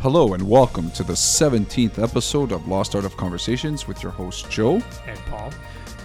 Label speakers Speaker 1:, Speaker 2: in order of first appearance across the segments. Speaker 1: Hello and welcome to the 17th episode of Lost Art of Conversations with your host Joe.
Speaker 2: and Paul.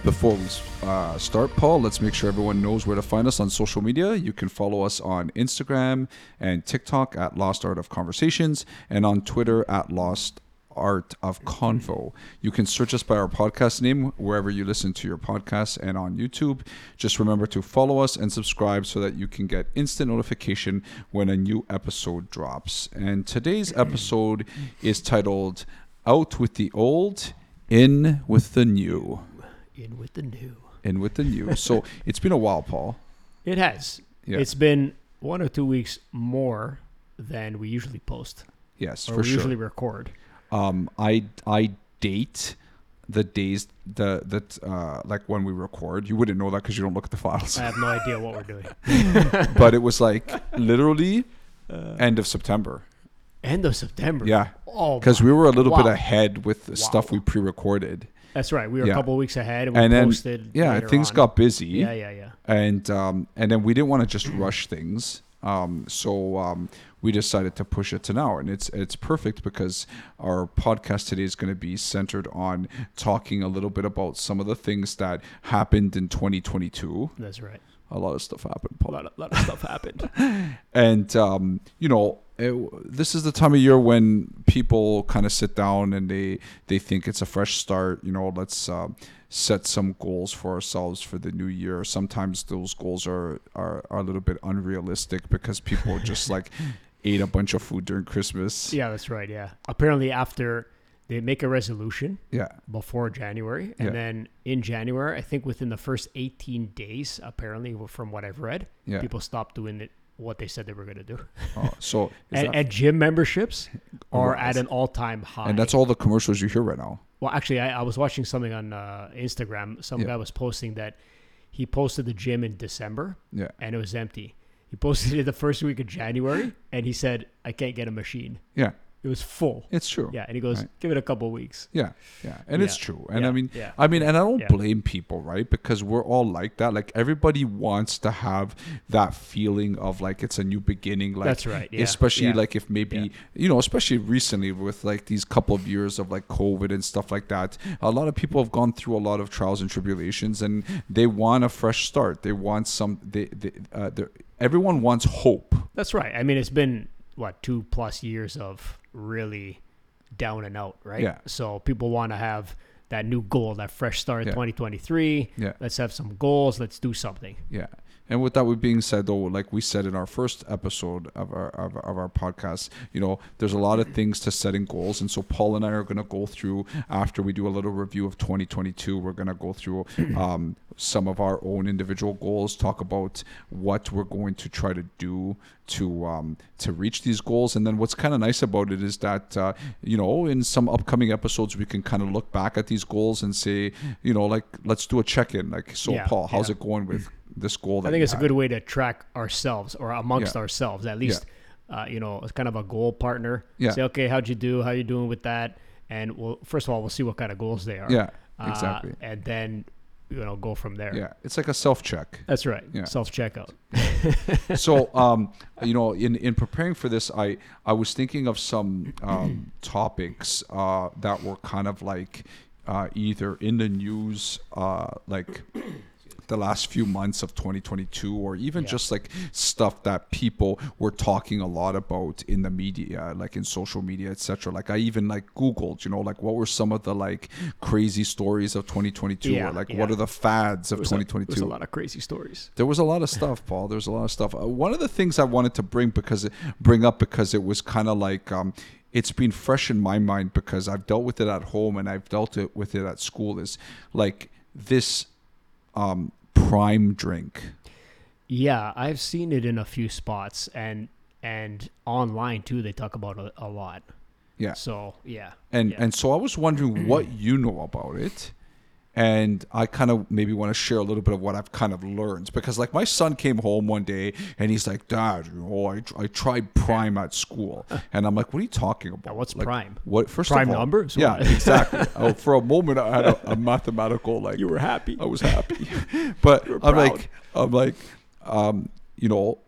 Speaker 1: Before we uh, start, Paul, let's make sure everyone knows where to find us on social media. You can follow us on Instagram and TikTok at Lost Art of Conversations and on Twitter at Lost Art of Convo. You can search us by our podcast name wherever you listen to your podcasts and on YouTube. Just remember to follow us and subscribe so that you can get instant notification when a new episode drops. And today's episode is titled Out with the Old, In with the New
Speaker 2: In with the new.
Speaker 1: and with the new. So it's been a while, Paul.
Speaker 2: It has.
Speaker 1: Yeah.
Speaker 2: It's been one or two weeks more than we usually post
Speaker 1: Yes,
Speaker 2: or
Speaker 1: for
Speaker 2: we
Speaker 1: sure.
Speaker 2: usually record.
Speaker 1: Um, I I date the days the that uh like when we record. You wouldn't know that because you don't look at the files.
Speaker 2: I have no idea what we're doing.
Speaker 1: but it was like literally
Speaker 2: Uh,
Speaker 1: end of September.
Speaker 2: End of September.
Speaker 1: Yeah,
Speaker 2: Oh,
Speaker 1: because
Speaker 2: my-
Speaker 1: we were a little bit
Speaker 2: Wow.
Speaker 1: ahead with the stuff we pre-recorded,
Speaker 2: that's right. We were
Speaker 1: yeah.
Speaker 2: a couple of weeks ahead and we
Speaker 1: and then
Speaker 2: posted.
Speaker 1: yeah,
Speaker 2: later
Speaker 1: things
Speaker 2: on.
Speaker 1: got busy.
Speaker 2: Yeah, yeah, yeah.
Speaker 1: and um, and then we didn't want to just rush things, um, so um, we decided to push it to now, and it's it's perfect because our podcast today is going to be centered on talking a little bit about some of the things that happened in 2022.
Speaker 2: That's right.
Speaker 1: A lot of stuff happened, Paul.
Speaker 2: lot, of, lot of stuff happened.
Speaker 1: and um, you know it, this is the time of year when people kind of sit down and they they think it's a fresh start you know let's um set some goals for ourselves for the new year sometimes those goals are are, are a little bit unrealistic because people just like ate a bunch of food during christmas
Speaker 2: yeah, that's right. Yeah. Apparently, after they make a resolution
Speaker 1: yeah
Speaker 2: before January, and
Speaker 1: Yeah.
Speaker 2: then in January, I think within the first 18 days, apparently, from what I've read,
Speaker 1: yeah,
Speaker 2: people stopped doing it what they said they were going to do.
Speaker 1: Oh, so is
Speaker 2: And,
Speaker 1: that-
Speaker 2: and gym memberships are
Speaker 1: Right.
Speaker 2: at an all-time high.
Speaker 1: and that's all the commercials you hear right now
Speaker 2: well, actually, I, I was watching something on uh, Instagram. Some
Speaker 1: Yeah.
Speaker 2: guy was posting that he posted the gym in December
Speaker 1: yeah
Speaker 2: and it was empty. He posted it the first week of January and he said, "I can't get a machine.
Speaker 1: yeah
Speaker 2: It was full."
Speaker 1: it's true
Speaker 2: Yeah, and he goes,
Speaker 1: Right.
Speaker 2: "Give it a couple weeks."
Speaker 1: Yeah, yeah, and it's
Speaker 2: Yeah,
Speaker 1: true. And I
Speaker 2: yeah,
Speaker 1: mean,
Speaker 2: yeah,
Speaker 1: I mean, and I don't
Speaker 2: yeah.
Speaker 1: blame people, right? Because we're all like that. Like everybody wants to have that feeling of like it's a new beginning. Like
Speaker 2: That's right, yeah,
Speaker 1: Especially
Speaker 2: yeah,
Speaker 1: like if maybe
Speaker 2: yeah.
Speaker 1: you know, especially recently with like these couple of years of like COVID and stuff like that. A lot of people have gone through a lot of trials and tribulations, and they want a fresh start. They want some. They, they uh, they're- everyone wants hope.
Speaker 2: That's right. I mean, it's been what two plus years of really down and out, right?
Speaker 1: Yeah.
Speaker 2: So people want to have that new goal, that fresh start,
Speaker 1: Yeah.
Speaker 2: 2023.
Speaker 1: Yeah.
Speaker 2: Let's have some goals. Let's do something.
Speaker 1: Yeah. And with that with being said though, like we said in our first episode of our of, of our podcast, you know, there's a lot of things to setting goals. And so Paul and I are gonna go through after we do a little review of twenty twenty two, we're gonna go through um, some of our own individual goals, talk about what we're going to try to do to um, to reach these goals. And then what's kind of nice about it is that uh, you know, in some upcoming episodes we can kind of look back at these goals and say, you know, like let's do a check in. Like so
Speaker 2: Yeah,
Speaker 1: Paul, how's
Speaker 2: yeah.
Speaker 1: it going with this goal that
Speaker 2: I think
Speaker 1: you
Speaker 2: it's a
Speaker 1: had.
Speaker 2: good way to track ourselves or amongst ourselves, at least. Uh, you know, it's kind of a goal partner.
Speaker 1: Yeah.
Speaker 2: Say, okay, how'd you do? How you doing with that? And we'll first of all, we'll see what kind of goals they are.
Speaker 1: Yeah,
Speaker 2: Uh,
Speaker 1: exactly.
Speaker 2: And then, you know, go from there.
Speaker 1: Yeah, it's like a self check.
Speaker 2: That's right.
Speaker 1: Yeah.
Speaker 2: Self checkout.
Speaker 1: so, um, you know, in, in preparing for this, I I was thinking of some um, topics uh, that were kind of like uh, either in the news, uh, like the last few months of 2022 or even
Speaker 2: Yeah.
Speaker 1: just like stuff that people were talking a lot about in the media like in social media etc like i even like googled you know like what were some of the like crazy stories of 2022
Speaker 2: Yeah,
Speaker 1: or like
Speaker 2: yeah.
Speaker 1: what are the fads of
Speaker 2: There's a-
Speaker 1: 2022
Speaker 2: There's a lot of crazy stories.
Speaker 1: There was a lot of stuff, Paul. There was a lot of stuff. Uh, one of the things I wanted to bring because bring up because it was kind of like um, it's been fresh in my mind because I've dealt with it at home and I've dealt it with it at school is like this um, prime drink.
Speaker 2: Yeah, I've seen it in a few spots and and online too. They talk about it a lot.
Speaker 1: Yeah.
Speaker 2: So yeah.
Speaker 1: And
Speaker 2: Yeah.
Speaker 1: and so I was wondering what you know about it. And I kind of maybe want to share a little bit of what I've kind of learned because, like, my son came home one day and he's like, "Dad, you know, I, tr- I tried Prime at school," and I'm like, "What are you talking about?
Speaker 2: Uh. what's
Speaker 1: Like,
Speaker 2: Prime?
Speaker 1: What first
Speaker 2: Prime
Speaker 1: of all,
Speaker 2: numbers?
Speaker 1: Yeah,
Speaker 2: What?
Speaker 1: exactly. oh, for a moment, I had a, a mathematical like
Speaker 2: were happy.
Speaker 1: I was happy, but
Speaker 2: You were
Speaker 1: I'm
Speaker 2: proud.
Speaker 1: like, I'm like, um, you know,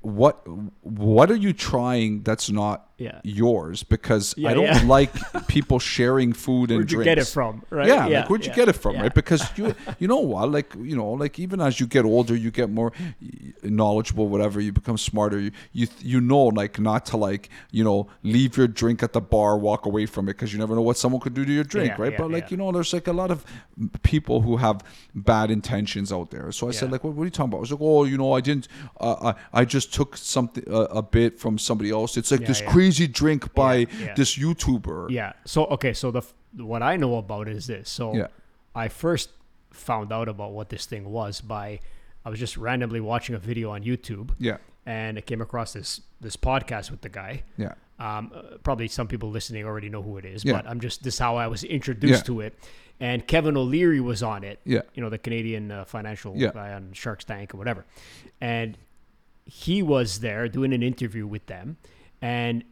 Speaker 1: what what are you trying that's not
Speaker 2: Yeah.
Speaker 1: yours because
Speaker 2: Yeah,
Speaker 1: I don't
Speaker 2: yeah.
Speaker 1: like people sharing food and
Speaker 2: Where'd you
Speaker 1: drinks.
Speaker 2: get it from? Right?
Speaker 1: Yeah, like where'd you get it from,
Speaker 2: yeah.
Speaker 1: right? Because you you know what, like you know, like even as you get older, you get more y- knowledgeable, whatever. You become smarter. You you you know, like not to like you know leave your drink at the bar, walk away from it because you never know what someone could do to your drink,
Speaker 2: Yeah,
Speaker 1: right?
Speaker 2: yeah,
Speaker 1: but like
Speaker 2: yeah.
Speaker 1: you know, there's like a lot of people who have bad intentions out there. So I said,
Speaker 2: Yeah.
Speaker 1: like, what, what are you talking about? I was like, oh, you know, I didn't. Uh, I I just took something uh, a bit from somebody else. It's like
Speaker 2: Yeah,
Speaker 1: this
Speaker 2: yeah.
Speaker 1: crazy drink by
Speaker 2: yeah.
Speaker 1: this YouTuber.
Speaker 2: Yeah. So okay, so the f- what I know about is this. So
Speaker 1: Yeah.
Speaker 2: I first found out about what this thing was by I was just randomly watching a video on YouTube
Speaker 1: Yeah.
Speaker 2: and I came across this this podcast with the guy.
Speaker 1: Yeah.
Speaker 2: Um, uh, probably some people listening already know who it is,
Speaker 1: Yeah.
Speaker 2: but I'm just this is how I was introduced
Speaker 1: Yeah.
Speaker 2: to it. And Kevin O'Leary was on it.
Speaker 1: Yeah.
Speaker 2: You know, the Canadian uh, financial
Speaker 1: Yeah.
Speaker 2: guy on Shark's Tank or whatever. And he was there doing an interview with them and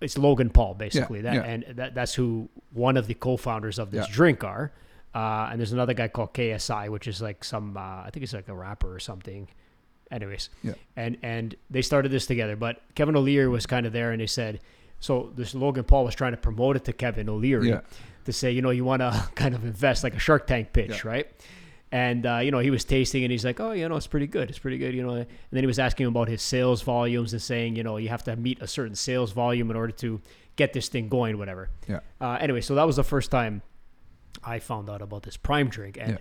Speaker 2: it's Logan Paul basically that
Speaker 1: yeah.
Speaker 2: and that, that's who one of the co-founders of this
Speaker 1: Yeah.
Speaker 2: drink are uh, and there's another guy called KSI which is like some uh, I think it's like a rapper or something anyways
Speaker 1: Yeah.
Speaker 2: and and they started this together but Kevin O'Leary was kind of there and they said so this Logan Paul was trying to promote it to Kevin O'Leary
Speaker 1: Yeah.
Speaker 2: to say you know you want to kind of invest like a Shark Tank pitch
Speaker 1: Yeah.
Speaker 2: right and uh, you know he was tasting and he's like oh you know it's pretty good it's pretty good you know and then he was asking him about his sales volumes and saying you know you have to meet a certain sales volume in order to get this thing going whatever
Speaker 1: Yeah.
Speaker 2: uh, anyway so that was the first time i found out about this prime drink and
Speaker 1: Yeah.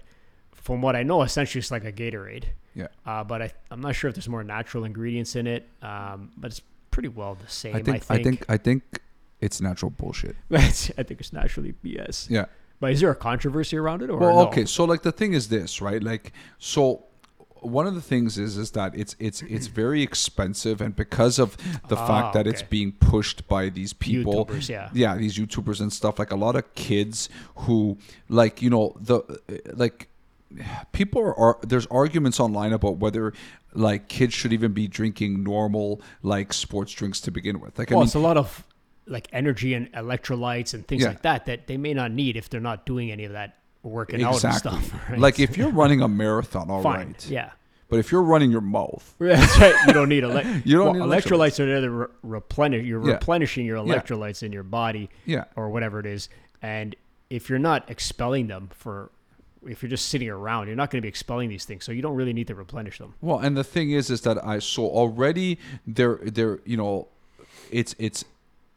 Speaker 2: from what i know essentially it's like a gatorade
Speaker 1: Yeah.
Speaker 2: uh, but I, i'm not sure if there's more natural ingredients in it um, but it's pretty well the same
Speaker 1: I think, I think I think it's natural bullshit.
Speaker 2: I think, it's naturally bs
Speaker 1: Yeah.
Speaker 2: but is there a controversy around it or
Speaker 1: Well,
Speaker 2: no?
Speaker 1: okay. So like the thing is this, right? Like so one of the things is is that it's it's it's very expensive and because of the
Speaker 2: Ah,
Speaker 1: fact that it's
Speaker 2: okay.
Speaker 1: being pushed by these people
Speaker 2: YouTubers, yeah.
Speaker 1: yeah these youtubers and stuff like a lot of kids who like you know the like people are, are there's arguments online about whether like kids should even be drinking normal like sports drinks to begin with like
Speaker 2: well,
Speaker 1: i mean
Speaker 2: it's a lot of like energy and electrolytes and things
Speaker 1: Yeah.
Speaker 2: like that that they may not need if they're not doing any of that working out and stuff. Right?
Speaker 1: Like if you're running a marathon, all right.
Speaker 2: fine, yeah,
Speaker 1: But if you're running your mouth,
Speaker 2: that's right. You don't need, ele-
Speaker 1: You don't
Speaker 2: well,
Speaker 1: need electrolytes.
Speaker 2: electrolytes. Are there to re- replenish? You're
Speaker 1: Yeah.
Speaker 2: replenishing your electrolytes in your body,
Speaker 1: Yeah.
Speaker 2: or whatever it is. And if you're not expelling them for, if you're just sitting around, you're not going to be expelling these things, so you don't really need to replenish them.
Speaker 1: well, and the thing is, is that I saw already there, there, you know, it's it's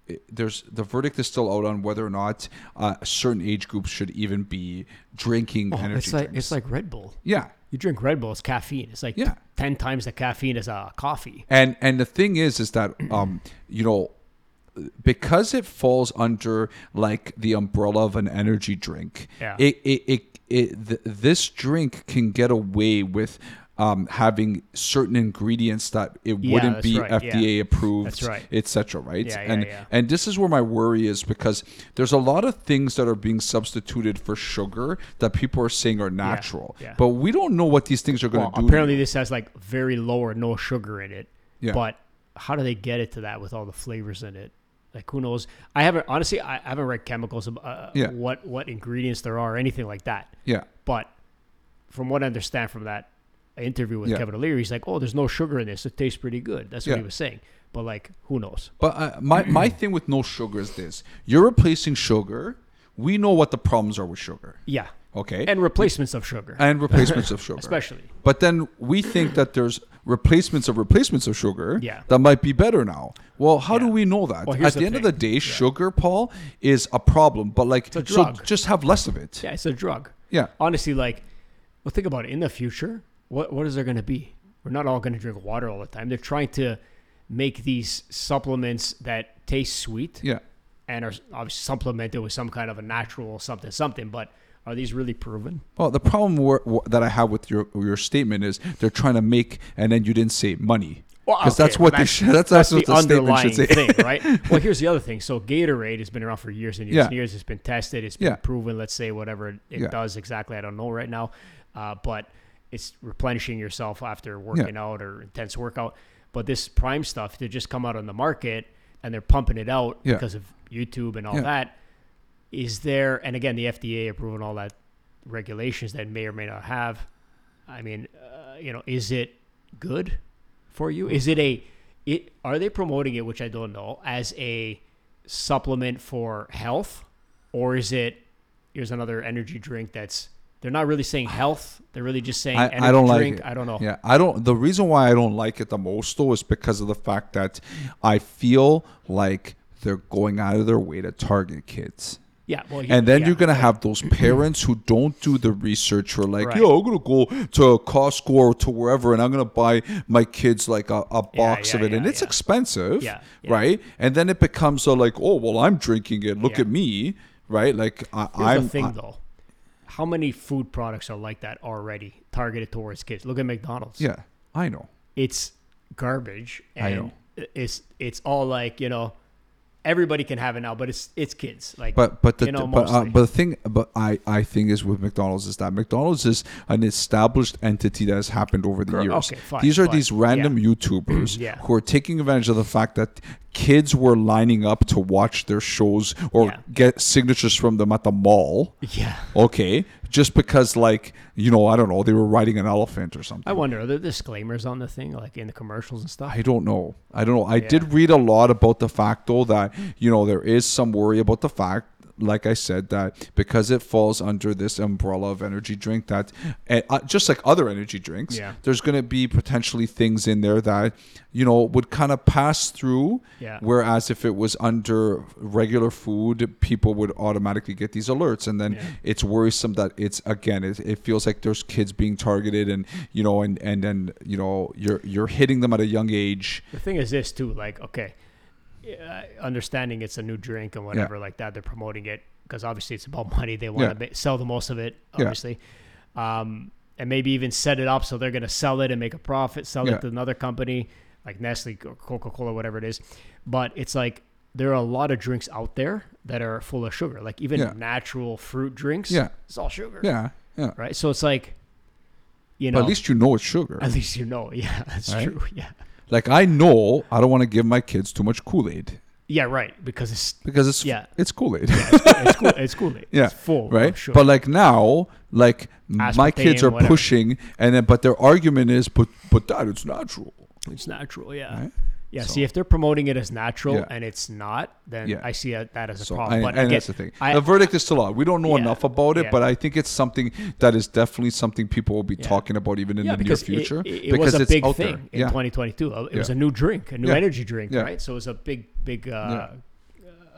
Speaker 1: it- there's the verdict is still out on whether or not uh, certain age groups should even be drinking energy
Speaker 2: Oh, it's like
Speaker 1: drinks.
Speaker 2: it's like Red Bull.
Speaker 1: yeah,
Speaker 2: You drink Red Bull, it's caffeine. It's like
Speaker 1: Yeah.
Speaker 2: ten times the caffeine as a coffee.
Speaker 1: And and the thing is, is that um, you know, because it falls under like the umbrella of an energy drink,
Speaker 2: Yeah.
Speaker 1: it it it, it th- this drink can get away with. Um, having certain ingredients that it
Speaker 2: Yeah,
Speaker 1: wouldn't
Speaker 2: that's
Speaker 1: be
Speaker 2: right, yeah.
Speaker 1: FDA approved,
Speaker 2: That's right.
Speaker 1: etc. Right,
Speaker 2: Yeah, yeah,
Speaker 1: and
Speaker 2: yeah.
Speaker 1: and this is where my worry is because there's a lot of things that are being substituted for sugar that people are saying are natural,
Speaker 2: yeah.
Speaker 1: but we don't know what these things are going to do.
Speaker 2: Well,
Speaker 1: to
Speaker 2: apparently this has like very low or no sugar in it.
Speaker 1: Yeah.
Speaker 2: But how do they get it to that with all the flavors in it? Like who knows? I haven't honestly. I I haven't read chemicals. Uh,
Speaker 1: Yeah.
Speaker 2: What what ingredients there are, or anything like that.
Speaker 1: you. yeah,
Speaker 2: But from what I understand from that interview with
Speaker 1: Yeah.
Speaker 2: Kevin O'Leary, he's like, "Oh, there's no sugar in this. It tastes pretty good." That's what
Speaker 1: Yeah.
Speaker 2: he was saying. But like, who knows?
Speaker 1: But uh, my my thing with no sugar is this: you're replacing sugar. We know what the problems are with sugar,
Speaker 2: Yeah.
Speaker 1: okay,
Speaker 2: And replacements of sugar,
Speaker 1: and replacements of sugar,
Speaker 2: especially.
Speaker 1: But then we think that there's replacements of replacements of sugar
Speaker 2: Yeah.
Speaker 1: that might be better now. Well, how do
Speaker 2: Yeah.
Speaker 1: we know that?
Speaker 2: Well,
Speaker 1: At
Speaker 2: here's
Speaker 1: the,
Speaker 2: the
Speaker 1: end of
Speaker 2: thing.
Speaker 1: the day, sugar, Paul, is a problem. But like,
Speaker 2: a
Speaker 1: so
Speaker 2: drug.
Speaker 1: just have less of it.
Speaker 2: Yeah, it's a drug.
Speaker 1: Yeah.
Speaker 2: honestly, like, well, think about it. In the future, what what is there going to be? We're not all going to drink water all the time. They're trying to make these supplements that taste sweet
Speaker 1: yeah.
Speaker 2: and are obviously supplemented with some kind of a natural something something. But are these really proven?
Speaker 1: Well, the problem wor- wor- that I have with your your statement is they're trying to make, and then you didn't say money
Speaker 2: Well,
Speaker 1: because
Speaker 2: okay,
Speaker 1: that's what
Speaker 2: well,
Speaker 1: they
Speaker 2: that's-
Speaker 1: should, that's,
Speaker 2: That's,
Speaker 1: what
Speaker 2: the,
Speaker 1: the, statement
Speaker 2: underlying
Speaker 1: should say.
Speaker 2: thing, right? Well, here's the other thing. So Gatorade has been around for years and years
Speaker 1: Yeah.
Speaker 2: and years. It's been tested. It's been
Speaker 1: Yeah.
Speaker 2: proven. Let's say whatever it
Speaker 1: Yeah.
Speaker 2: does exactly, I don't know right now, uh, but it's replenishing yourself after working out or intense workout. But this Prime stuff, they just come out on the market and they're pumping it out
Speaker 1: Yeah.
Speaker 2: because of YouTube and all
Speaker 1: Yeah.
Speaker 2: that. Is there? And again, the FDA approving all that regulations that may or may not have. I mean, uh, you know, is it good for you? Is it a it are they promoting it, which I don't know, as a supplement for health, or is it here's another energy drink that's they're not really saying health, they're really just saying energy
Speaker 1: I, I don't
Speaker 2: drink.
Speaker 1: like it.
Speaker 2: I don't know.
Speaker 1: Yeah, I don't. The reason why I don't like it the most though is because of the fact that I feel like they're going out of their way to target kids.
Speaker 2: Yeah, well,
Speaker 1: And then
Speaker 2: yeah.
Speaker 1: you're gonna have those parents who don't do the research who are like,
Speaker 2: Right.
Speaker 1: yo, I'm gonna go to Costco or to wherever and I'm gonna buy my kids like a, a
Speaker 2: Yeah,
Speaker 1: box
Speaker 2: yeah,
Speaker 1: of it. and
Speaker 2: yeah,
Speaker 1: it's
Speaker 2: yeah.
Speaker 1: expensive.
Speaker 2: Yeah, yeah.
Speaker 1: Right? And then it becomes a like, oh well I'm drinking it, look
Speaker 2: Yeah.
Speaker 1: at me. Right? Like I,
Speaker 2: Here's
Speaker 1: I'm
Speaker 2: the thing,
Speaker 1: I-
Speaker 2: though. How many food products are like that already, targeted towards kids? Look at McDonald's.
Speaker 1: Yeah, I know.
Speaker 2: It's garbage. And
Speaker 1: I
Speaker 2: It's it's all like you know, everybody can have it now, but it's it's kids. Like,
Speaker 1: But but the
Speaker 2: you know,
Speaker 1: but, uh,
Speaker 2: mostly.
Speaker 1: but the thing but I I think is with McDonald's is that McDonald's is an established entity that has happened over the years.
Speaker 2: Okay, fine,
Speaker 1: these are
Speaker 2: fine.
Speaker 1: these random YouTubers
Speaker 2: Yeah.
Speaker 1: who are taking advantage of the fact that kids were lining up to watch their shows or
Speaker 2: Yeah.
Speaker 1: get signatures from them at the mall.
Speaker 2: yeah,
Speaker 1: Okay, just because like you know I don't know they were riding an elephant or something.
Speaker 2: I wonder are there disclaimers on the thing, like in the commercials and stuff?
Speaker 1: I don't know. I don't know. I did read a lot about the fact though that you know there is some worry about the fact, like I said, that because it falls under this umbrella of energy drink, that and, uh, just like other energy drinks,
Speaker 2: Yeah.
Speaker 1: there's going to be potentially things in there that you know would kind of pass through.
Speaker 2: Yeah.
Speaker 1: Whereas if it was under regular food, people would automatically get these alerts, and then it's worrisome that it's again, it, it feels like there's kids being targeted, and you know, and and then you know, you're you're hitting them at a young age.
Speaker 2: The thing is this too, like okay, uh, understanding it's a new drink and whatever like that, they're promoting it because obviously it's about money. They want to sell the most of it,
Speaker 1: Yeah.
Speaker 2: obviously, um, and maybe even set it up so they're going to sell it and make a profit, sell
Speaker 1: Yeah.
Speaker 2: it to another company like Nestle or Coca Cola, whatever it is. But it's like there are a lot of drinks out there that are full of sugar, like even
Speaker 1: Yeah.
Speaker 2: natural fruit drinks.
Speaker 1: Yeah.
Speaker 2: it's all sugar,
Speaker 1: Yeah, yeah.
Speaker 2: right? So it's like, you know,
Speaker 1: But at least you know it's sugar.
Speaker 2: at least you know, yeah, that's
Speaker 1: Right?
Speaker 2: true, yeah.
Speaker 1: Like I know I don't want to give my kids too much Kool Aid
Speaker 2: Yeah, right. Because it's
Speaker 1: because it's
Speaker 2: Yeah.
Speaker 1: it's Kool Aid.
Speaker 2: it's cool. It's cool.
Speaker 1: Yeah,
Speaker 2: It's full.
Speaker 1: right?
Speaker 2: Sure.
Speaker 1: But like now, like my
Speaker 2: Aspartame,
Speaker 1: kids are
Speaker 2: whatever.
Speaker 1: pushing, and then but their argument is, but but that it's natural.
Speaker 2: it's natural. Yeah.
Speaker 1: Right?
Speaker 2: Yeah.
Speaker 1: So-
Speaker 2: See, if they're promoting it as natural
Speaker 1: Yeah.
Speaker 2: and it's not, then
Speaker 1: Yeah.
Speaker 2: I see that, that as a
Speaker 1: So
Speaker 2: problem.
Speaker 1: and,
Speaker 2: but
Speaker 1: and
Speaker 2: again,
Speaker 1: that's the thing.
Speaker 2: I,
Speaker 1: the verdict is still out. We don't know
Speaker 2: Yeah.
Speaker 1: enough about it,
Speaker 2: Yeah.
Speaker 1: but I think it's something that is definitely something people will be talking about even in
Speaker 2: yeah,
Speaker 1: the near
Speaker 2: because it-
Speaker 1: future
Speaker 2: it, it
Speaker 1: because
Speaker 2: was a
Speaker 1: it's
Speaker 2: big
Speaker 1: out
Speaker 2: thing
Speaker 1: there.
Speaker 2: in
Speaker 1: yeah.
Speaker 2: 2022. Uh, It was
Speaker 1: Yeah.
Speaker 2: a new drink, a new
Speaker 1: Yeah.
Speaker 2: energy drink,
Speaker 1: Yeah.
Speaker 2: right? So it was a big, big, uh,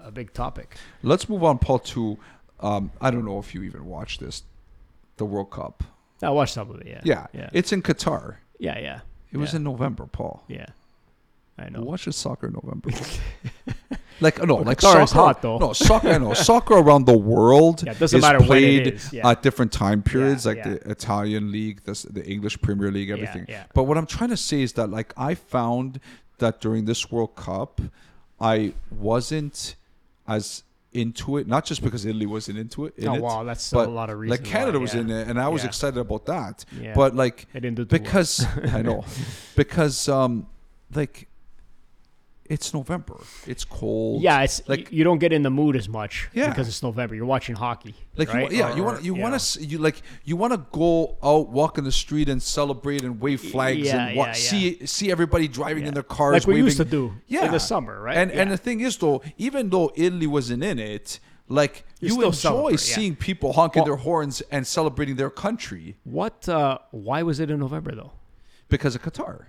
Speaker 2: a big topic.
Speaker 1: Let's move on, Paul. To um, I don't know if you even watched this, the World Cup.
Speaker 2: I watched some of it. Yeah.
Speaker 1: Yeah,
Speaker 2: Yeah.
Speaker 1: it's in Qatar.
Speaker 2: yeah. Yeah.
Speaker 1: It was
Speaker 2: Yeah.
Speaker 1: in November, Paul.
Speaker 2: Yeah. I know.
Speaker 1: Watch the soccer in November. like no, like
Speaker 2: Qatar
Speaker 1: soccer.
Speaker 2: is hot, though.
Speaker 1: No soccer. No soccer around the world.
Speaker 2: Yeah, it doesn't
Speaker 1: is
Speaker 2: matter when it
Speaker 1: played
Speaker 2: is, yeah.
Speaker 1: at different time periods, like
Speaker 2: yeah.
Speaker 1: the Italian league, this, the English Premier League, everything.
Speaker 2: yeah.
Speaker 1: But what I'm trying to say is that like I found that during this World Cup, I wasn't as into it. Not just because Italy wasn't into it. in
Speaker 2: Oh,
Speaker 1: it,
Speaker 2: wow, that's a lot of reason
Speaker 1: Like Canada
Speaker 2: why,
Speaker 1: was
Speaker 2: yeah.
Speaker 1: in it, and I was
Speaker 2: Yeah.
Speaker 1: excited about that.
Speaker 2: Yeah.
Speaker 1: But like
Speaker 2: They didn't do too well.
Speaker 1: because I know because um like it's November. It's cold.
Speaker 2: yeah, it's
Speaker 1: like-
Speaker 2: like you don't get in the mood as much
Speaker 1: Yeah.
Speaker 2: because it's November. You're watching hockey,
Speaker 1: like you
Speaker 2: right?
Speaker 1: wa- yeah, you
Speaker 2: Or-
Speaker 1: want you
Speaker 2: yeah.
Speaker 1: want to you like you want to go out, walk in the street, and celebrate and wave flags
Speaker 2: yeah,
Speaker 1: and wa-
Speaker 2: yeah,
Speaker 1: see see everybody driving in
Speaker 2: Yeah.
Speaker 1: their cars,
Speaker 2: like we
Speaker 1: waving.
Speaker 2: used to do
Speaker 1: yeah,
Speaker 2: in the summer, right?
Speaker 1: And
Speaker 2: yeah.
Speaker 1: and the thing is though, even though Italy wasn't in it, like you,
Speaker 2: You still
Speaker 1: enjoy
Speaker 2: celebrate, yeah.
Speaker 1: seeing people honking their horns and celebrating their country
Speaker 2: What? Uh, why was it in November though?
Speaker 1: because of Qatar.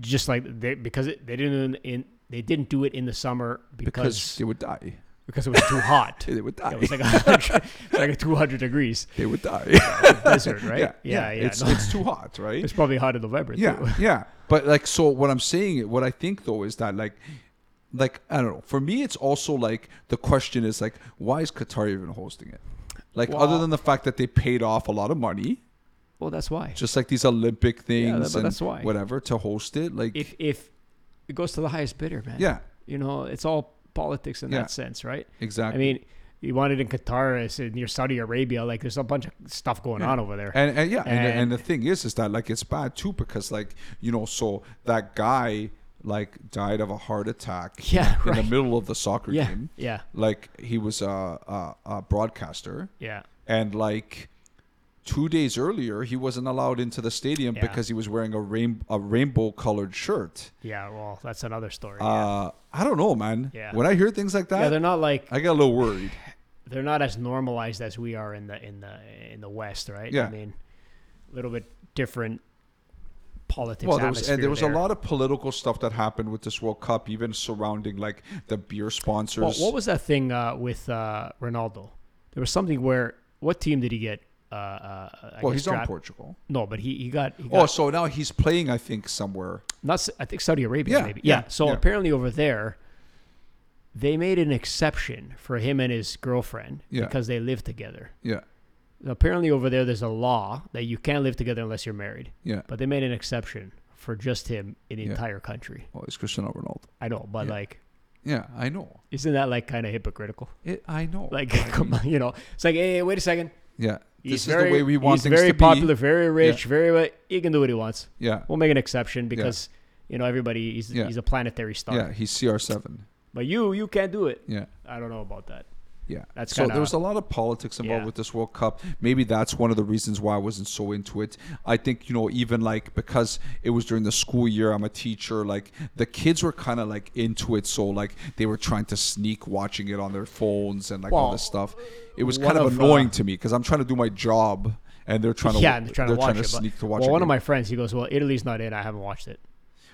Speaker 2: Just like they, because it, they didn't in they didn't do it in the summer
Speaker 1: Because
Speaker 2: because
Speaker 1: they would die.
Speaker 2: because it was too hot.
Speaker 1: They would die.
Speaker 2: It was like a hundred, it's like a two hundred degrees
Speaker 1: they would die.
Speaker 2: desert, right?
Speaker 1: yeah,
Speaker 2: yeah.
Speaker 1: It's,
Speaker 2: no,
Speaker 1: it's too hot, right?
Speaker 2: it's probably hot in November.
Speaker 1: yeah,
Speaker 2: too.
Speaker 1: yeah. But like, so what I'm saying, what I think though is that like, like I don't know. For me, it's also like the question is like, why is Qatar even hosting it? Like, other
Speaker 2: Well-
Speaker 1: than the fact that they paid off a lot of money,
Speaker 2: Well, that's why.
Speaker 1: just like these Olympic things
Speaker 2: but
Speaker 1: and
Speaker 2: that's why.
Speaker 1: whatever to host it, like,
Speaker 2: if if it goes to the highest bidder, man.
Speaker 1: yeah,
Speaker 2: You know, it's all politics in
Speaker 1: Yeah.
Speaker 2: that sense, right? I
Speaker 1: exactly.
Speaker 2: mean, you want it in Qatar, it's in near Saudi Arabia. Like, there's a bunch of stuff going on over there.
Speaker 1: And, and yeah, and, and,
Speaker 2: And-
Speaker 1: the thing is, is that like it's bad too because like you know, so that guy like died of a heart attack
Speaker 2: Yeah,
Speaker 1: in the
Speaker 2: right.
Speaker 1: middle of the soccer
Speaker 2: yeah,
Speaker 1: game.
Speaker 2: yeah,
Speaker 1: Like he was a, a, a broadcaster,
Speaker 2: yeah.
Speaker 1: and like Two days earlier, he wasn't allowed into the stadium
Speaker 2: Yeah.
Speaker 1: because he was wearing a, rain- a rainbow colored shirt.
Speaker 2: Yeah, well, that's another story.
Speaker 1: Uh, I don't know, man.
Speaker 2: Yeah.
Speaker 1: When I hear things like
Speaker 2: yeah.
Speaker 1: that,
Speaker 2: yeah, they're not like
Speaker 1: I get a little worried.
Speaker 2: they're not as normalized as we are in the in the in the West, right?
Speaker 1: Yeah.
Speaker 2: I mean, a little bit different politics.
Speaker 1: well, there was, and
Speaker 2: atmosphere
Speaker 1: there was a
Speaker 2: there.
Speaker 1: lot of political stuff that happened with this World Cup, even surrounding like the beer sponsors.
Speaker 2: Well, what was that thing uh, with uh, Ronaldo? There was something where what team did he get? Uh, uh, I
Speaker 1: Well,
Speaker 2: guess
Speaker 1: he's on
Speaker 2: dropped?
Speaker 1: Portugal.
Speaker 2: No, but he he got, he got
Speaker 1: Oh, so now he's playing, I think, somewhere.
Speaker 2: not S- I think Saudi Arabia
Speaker 1: Yeah,
Speaker 2: maybe.
Speaker 1: yeah,
Speaker 2: Yeah. So
Speaker 1: yeah.
Speaker 2: apparently over there they made an exception for him and his girlfriend
Speaker 1: Yeah.
Speaker 2: because they live together.
Speaker 1: Yeah,
Speaker 2: Apparently over there there's a law that you can't live together unless you're married.
Speaker 1: yeah.
Speaker 2: But they made an exception for just him in the
Speaker 1: Yeah.
Speaker 2: entire country.
Speaker 1: Oh, it's Cristiano Ronaldo.
Speaker 2: I know, but
Speaker 1: Yeah.
Speaker 2: like
Speaker 1: Yeah, I know.
Speaker 2: isn't that like kind of hypocritical?
Speaker 1: It, I know.
Speaker 2: Like come on, you know. It's like, "Hey, wait a second.
Speaker 1: yeah,
Speaker 2: He's
Speaker 1: this
Speaker 2: very,
Speaker 1: is the way we want
Speaker 2: he's
Speaker 1: things
Speaker 2: very
Speaker 1: to
Speaker 2: popular,
Speaker 1: be.
Speaker 2: very rich, very very he can do what he wants.
Speaker 1: Yeah,
Speaker 2: We'll make an exception because you know everybody he's
Speaker 1: Yeah.
Speaker 2: he's a planetary star.
Speaker 1: yeah. He's CR seven.
Speaker 2: But you you can't do it.
Speaker 1: Yeah.
Speaker 2: I don't know about that.
Speaker 1: Yeah.
Speaker 2: That's
Speaker 1: so
Speaker 2: kinda-
Speaker 1: there was a lot of politics involved
Speaker 2: Yeah.
Speaker 1: with this World Cup. Maybe that's one of the reasons why I wasn't so into it. I think, you know, even like because it was during the school year, I'm a teacher, like the kids were kind of like into it. So like they were trying to sneak watching it on their phones and like all
Speaker 2: Well,
Speaker 1: this stuff. It was
Speaker 2: one
Speaker 1: kind of,
Speaker 2: of, uh,
Speaker 1: annoying to me because I'm trying to do my job and they're trying to
Speaker 2: yeah, and they're trying to watch it. but-
Speaker 1: sneak to watch
Speaker 2: well,
Speaker 1: it.
Speaker 2: one of my friends, he goes, "Well, Italy's not in. I haven't watched it.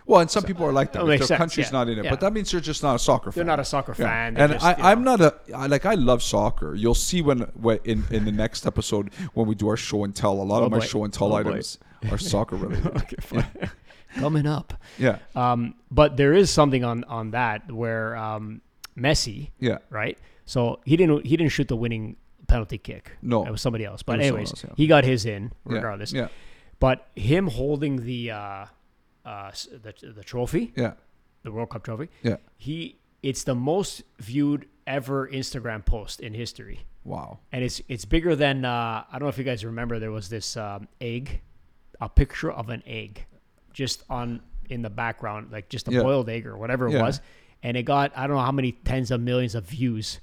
Speaker 1: well, and some people are like
Speaker 2: that
Speaker 1: that.
Speaker 2: makes
Speaker 1: Like, their
Speaker 2: sense,
Speaker 1: country's
Speaker 2: yeah.
Speaker 1: not in it,
Speaker 2: Yeah.
Speaker 1: but that means they're just not a soccer
Speaker 2: They're
Speaker 1: fan.
Speaker 2: not a soccer
Speaker 1: Yeah.
Speaker 2: fan."
Speaker 1: And I, I'm
Speaker 2: not.
Speaker 1: not a I, like I love soccer. You'll see when, when in, in the next episode when we do our show and tell. A lot
Speaker 2: Oh,
Speaker 1: of my
Speaker 2: boy.
Speaker 1: show and tell
Speaker 2: Oh, boy.
Speaker 1: items are soccer related.
Speaker 2: coming up.
Speaker 1: Yeah,
Speaker 2: Um, but there is something on on that where um, Messi,
Speaker 1: yeah,
Speaker 2: right? So he didn't he didn't shoot the winning penalty kick.
Speaker 1: No.
Speaker 2: it was somebody else. But
Speaker 1: was someone
Speaker 2: anyways,
Speaker 1: else, yeah.
Speaker 2: he got his in
Speaker 1: yeah,
Speaker 2: regardless.
Speaker 1: Yeah,
Speaker 2: But him holding the uh, uh, s- the the trophy,
Speaker 1: yeah,
Speaker 2: the World Cup trophy,
Speaker 1: yeah.
Speaker 2: he it's the most viewed ever Instagram post in history.
Speaker 1: Wow.
Speaker 2: and it's it's bigger than uh, I don't know if you guys remember there was this um, egg, a picture of an egg, just on in the background like just a
Speaker 1: Yeah.
Speaker 2: boiled egg or whatever it
Speaker 1: Yeah.
Speaker 2: was, and it got I don't know how many tens of millions of views,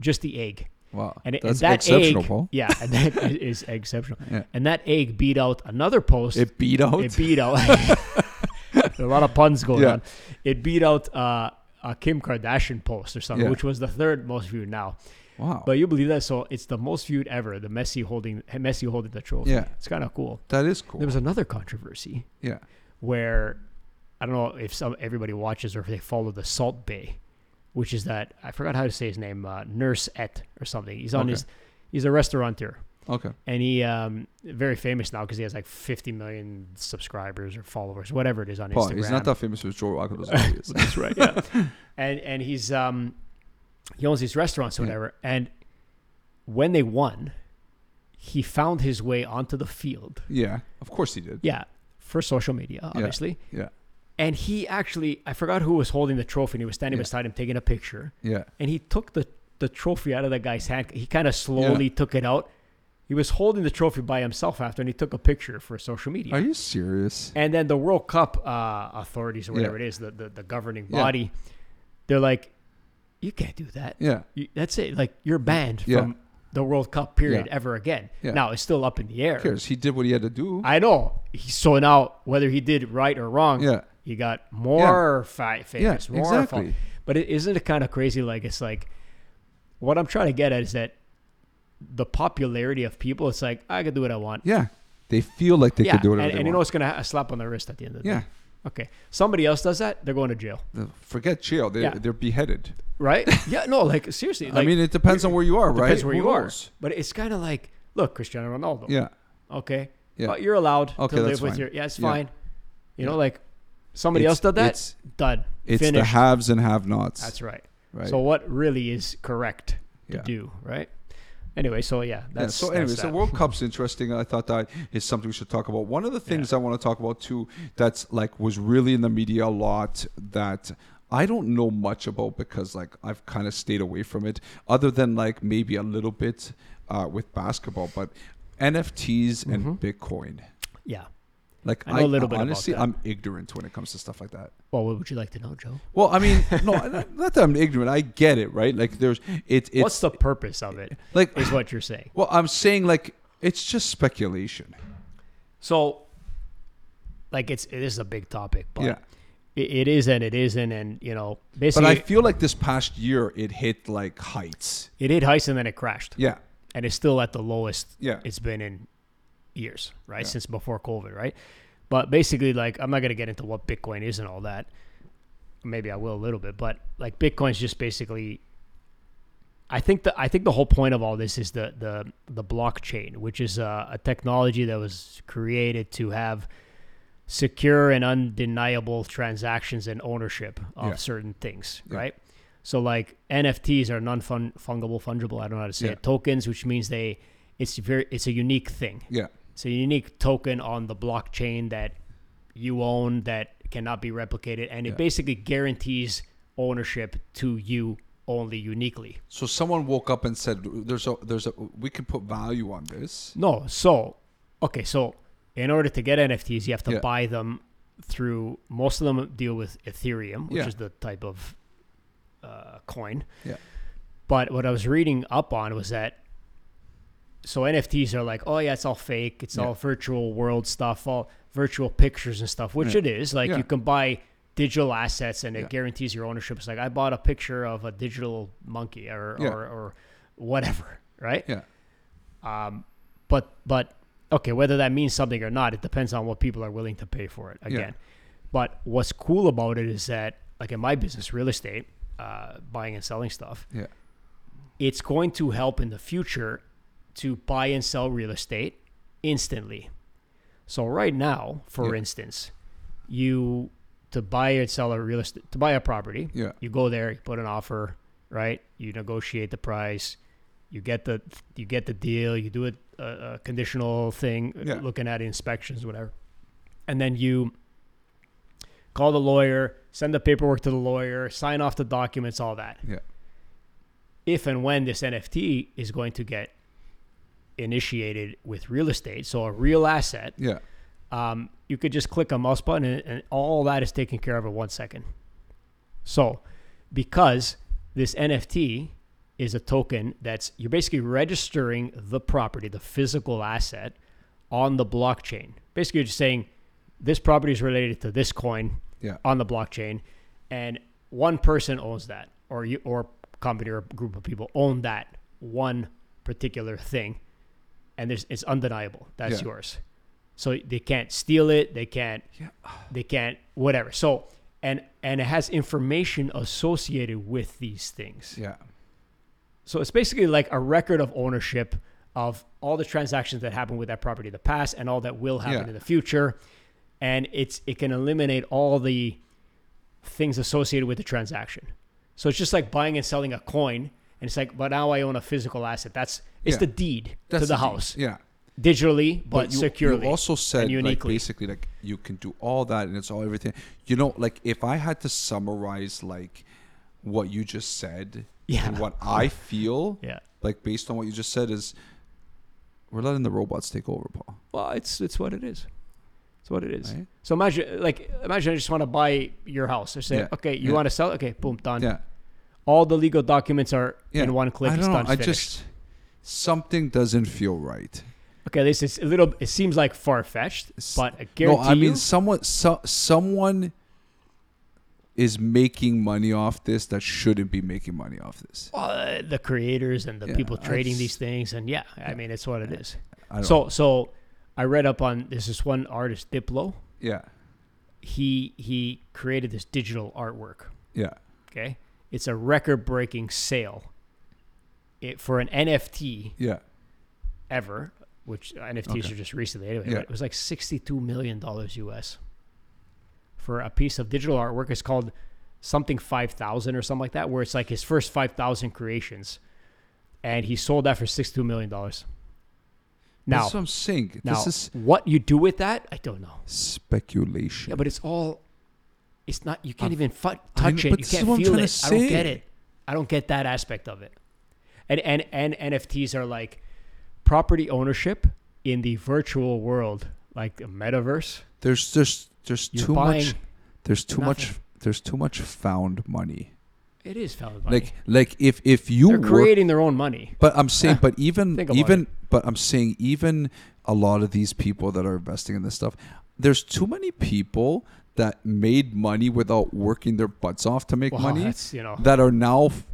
Speaker 2: just the egg,
Speaker 1: Wow.
Speaker 2: and, it,
Speaker 1: That's
Speaker 2: and that
Speaker 1: exceptional,
Speaker 2: egg,
Speaker 1: Paul.
Speaker 2: yeah, and that is exceptional,
Speaker 1: Yeah.
Speaker 2: and that egg beat out another post,
Speaker 1: It beat out.
Speaker 2: it beat out a lot of puns going
Speaker 1: Yeah.
Speaker 2: on. It beat out uh, a Kim Kardashian post or something,
Speaker 1: Yeah.
Speaker 2: which was the third most viewed now.
Speaker 1: wow.
Speaker 2: But you believe that? So it's the most viewed ever. The Messi holding Messi holding the trophy.
Speaker 1: Yeah.
Speaker 2: it's kind of cool.
Speaker 1: that is cool.
Speaker 2: There was another controversy
Speaker 1: yeah.
Speaker 2: where I don't know if some everybody watches or if they follow the Salt Bay, which is that I forgot how to say his name, uh, Nurse Et or something. He's on
Speaker 1: Okay.
Speaker 2: his, he's a restaurateur.
Speaker 1: Okay.
Speaker 2: And he um very famous now because he has like 50 million subscribers or followers, whatever it is on
Speaker 1: Paul,
Speaker 2: Instagram.
Speaker 1: he's not that famous as Joe Rogan was. obvious.
Speaker 2: That's right. Yeah. and and he's um he owns these restaurants or
Speaker 1: Yeah.
Speaker 2: whatever. And when they won, he found his way onto the field.
Speaker 1: yeah. Of course he did.
Speaker 2: Yeah. For social media, obviously.
Speaker 1: Yeah.
Speaker 2: And he actually I forgot who was holding the trophy and he was standing
Speaker 1: Yeah.
Speaker 2: beside him taking a picture.
Speaker 1: Yeah.
Speaker 2: And he took the, the trophy out of the guy's hand. He kind of slowly took it out. He was holding the trophy by himself after and he took a picture for social media.
Speaker 1: Are you serious?
Speaker 2: And then the World Cup uh, authorities or
Speaker 1: Yeah.
Speaker 2: whatever it is, the, the, the governing
Speaker 1: Yeah.
Speaker 2: body, they're like, you can't do that.
Speaker 1: Yeah.
Speaker 2: You, that's it. Like, you're banned
Speaker 1: Yeah.
Speaker 2: from the World Cup period
Speaker 1: Yeah.
Speaker 2: ever again.
Speaker 1: Yeah.
Speaker 2: Now, it's still up in the air.
Speaker 1: Who cares? He did what he had to do.
Speaker 2: I know. He, so now, whether he did right or wrong,
Speaker 1: Yeah.
Speaker 2: he got more fi- famous, more fo-
Speaker 1: exactly.
Speaker 2: But it, isn't it kind of crazy? Like, it's like, what I'm trying to get at is that the popularity of people, it's like, I can do what I want.
Speaker 1: yeah. They feel like they
Speaker 2: yeah.
Speaker 1: could do whatever
Speaker 2: and,
Speaker 1: they
Speaker 2: and you know,
Speaker 1: want.
Speaker 2: it's going to ha- a slap on the wrist at the end of the day.
Speaker 1: yeah.
Speaker 2: Okay. Somebody else does that, they're going to jail.
Speaker 1: The- Forget jail. They,
Speaker 2: Yeah.
Speaker 1: They're beheaded.
Speaker 2: Right? yeah, no, like seriously.
Speaker 1: I
Speaker 2: Like,
Speaker 1: mean, it depends on where you are,
Speaker 2: it
Speaker 1: right?
Speaker 2: depends where
Speaker 1: Who
Speaker 2: you
Speaker 1: knows?
Speaker 2: are. But it's kind of like, look, Cristiano Ronaldo.
Speaker 1: Yeah,
Speaker 2: Okay.
Speaker 1: Yeah.
Speaker 2: Uh, you're allowed
Speaker 1: Okay,
Speaker 2: to
Speaker 1: that's
Speaker 2: live with
Speaker 1: fine.
Speaker 2: your. Yeah, it's
Speaker 1: Yeah.
Speaker 2: fine. You know, like somebody
Speaker 1: It's-
Speaker 2: else did that.
Speaker 1: It's,
Speaker 2: done.
Speaker 1: it's the
Speaker 2: Finished.
Speaker 1: haves and have-nots.
Speaker 2: That's right.
Speaker 1: right.
Speaker 2: So what really is correct to
Speaker 1: Yeah.
Speaker 2: do, right? Anyway, so yeah,
Speaker 1: Yeah,
Speaker 2: that's
Speaker 1: so
Speaker 2: that's
Speaker 1: anyways, the
Speaker 2: that.
Speaker 1: World Cup's interesting. I thought that is something we should talk about. One of the things I want to talk about too that's like was really in the media a lot that I don't know much about because like I've kind of stayed away from it, other than like maybe a little bit uh, with basketball, but NFTs
Speaker 2: Mm-hmm.
Speaker 1: and Bitcoin.
Speaker 2: yeah.
Speaker 1: Like
Speaker 2: I know a little bit about
Speaker 1: honestly,
Speaker 2: that.
Speaker 1: I'm ignorant when it comes to stuff like that.
Speaker 2: Well, what would you like to know, Joe?
Speaker 1: Well, I mean, no, not not that I'm ignorant. I get it, right? Like, there's it, it's
Speaker 2: What's the purpose of it?
Speaker 1: like,
Speaker 2: Is what you're saying?
Speaker 1: well, I'm saying like It's just speculation.
Speaker 2: So, like, it's it is a big topic, but
Speaker 1: Yeah.
Speaker 2: it, it is and it isn't, and you know,
Speaker 1: But
Speaker 2: basically,
Speaker 1: I feel like this past year it hit like heights.
Speaker 2: it hit heights and then it crashed,
Speaker 1: Yeah.
Speaker 2: and it's still at the lowest
Speaker 1: Yeah.
Speaker 2: it's been in years, right? Since before COVID, right? But basically, like, I'm not gonna get into what Bitcoin is and all that. Maybe I will a little bit, but like, Bitcoin's just basically. I think the I think the whole point of all this is the the the blockchain, which is a, a technology that was created to have secure and undeniable transactions and ownership of
Speaker 1: Yeah.
Speaker 2: certain things,
Speaker 1: Yeah.
Speaker 2: right? So like NFTs are non-fungible fungible. I don't know how to say
Speaker 1: Yeah.
Speaker 2: it. Tokens, which means they, it's very, it's a unique thing.
Speaker 1: Yeah.
Speaker 2: It's a unique token on the blockchain that you own that cannot be replicated, and it
Speaker 1: Yeah.
Speaker 2: basically guarantees ownership to you only uniquely.
Speaker 1: So someone woke up and said, "There's a, there's a, we can put value on this."
Speaker 2: No, so okay, so in order to get NFTs, you have to
Speaker 1: Yeah.
Speaker 2: buy them through. Most of them deal with Ethereum, which
Speaker 1: Yeah.
Speaker 2: is the type of uh, coin.
Speaker 1: Yeah.
Speaker 2: But what I was reading up on was that so NFTs are like, oh yeah, it's all fake, it's
Speaker 1: Yeah.
Speaker 2: all virtual world stuff, all virtual pictures and stuff, which
Speaker 1: Yeah.
Speaker 2: it is. Like
Speaker 1: Yeah.
Speaker 2: you can buy digital assets and it
Speaker 1: Yeah.
Speaker 2: guarantees your ownership. It's like I bought a picture of a digital monkey or
Speaker 1: Yeah.
Speaker 2: or, or whatever, right?
Speaker 1: Yeah.
Speaker 2: Um, but but okay, whether that means something or not, it depends on what people are willing to pay for it. Again, but what's cool about it is that, like in my business, real estate, uh, buying and selling stuff,
Speaker 1: Yeah.
Speaker 2: it's going to help in the future to buy and sell real estate instantly. So right now, for
Speaker 1: Yeah.
Speaker 2: instance, you to buy and sell a real estate to buy a property,
Speaker 1: Yeah.
Speaker 2: you go there, you put an offer, right? You negotiate the price, you get the you get the deal, you do a, a, a conditional thing, uh,
Speaker 1: Yeah.
Speaker 2: looking at inspections, whatever, and then you call the lawyer, send the paperwork to the lawyer, sign off the documents, all that.
Speaker 1: Yeah.
Speaker 2: If and when this NFT is going to get initiated with real estate, so a real asset,
Speaker 1: Yeah.
Speaker 2: um, you could just click a mouse button and, and all that is taken care of in one second. So, because this NFT is a token that's you're basically registering the property, the physical asset on the blockchain. Basically, you're just saying this property is related to this coin
Speaker 1: Yeah.
Speaker 2: on the blockchain, and one person owns that, or you or company or group of people own that one particular thing, and there's it's undeniable that's
Speaker 1: Yeah.
Speaker 2: yours. So they can't steal it. They can't.
Speaker 1: Yeah.
Speaker 2: They can't. Whatever. So and and it has information associated with these things.
Speaker 1: Yeah.
Speaker 2: So it's basically like a record of ownership of all the transactions that happened with that property in the past and all that will happen
Speaker 1: Yeah.
Speaker 2: in the future. And it's it can eliminate all the things associated with the transaction. So it's just like buying and selling a coin. And it's like, but now I own a physical asset. That's it's
Speaker 1: Yeah.
Speaker 2: the deed
Speaker 1: That's
Speaker 2: to the
Speaker 1: deal.
Speaker 2: house
Speaker 1: Yeah.
Speaker 2: digitally, but,
Speaker 1: you,
Speaker 2: securely.
Speaker 1: You also said like,
Speaker 2: uniquely.
Speaker 1: basically like you can do all that and it's all everything. You know, like if I had to summarize like what you just said
Speaker 2: Yeah.
Speaker 1: and what I feel,
Speaker 2: yeah.
Speaker 1: like based on what you just said, is we're letting the robots take over, Paul.
Speaker 2: Well, it's it's what it is. It's what it is.
Speaker 1: Right?
Speaker 2: So imagine like imagine I just want to buy your house. I say,
Speaker 1: Yeah.
Speaker 2: okay, you
Speaker 1: Yeah.
Speaker 2: want to sell? Okay, boom, done.
Speaker 1: Yeah.
Speaker 2: All the legal documents are
Speaker 1: Yeah.
Speaker 2: in one click.
Speaker 1: I
Speaker 2: it's
Speaker 1: don't know.
Speaker 2: done.
Speaker 1: I
Speaker 2: finished.
Speaker 1: just something doesn't feel right.
Speaker 2: okay. This is a little. It seems like far fetched, but I guarantee
Speaker 1: no, I mean
Speaker 2: you,
Speaker 1: someone so, someone is making money off this that shouldn't be making money off this.
Speaker 2: uh, the creators and the
Speaker 1: Yeah,
Speaker 2: people
Speaker 1: I
Speaker 2: trading
Speaker 1: just-
Speaker 2: these things, and yeah, I mean, it's what it is.
Speaker 1: I don't
Speaker 2: So so, I read up on there's this one artist, Diplo.
Speaker 1: yeah.
Speaker 2: He he created this digital artwork.
Speaker 1: Yeah.
Speaker 2: Okay, it's a record-breaking sale. It, for an NFT
Speaker 1: Yeah.
Speaker 2: ever, which NFTs
Speaker 1: Okay.
Speaker 2: are just recently anyway.
Speaker 1: Yeah.
Speaker 2: But it was like sixty-two million dollars US for a piece of digital artwork. It's called something five thousand or something like that, where it's like his first five thousand creations, and he sold that for sixty-two million dollars. Now,
Speaker 1: That's what I'm saying.
Speaker 2: now
Speaker 1: this is
Speaker 2: what you do with that, I don't know.
Speaker 1: speculation.
Speaker 2: Yeah, but it's all. It's not. You can't
Speaker 1: I'm-
Speaker 2: even fu- touch
Speaker 1: I know, but
Speaker 2: it. You
Speaker 1: this is
Speaker 2: can't
Speaker 1: what I'm
Speaker 2: feel
Speaker 1: trying
Speaker 2: it.
Speaker 1: to
Speaker 2: I don't
Speaker 1: say.
Speaker 2: get it. I don't get that aspect of it. And and and NFTs are like property ownership in the virtual world, like the metaverse.
Speaker 1: there's just there's
Speaker 2: You're
Speaker 1: too
Speaker 2: buying
Speaker 1: much there's too much
Speaker 2: nothing.
Speaker 1: there's too much found money.
Speaker 2: It is valid money.
Speaker 1: Like like if if you
Speaker 2: They're
Speaker 1: work
Speaker 2: creating their own money.
Speaker 1: But I'm saying, but even
Speaker 2: Think about
Speaker 1: even but I'm saying even a lot of these people that are investing in this stuff, there's too many people that made money without working their butts off to make
Speaker 2: Well,
Speaker 1: money
Speaker 2: that's, you know.
Speaker 1: that are now f-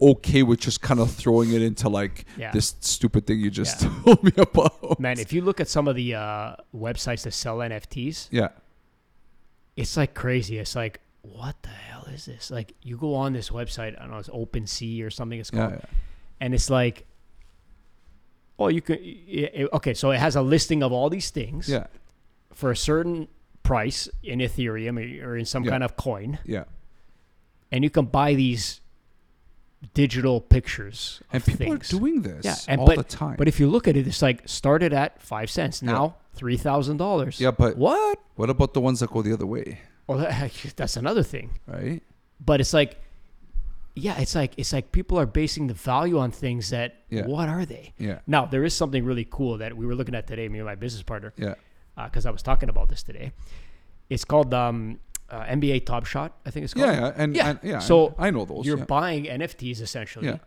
Speaker 1: okay with just kind of throwing it into like
Speaker 2: Yeah.
Speaker 1: this stupid thing you just
Speaker 2: Yeah.
Speaker 1: told me about.
Speaker 2: Man, if you look at some of the uh, websites that sell NFTs,
Speaker 1: Yeah.
Speaker 2: it's like crazy. It's like, what the hell is this? Like, you go on this website, I don't know, it's OpenSea or something it's
Speaker 1: Yeah,
Speaker 2: called,
Speaker 1: yeah.
Speaker 2: and it's like, oh, you could, i- i- okay, so it has a listing of all these things
Speaker 1: Yeah.
Speaker 2: for a certain price in Ethereum or- or in some
Speaker 1: Yeah.
Speaker 2: kind of coin,
Speaker 1: Yeah.
Speaker 2: and you can buy these digital pictures of
Speaker 1: And people
Speaker 2: things.
Speaker 1: are doing this
Speaker 2: yeah, and
Speaker 1: all
Speaker 2: but,
Speaker 1: the time.
Speaker 2: But if you look at it, it's like started at five cents,
Speaker 1: Yeah.
Speaker 2: now three thousand dollars.
Speaker 1: yeah, but
Speaker 2: What?
Speaker 1: what about the ones that go the other way,
Speaker 2: Well, that's another thing.
Speaker 1: right?
Speaker 2: But it's like, yeah, it's like it's like people are basing the value on things that
Speaker 1: Yeah.
Speaker 2: what are they?
Speaker 1: Yeah.
Speaker 2: Now there is something really cool that we were looking at today, me and my business partner,
Speaker 1: Yeah.
Speaker 2: because I was talking about this today. It's called um, uh, NBA Top Shot, I think it's called.
Speaker 1: Yeah, yeah, and
Speaker 2: Yeah.
Speaker 1: and- yeah,
Speaker 2: So
Speaker 1: I know those.
Speaker 2: You're
Speaker 1: yeah.
Speaker 2: buying NFTs essentially.
Speaker 1: Yeah.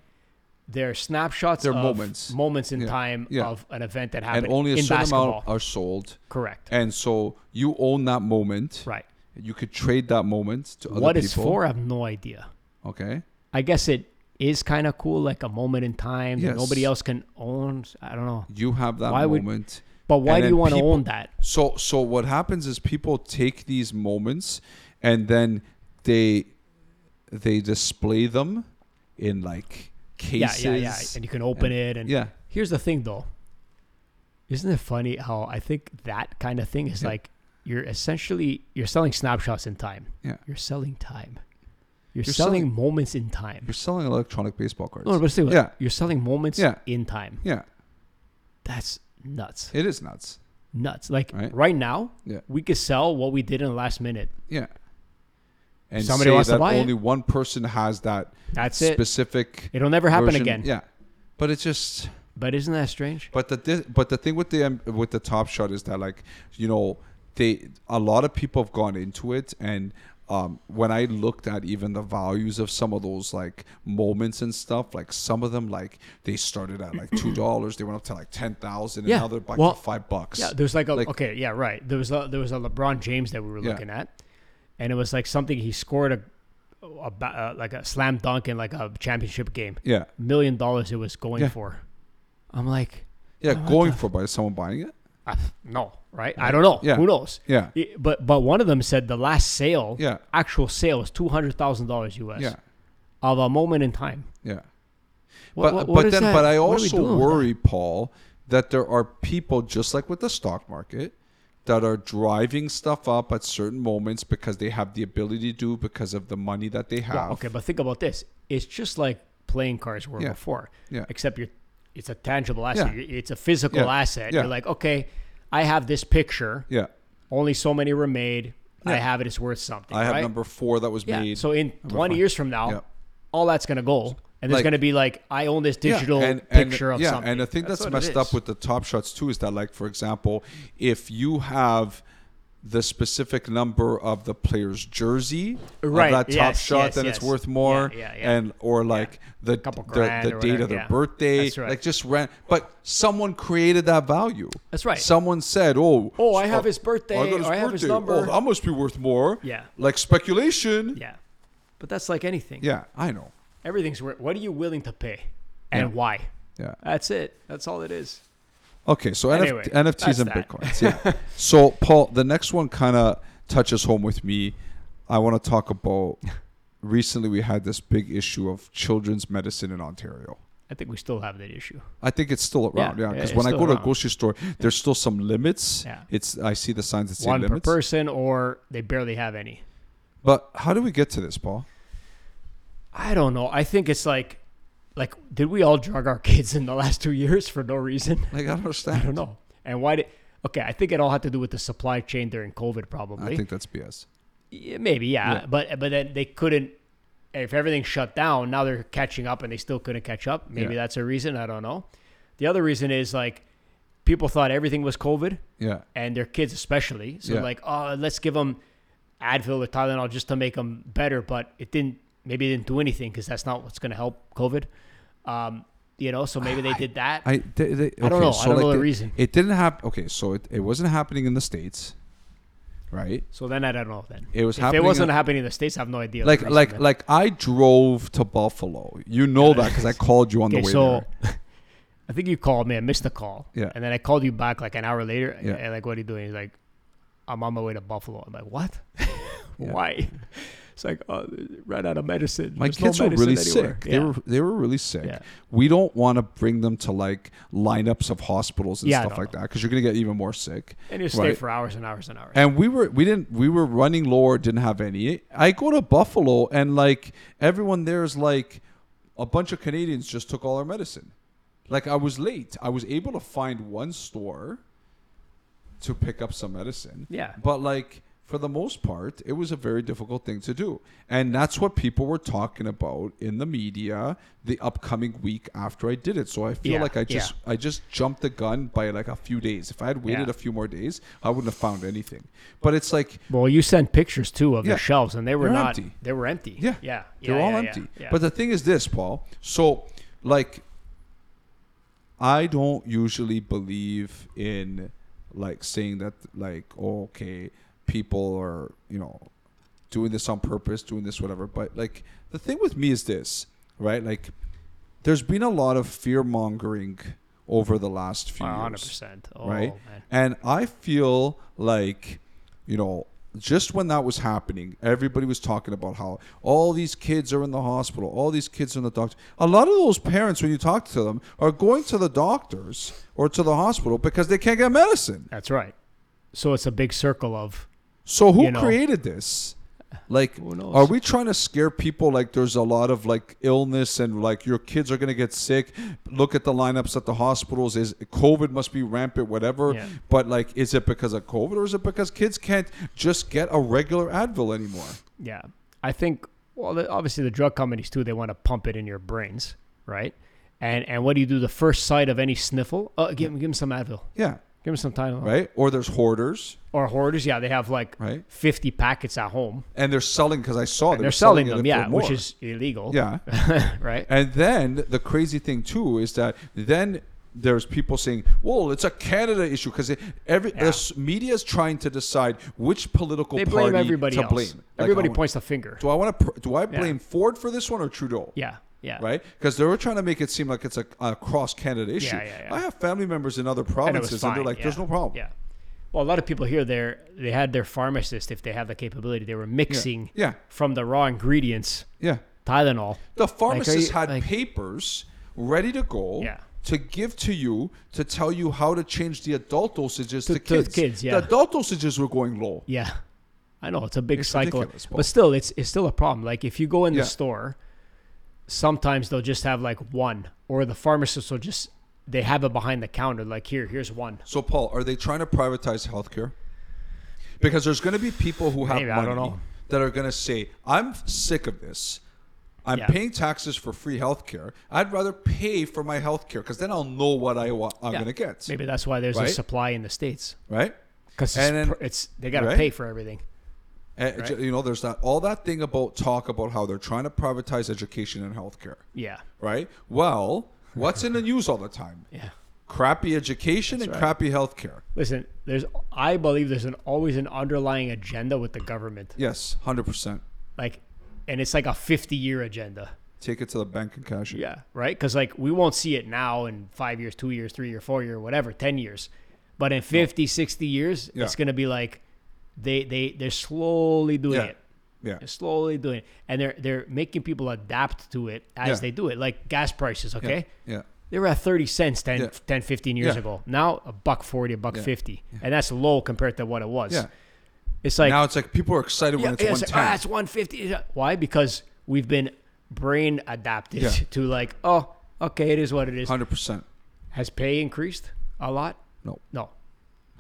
Speaker 2: They're snapshots.
Speaker 1: They're
Speaker 2: of
Speaker 1: moments.
Speaker 2: moments in
Speaker 1: Yeah.
Speaker 2: time
Speaker 1: Yeah.
Speaker 2: of an event that happened
Speaker 1: and only a
Speaker 2: in
Speaker 1: certain
Speaker 2: basketball.
Speaker 1: amount are sold.
Speaker 2: Correct.
Speaker 1: And so you own that moment.
Speaker 2: right.
Speaker 1: You could trade that moment to other
Speaker 2: What
Speaker 1: people.
Speaker 2: it's for, I have no idea.
Speaker 1: Okay.
Speaker 2: I guess it is kind of cool, like a moment in time that
Speaker 1: Yes.
Speaker 2: nobody else can own. I don't know.
Speaker 1: You have that
Speaker 2: Why would-
Speaker 1: moment.
Speaker 2: But why
Speaker 1: And
Speaker 2: do
Speaker 1: then
Speaker 2: you want to
Speaker 1: people-
Speaker 2: own that?
Speaker 1: So so what happens is people take these moments and then they they display them in like
Speaker 2: Yeah,
Speaker 1: cases.
Speaker 2: yeah, yeah. And you can open it. And
Speaker 1: yeah.
Speaker 2: here's the thing, though. Isn't it funny how I think that kind of thing is
Speaker 1: Yeah.
Speaker 2: like you're essentially you're selling snapshots in time.
Speaker 1: Yeah.
Speaker 2: You're selling time. You're,
Speaker 1: You're
Speaker 2: selling,
Speaker 1: selling-
Speaker 2: moments in time.
Speaker 1: You're selling electronic baseball cards.
Speaker 2: No, but say what?
Speaker 1: Yeah.
Speaker 2: You're selling moments
Speaker 1: Yeah.
Speaker 2: in time.
Speaker 1: yeah.
Speaker 2: That's nuts.
Speaker 1: It is nuts.
Speaker 2: Nuts. Like
Speaker 1: Right.
Speaker 2: right, now,
Speaker 1: Yeah.
Speaker 2: we could sell what we did in the last minute.
Speaker 1: Yeah. And
Speaker 2: Somebody
Speaker 1: say
Speaker 2: wants to
Speaker 1: that
Speaker 2: buy it.
Speaker 1: only one person has that
Speaker 2: That's it.
Speaker 1: specific
Speaker 2: It'll never happen
Speaker 1: version.
Speaker 2: again.
Speaker 1: Yeah, but it's just.
Speaker 2: But isn't that strange?
Speaker 1: But the di- but the thing with the um, with the Top Shot is that like you know they a lot of people have gone into it and. Um, when I looked at even the values of some of those like moments and stuff, like some of them, like they started at like two dollars, they went up to like ten thousand,
Speaker 2: Yeah,
Speaker 1: another like
Speaker 2: well,
Speaker 1: to five bucks.
Speaker 2: Yeah, there's like a
Speaker 1: Like-
Speaker 2: okay, yeah, right. There was a there was a LeBron James that we were
Speaker 1: Yeah.
Speaker 2: looking at, and it was like something he scored a, a, ba- uh, like a slam dunk in like a championship game,
Speaker 1: yeah,
Speaker 2: million dollars it was going
Speaker 1: Yeah.
Speaker 2: for. I'm like,
Speaker 1: yeah,
Speaker 2: Oh, what
Speaker 1: going
Speaker 2: the-
Speaker 1: for by someone buying it.
Speaker 2: ah, no, right? I don't know.
Speaker 1: Yeah.
Speaker 2: Who knows?
Speaker 1: Yeah,
Speaker 2: I- But but one of them said the last sale,
Speaker 1: Yeah.
Speaker 2: actual sale was two hundred thousand dollars U.S.
Speaker 1: yeah,
Speaker 2: of a moment in time.
Speaker 1: yeah. but
Speaker 2: What, what-
Speaker 1: but
Speaker 2: what is
Speaker 1: then
Speaker 2: that?
Speaker 1: but I
Speaker 2: What are we
Speaker 1: also
Speaker 2: doing with
Speaker 1: worry, Paul, that there are people just like with the stock market that are driving stuff up at certain moments because they have the ability to do because of the money that they have.
Speaker 2: Well, okay, but think about this. It's just like playing cards were
Speaker 1: Yeah.
Speaker 2: before.
Speaker 1: Yeah.
Speaker 2: Except you're it's a tangible asset.
Speaker 1: Yeah.
Speaker 2: You- It's a physical
Speaker 1: Yeah.
Speaker 2: asset.
Speaker 1: Yeah.
Speaker 2: You're like, okay, I have this picture.
Speaker 1: Yeah.
Speaker 2: Only so many were made. I
Speaker 1: Yeah.
Speaker 2: have it. It's worth something.
Speaker 1: I have
Speaker 2: right?
Speaker 1: number 4 that was
Speaker 2: Yeah.
Speaker 1: made.
Speaker 2: So in 20
Speaker 1: fine.
Speaker 2: years from now,
Speaker 1: Yeah.
Speaker 2: all that's gonna go, and there's
Speaker 1: Like-
Speaker 2: gonna be like, I own this
Speaker 1: Yeah,
Speaker 2: digital
Speaker 1: and- and-
Speaker 2: picture of
Speaker 1: yeah,
Speaker 2: something.
Speaker 1: and uh, the thing that's,
Speaker 2: what it
Speaker 1: messed up
Speaker 2: is.
Speaker 1: with the top shots too is that, like, for example, if you have the specific number of the player's jersey
Speaker 2: Right,
Speaker 1: of that top
Speaker 2: yes,
Speaker 1: shot,
Speaker 2: yes,
Speaker 1: then it's
Speaker 2: yes.
Speaker 1: worth more,
Speaker 2: Yeah, yeah, yeah.
Speaker 1: and or like the
Speaker 2: Couple
Speaker 1: the,
Speaker 2: grand
Speaker 1: the
Speaker 2: or
Speaker 1: date
Speaker 2: whatever,
Speaker 1: of their
Speaker 2: yeah.
Speaker 1: birthday,
Speaker 2: That's right.
Speaker 1: like just ran. But someone created that value.
Speaker 2: That's right.
Speaker 1: Someone said, "Oh,
Speaker 2: Oh, I have
Speaker 1: uh,
Speaker 2: his birthday,
Speaker 1: I got
Speaker 2: or I have his number.
Speaker 1: Oh, that must be worth more."
Speaker 2: Yeah.
Speaker 1: like speculation.
Speaker 2: yeah, but that's like anything.
Speaker 1: yeah, I know.
Speaker 2: Everything's worth. What are you willing to pay, and
Speaker 1: Yeah.
Speaker 2: why?
Speaker 1: Yeah.
Speaker 2: That's it. That's all it is.
Speaker 1: Okay, so
Speaker 2: Anyway,
Speaker 1: NF- NFTs
Speaker 2: that's
Speaker 1: and
Speaker 2: that.
Speaker 1: bitcoins. Yeah. so Paul, the next one kind of touches home with me. I want to talk about. Recently, we had this big issue of children's medicine in Ontario.
Speaker 2: I think we still have that issue.
Speaker 1: I think it's still around, yeah.
Speaker 2: Yeah,
Speaker 1: Because
Speaker 2: it's
Speaker 1: when I
Speaker 2: still
Speaker 1: go to a
Speaker 2: around.
Speaker 1: grocery store, there's still some limits.
Speaker 2: Yeah.
Speaker 1: It's I see the signs that say
Speaker 2: One per
Speaker 1: limits.
Speaker 2: person, or they barely have any.
Speaker 1: But how do we get to this, Paul?
Speaker 2: I don't know. I think it's like, like, did we all drug our kids in the last two years for no reason?
Speaker 1: Like I don't
Speaker 2: I don't
Speaker 1: understand.
Speaker 2: know. And why did? Okay, I think it all had to do with the supply chain during COVID, probably.
Speaker 1: I think that's BS.
Speaker 2: Yeah, Maybe, yeah.
Speaker 1: Yeah.
Speaker 2: But but then they couldn't. If everything shut down, now they're catching up, and they still couldn't catch up. Maybe
Speaker 1: Yeah.
Speaker 2: that's a reason. I don't know. The other reason is like, people thought everything was COVID,
Speaker 1: Yeah.
Speaker 2: and their kids especially. So
Speaker 1: Yeah.
Speaker 2: like, oh, let's give them Advil or Tylenol just to make them better, but it didn't maybe they didn't do anything because that's not what's going to help COVID. Um, you know, so maybe they did that.
Speaker 1: I, they, they,
Speaker 2: I don't
Speaker 1: okay,
Speaker 2: know.
Speaker 1: So
Speaker 2: I don't
Speaker 1: like
Speaker 2: know the
Speaker 1: it-
Speaker 2: reason.
Speaker 1: It didn't happen. Okay, so it, it wasn't happening in the states, right?
Speaker 2: So then I don't know. Then
Speaker 1: It was
Speaker 2: if
Speaker 1: happening
Speaker 2: it wasn't
Speaker 1: in-
Speaker 2: happening in the states, I have no idea.
Speaker 1: Like
Speaker 2: the reason
Speaker 1: like
Speaker 2: then.
Speaker 1: like I drove to Buffalo. You know that because I called you on
Speaker 2: okay,
Speaker 1: the way
Speaker 2: so
Speaker 1: there.
Speaker 2: I think you called me. I missed the call.
Speaker 1: Yeah.
Speaker 2: and then I called you back like an hour later.
Speaker 1: Yeah.
Speaker 2: and like, what are you doing? He's like, I'm on my way to Buffalo. I'm like, what?
Speaker 1: Yeah.
Speaker 2: Why? It's like, oh, ran out of medicine.
Speaker 1: My
Speaker 2: There's no
Speaker 1: kids were
Speaker 2: medicine
Speaker 1: really
Speaker 2: anywhere.
Speaker 1: sick. They
Speaker 2: Yeah.
Speaker 1: were they were really sick.
Speaker 2: Yeah.
Speaker 1: We don't want to bring them to like lineups of hospitals and
Speaker 2: Yeah,
Speaker 1: stuff
Speaker 2: no,
Speaker 1: like that that because you're gonna get even more sick.
Speaker 2: and you stay
Speaker 1: Right.
Speaker 2: for hours and hours and hours.
Speaker 1: And we were we didn't we were running low or didn't have any. I go to Buffalo and like everyone there is like a bunch of Canadians just took all our medicine. Like I was late. I was able to find one store to pick up some medicine.
Speaker 2: Yeah.
Speaker 1: But like for the most part, it was a very difficult thing to do. And that's what people were talking about in the media the upcoming week after I did it. So I feel
Speaker 2: Yeah,
Speaker 1: like I just I just jumped the gun by like a few days. If I had waited
Speaker 2: Yeah.
Speaker 1: a few more days, I wouldn't have found anything. But it's like
Speaker 2: well, you sent pictures too of
Speaker 1: Yeah.
Speaker 2: the shelves, and they were
Speaker 1: They're
Speaker 2: not.
Speaker 1: empty.
Speaker 2: They were empty.
Speaker 1: Yeah.
Speaker 2: yeah,
Speaker 1: They're
Speaker 2: Yeah,
Speaker 1: all
Speaker 2: yeah, yeah,
Speaker 1: empty.
Speaker 2: yeah.
Speaker 1: But the thing is this, Paul. So, like, I don't usually believe in like saying that, like, oh, okay, people are, you know, doing this on purpose, doing this, whatever. But, like, the thing with me is this, right? Like, there's been a lot of fear mongering over the last few
Speaker 2: One hundred
Speaker 1: years
Speaker 2: percent. Oh
Speaker 1: right?
Speaker 2: man.
Speaker 1: And I feel like, you know, just when that was happening, everybody was talking about how all these kids are in the hospital, all these kids are in the doctor. A lot of those parents, when you talk to them, are going to the doctors or to the hospital because they can't get medicine.
Speaker 2: That's right. So it's a big circle of
Speaker 1: So who
Speaker 2: You know.
Speaker 1: created this? Like,
Speaker 2: Who knows?
Speaker 1: are we trying to scare people? Like, there's a lot of like illness and like your kids are gonna get sick. Look at the lineups at the hospitals. Is COVID must be rampant, whatever.
Speaker 2: Yeah.
Speaker 1: But like, is it because of COVID or is it because kids can't just get a regular Advil anymore?
Speaker 2: yeah. I think well, the, obviously the drug companies too. They want to pump it in your brains, right? And and what do you do the first sight of any sniffle? Uh, give him give him some Advil.
Speaker 1: Yeah,
Speaker 2: Give him some Tylenol.
Speaker 1: right. Or there's hoarders,
Speaker 2: Or hoarders. Yeah, they have like
Speaker 1: right?
Speaker 2: fifty packets at home.
Speaker 1: And they're selling because I saw
Speaker 2: They're,
Speaker 1: they were
Speaker 2: selling
Speaker 1: it
Speaker 2: them.
Speaker 1: for
Speaker 2: Yeah, which
Speaker 1: more.
Speaker 2: is illegal.
Speaker 1: yeah.
Speaker 2: right.
Speaker 1: And then the crazy thing too is that then there's people saying, "Well, it's a Canada issue because every
Speaker 2: Yeah.
Speaker 1: the media is trying to decide which political
Speaker 2: They
Speaker 1: party
Speaker 2: blame everybody
Speaker 1: to
Speaker 2: else.
Speaker 1: blame. Like,
Speaker 2: everybody
Speaker 1: I want-
Speaker 2: points the finger.
Speaker 1: do I want to? Do I blame Ford for this one or Trudeau?
Speaker 2: Yeah. Yeah.
Speaker 1: Right, because they were trying to make it seem like it's a, a cross Canada issue.
Speaker 2: yeah, yeah.
Speaker 1: I have family members in other
Speaker 2: And it was
Speaker 1: provinces, and, they're
Speaker 2: fine,
Speaker 1: like, "There's
Speaker 2: yeah,
Speaker 1: no problem."
Speaker 2: Yeah. Well, a lot of people here there they had their pharmacist if they have the capability they were mixing
Speaker 1: yeah,
Speaker 2: from the raw ingredients
Speaker 1: yeah.
Speaker 2: Tylenol.
Speaker 1: The pharmacist
Speaker 2: you-
Speaker 1: had
Speaker 2: like-
Speaker 1: papers ready to go
Speaker 2: Yeah.
Speaker 1: to give to you to tell you how to change the adult dosages to,
Speaker 2: To- to
Speaker 1: kids.
Speaker 2: kids, yeah.
Speaker 1: The adult dosages were going low.
Speaker 2: Yeah. I know it's a big
Speaker 1: It's
Speaker 2: cycle,
Speaker 1: ridiculous, Paul.
Speaker 2: but still it's it's still a problem. Like if you go in
Speaker 1: Yeah.
Speaker 2: the store, sometimes they'll just have like one or the pharmacist will just they have it behind the counter like here here's one.
Speaker 1: So, Paul, are they trying to privatize healthcare? Because there's going to be people who have
Speaker 2: Maybe, I
Speaker 1: money
Speaker 2: don't know.
Speaker 1: that are going to say, "I'm sick of this." I'm
Speaker 2: Yeah.
Speaker 1: paying taxes for free healthcare. I'd rather pay for my healthcare because then I'll know what I want, I'm
Speaker 2: Yeah.
Speaker 1: going to get.
Speaker 2: Maybe that's why there's
Speaker 1: Right?
Speaker 2: a supply in the states
Speaker 1: Right?
Speaker 2: cuz it's,
Speaker 1: And then-
Speaker 2: pr- it's they got to
Speaker 1: Right?
Speaker 2: pay for everything.
Speaker 1: And,
Speaker 2: Right.
Speaker 1: Eh, You know, there's that all that thing about talk about how they're trying to privatize education and healthcare,
Speaker 2: Yeah.
Speaker 1: right? Well, what's in the news all the time?
Speaker 2: Yeah.
Speaker 1: Crappy education and crappy healthcare.
Speaker 2: Listen, there's I believe there's an always an underlying agenda with the government.
Speaker 1: Yes, hundred percent.
Speaker 2: Like and it's like a 50-year agenda.
Speaker 1: Take it to the bank and cash it.
Speaker 2: Right? Cuz like we won't see it now in 5 years, 2 years, 3 year, 4 year, whatever, 10 years. But in 50, 60 years,
Speaker 1: Yeah.
Speaker 2: it's going to be like they they they're slowly doing
Speaker 1: Yeah.
Speaker 2: it.
Speaker 1: yeah,
Speaker 2: They're slowly doing it. And they're they're making people adapt to it as
Speaker 1: Yeah.
Speaker 2: they do it. Like gas prices, okay?
Speaker 1: yeah.
Speaker 2: They were at 30 cents 10,
Speaker 1: Yeah.
Speaker 2: 10 15 years
Speaker 1: Yeah.
Speaker 2: ago. Now a buck 40, a buck 50. And that's low compared to what it was.
Speaker 1: Yeah.
Speaker 2: It's like
Speaker 1: now it's like people are excited when it's
Speaker 2: yeah,
Speaker 1: one
Speaker 2: it's like, ah,
Speaker 1: ten.
Speaker 2: it's 150. Why? Because we've been brain adapted
Speaker 1: Yeah.
Speaker 2: to like, oh, okay, it is what it is.
Speaker 1: Hundred percent.
Speaker 2: Has pay increased a lot?
Speaker 1: No,
Speaker 2: No.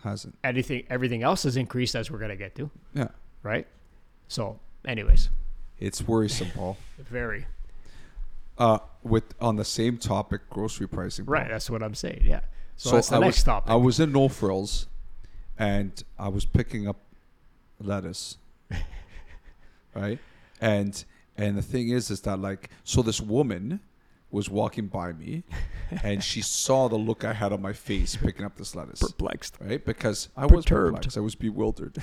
Speaker 1: hasn't.
Speaker 2: Anything, everything else has increased as we're gonna get to,
Speaker 1: Yeah,
Speaker 2: right? So, anyways,
Speaker 1: it's worrisome, Paul.
Speaker 2: very
Speaker 1: Uh, with on the same topic, grocery pricing. Paul.
Speaker 2: right. That's what I'm saying. Yeah. So, that's the
Speaker 1: I
Speaker 2: next
Speaker 1: was,
Speaker 2: stop.
Speaker 1: I was in No Frills, and I was picking up lettuce, right? And And the thing is, is that like, so this woman was walking by me, and she saw the look I had on my face picking up this lettuce,
Speaker 3: Perplexed.
Speaker 1: right? Because I was
Speaker 3: Perturbed.
Speaker 1: perplexed, I was bewildered,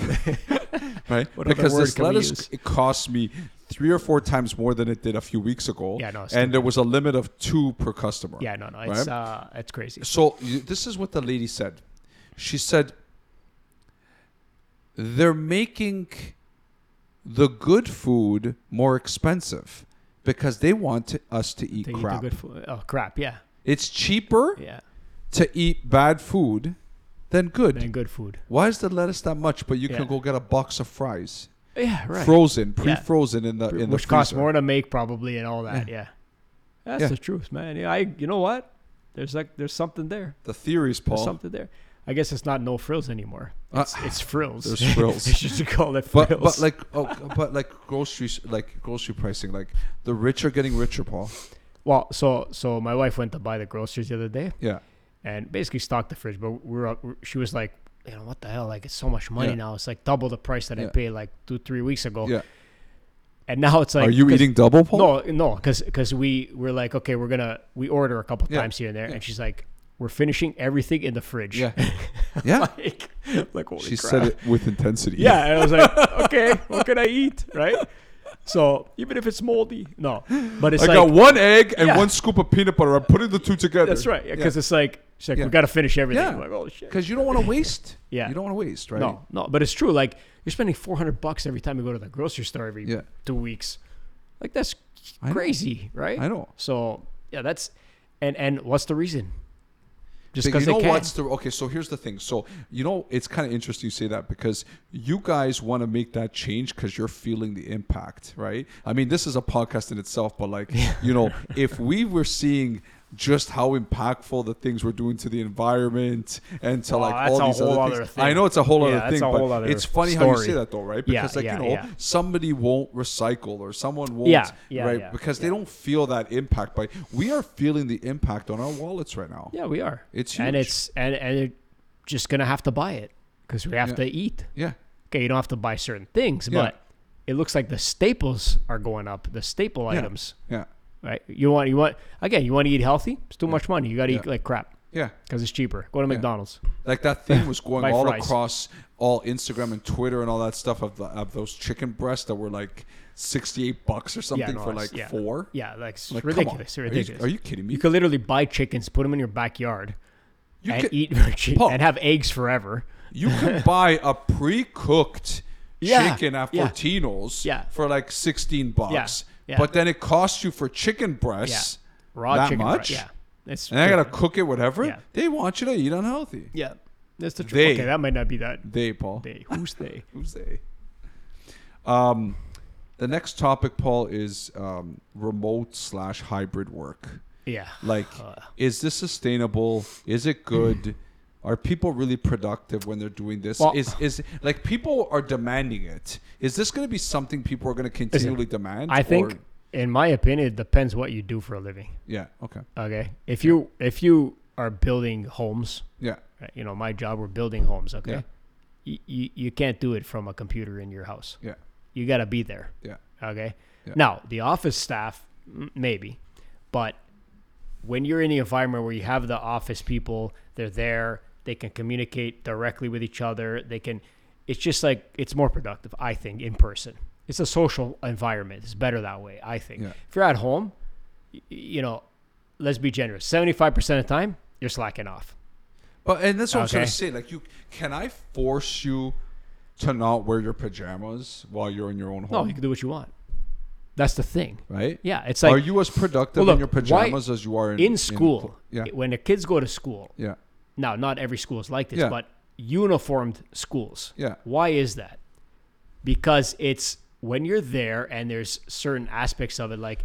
Speaker 1: right?
Speaker 3: What other
Speaker 1: because
Speaker 3: word
Speaker 1: this
Speaker 3: can we
Speaker 1: lettuce
Speaker 3: use?
Speaker 1: it cost me three or four times more than it did a few weeks ago,
Speaker 2: Yeah, no, it's
Speaker 1: and
Speaker 2: stupid.
Speaker 1: there was a limit of two per customer.
Speaker 2: Yeah, no, no, it's uh, it's crazy.
Speaker 1: So you- this is what the lady said. She said they're making the good food more expensive because they want to- us to eat
Speaker 2: To eat the
Speaker 1: crap.
Speaker 2: good food. Oh crap! Yeah,
Speaker 1: it's cheaper
Speaker 2: yeah.
Speaker 1: to eat bad food than good.
Speaker 2: And good food.
Speaker 1: Why is the lettuce that much? But you
Speaker 2: Yeah.
Speaker 1: can go get a box of fries,
Speaker 3: Yeah, right.
Speaker 1: frozen, pre-frozen in the in the
Speaker 2: Which costs
Speaker 1: freezer.
Speaker 2: more to make probably and all that. Yeah.
Speaker 3: That's
Speaker 1: Yeah.
Speaker 3: the truth, man. Yeah, I you know what? There's like there's something there.
Speaker 1: The theories,
Speaker 3: There's
Speaker 1: Paul.
Speaker 3: something there.
Speaker 2: I guess it's not no frills anymore.
Speaker 1: Uh,
Speaker 2: It's, it's frills.
Speaker 1: there's frills.
Speaker 2: they should call it frills.
Speaker 1: But but like oh, but like groceries like grocery pricing like the rich are getting richer, Paul.
Speaker 2: well, so so my wife went to buy the groceries the other day
Speaker 1: Yeah.
Speaker 2: and basically stocked the fridge. But we were, we she was like, you know, what the hell? Like it's so much money
Speaker 1: Yeah.
Speaker 2: now. It's like double the price that I
Speaker 1: Yeah.
Speaker 2: paid like two three weeks ago.
Speaker 1: Yeah.
Speaker 2: And now it's like,
Speaker 1: Are you
Speaker 2: 'cause-
Speaker 1: eating double, Paul?
Speaker 2: No, no, because we we're like, okay, we're gonna we order a couple
Speaker 1: Yeah,
Speaker 2: times here and there,
Speaker 1: yeah.
Speaker 2: and she's like, we're finishing everything in the fridge.
Speaker 1: Yeah. Yeah.
Speaker 2: like,
Speaker 3: Like holy
Speaker 1: she
Speaker 3: crap.
Speaker 1: said it with intensity.
Speaker 2: yeah, and I was like,
Speaker 3: okay, what can I eat?
Speaker 2: right? So
Speaker 3: Even if it's moldy.
Speaker 2: no, but it's
Speaker 1: I
Speaker 2: like
Speaker 1: got one egg and
Speaker 2: Yeah.
Speaker 1: one scoop of peanut butter. I'm putting the two together.
Speaker 2: that's right, because it's like she's like,
Speaker 1: Yeah.
Speaker 2: we gotta finish everything.
Speaker 1: Yeah.
Speaker 2: I'm like, oh shit.
Speaker 1: Because you don't want to waste.
Speaker 2: Yeah.
Speaker 1: You don't want to waste, right?
Speaker 2: No, no, but it's true. Like you're spending 400 bucks every time you go to the grocery store every
Speaker 1: Yeah.
Speaker 2: two weeks. Like that's
Speaker 1: I know.
Speaker 2: crazy, right?
Speaker 1: I know.
Speaker 2: So yeah, that's and and what's the reason? Just
Speaker 1: But you
Speaker 2: because they
Speaker 1: know
Speaker 2: can.
Speaker 1: what's the okay? So here's the thing. So you know it's kind of interesting you say that because you guys want to make that change because you're feeling the impact, right? I mean, this is a podcast in itself, but like you know, if we were seeing just how impactful the things we're doing to the environment and to
Speaker 2: Wow,
Speaker 1: like all
Speaker 2: that's a
Speaker 1: these
Speaker 2: whole
Speaker 1: other
Speaker 2: other
Speaker 1: things.
Speaker 2: thing.
Speaker 1: I know it's a whole
Speaker 2: Yeah,
Speaker 1: other
Speaker 2: that's
Speaker 1: thing,
Speaker 2: a whole
Speaker 1: but
Speaker 2: other
Speaker 1: it's funny how you say
Speaker 2: story.
Speaker 1: that though, right?
Speaker 2: Yeah,
Speaker 1: Because like
Speaker 2: yeah,
Speaker 1: you know,
Speaker 2: yeah.
Speaker 1: somebody won't recycle or someone won't,
Speaker 2: Yeah, yeah,
Speaker 1: right?
Speaker 2: yeah,
Speaker 1: because they
Speaker 2: yeah.
Speaker 1: don't feel that impact. But we are feeling the impact on our wallets right now.
Speaker 2: Yeah, we are.
Speaker 1: It's
Speaker 2: and
Speaker 1: huge.
Speaker 2: it's and and you're just gonna have to buy it because we have
Speaker 1: Yeah.
Speaker 2: to eat.
Speaker 1: Yeah.
Speaker 2: Okay, you don't have to buy certain things,
Speaker 1: Yeah.
Speaker 2: but it looks like the staples are going up. The staple
Speaker 1: Yeah.
Speaker 2: items,
Speaker 1: Yeah.
Speaker 2: right? You want you want again? You want to eat healthy? It's too
Speaker 1: Yeah.
Speaker 2: much money. You got to eat
Speaker 1: Yeah.
Speaker 2: like crap
Speaker 1: Yeah.
Speaker 2: because it's cheaper. Go to
Speaker 1: Yeah.
Speaker 2: McDonald's.
Speaker 1: Like that thing was going
Speaker 2: Buy
Speaker 1: all
Speaker 2: fries.
Speaker 1: across all Instagram and Twitter and all that stuff of, the, of those chicken breasts that were like 68 bucks or something
Speaker 2: no,
Speaker 1: for
Speaker 2: it's-
Speaker 1: like
Speaker 2: yeah.
Speaker 1: four.
Speaker 2: Yeah, like it's
Speaker 1: Like, come on.
Speaker 2: ridiculous.
Speaker 1: Are you-
Speaker 2: ridiculous.
Speaker 1: Are you, kidding me?
Speaker 2: You could literally buy chickens, put them in your backyard,
Speaker 1: You
Speaker 2: and
Speaker 1: could-
Speaker 2: eat for cheap,
Speaker 1: Paul.
Speaker 2: and have eggs forever.
Speaker 1: You can buy a pre-cooked
Speaker 2: Yeah,
Speaker 1: chicken at
Speaker 2: yeah.
Speaker 1: Fortino's
Speaker 2: Yeah.
Speaker 1: for like 16 bucks.
Speaker 2: yeah.
Speaker 1: But then it costs you for chicken breasts
Speaker 2: Raw
Speaker 1: that
Speaker 2: chicken,
Speaker 1: much?
Speaker 2: Right? Yeah, it's
Speaker 1: and I got to
Speaker 2: ridiculous.
Speaker 1: cook it whatever.
Speaker 2: Yeah.
Speaker 1: They want you to eat unhealthy.
Speaker 2: yeah. That's the truth.
Speaker 1: They-
Speaker 2: Okay, that might not be that.
Speaker 1: They, Paul.
Speaker 2: They who's they?
Speaker 1: Who's they? Um, the next topic, Paul, is um, remote slash hybrid work.
Speaker 2: Yeah.
Speaker 1: Like,
Speaker 2: Uh,
Speaker 1: is this sustainable? Is it good? Are people really productive when they're doing this?
Speaker 2: Well-
Speaker 1: is is like people are demanding it? Is this going to be something people are going to continually demand?
Speaker 2: I
Speaker 1: or-
Speaker 2: think, in my opinion, it depends what you do for a living.
Speaker 1: yeah. Okay.
Speaker 2: Okay, if you if you are building homes,
Speaker 1: Yeah.
Speaker 2: right, you know, my job we're building homes.
Speaker 1: Yeah.
Speaker 2: Okay, you, you you can't do it from a computer in your house.
Speaker 1: Yeah.
Speaker 2: You got to be there.
Speaker 1: Yeah.
Speaker 2: Okay.
Speaker 1: Yeah.
Speaker 2: Now the office staff, m- maybe, but when you're in the environment where you have the office people, they're there. They can communicate directly with each other. They can. It's just like it's more productive, I think, in person. It's a social environment. It's better that way, I think.
Speaker 1: Yeah.
Speaker 2: If you're at home, y- y- you know, let's be generous. Seventy-five percent of the time, you're slacking off.
Speaker 1: But and that's what I was
Speaker 2: Okay.
Speaker 1: gonna say. Like, you can I force you to not wear your pajamas while you're in your own
Speaker 2: No,
Speaker 1: home?
Speaker 2: you can do what you want. That's the thing.
Speaker 1: right?
Speaker 2: Yeah, it's like
Speaker 1: are you as productive
Speaker 2: Well,
Speaker 1: in your
Speaker 2: look, why-
Speaker 1: pajamas as you are in,
Speaker 2: in school.
Speaker 1: yeah,
Speaker 2: When the kids go to school,
Speaker 1: yeah,
Speaker 2: now not every school is like this,
Speaker 1: Yeah.
Speaker 2: but uniformed schools.
Speaker 1: Yeah.
Speaker 2: Why is that? Because it's when you're there and there's certain aspects of it like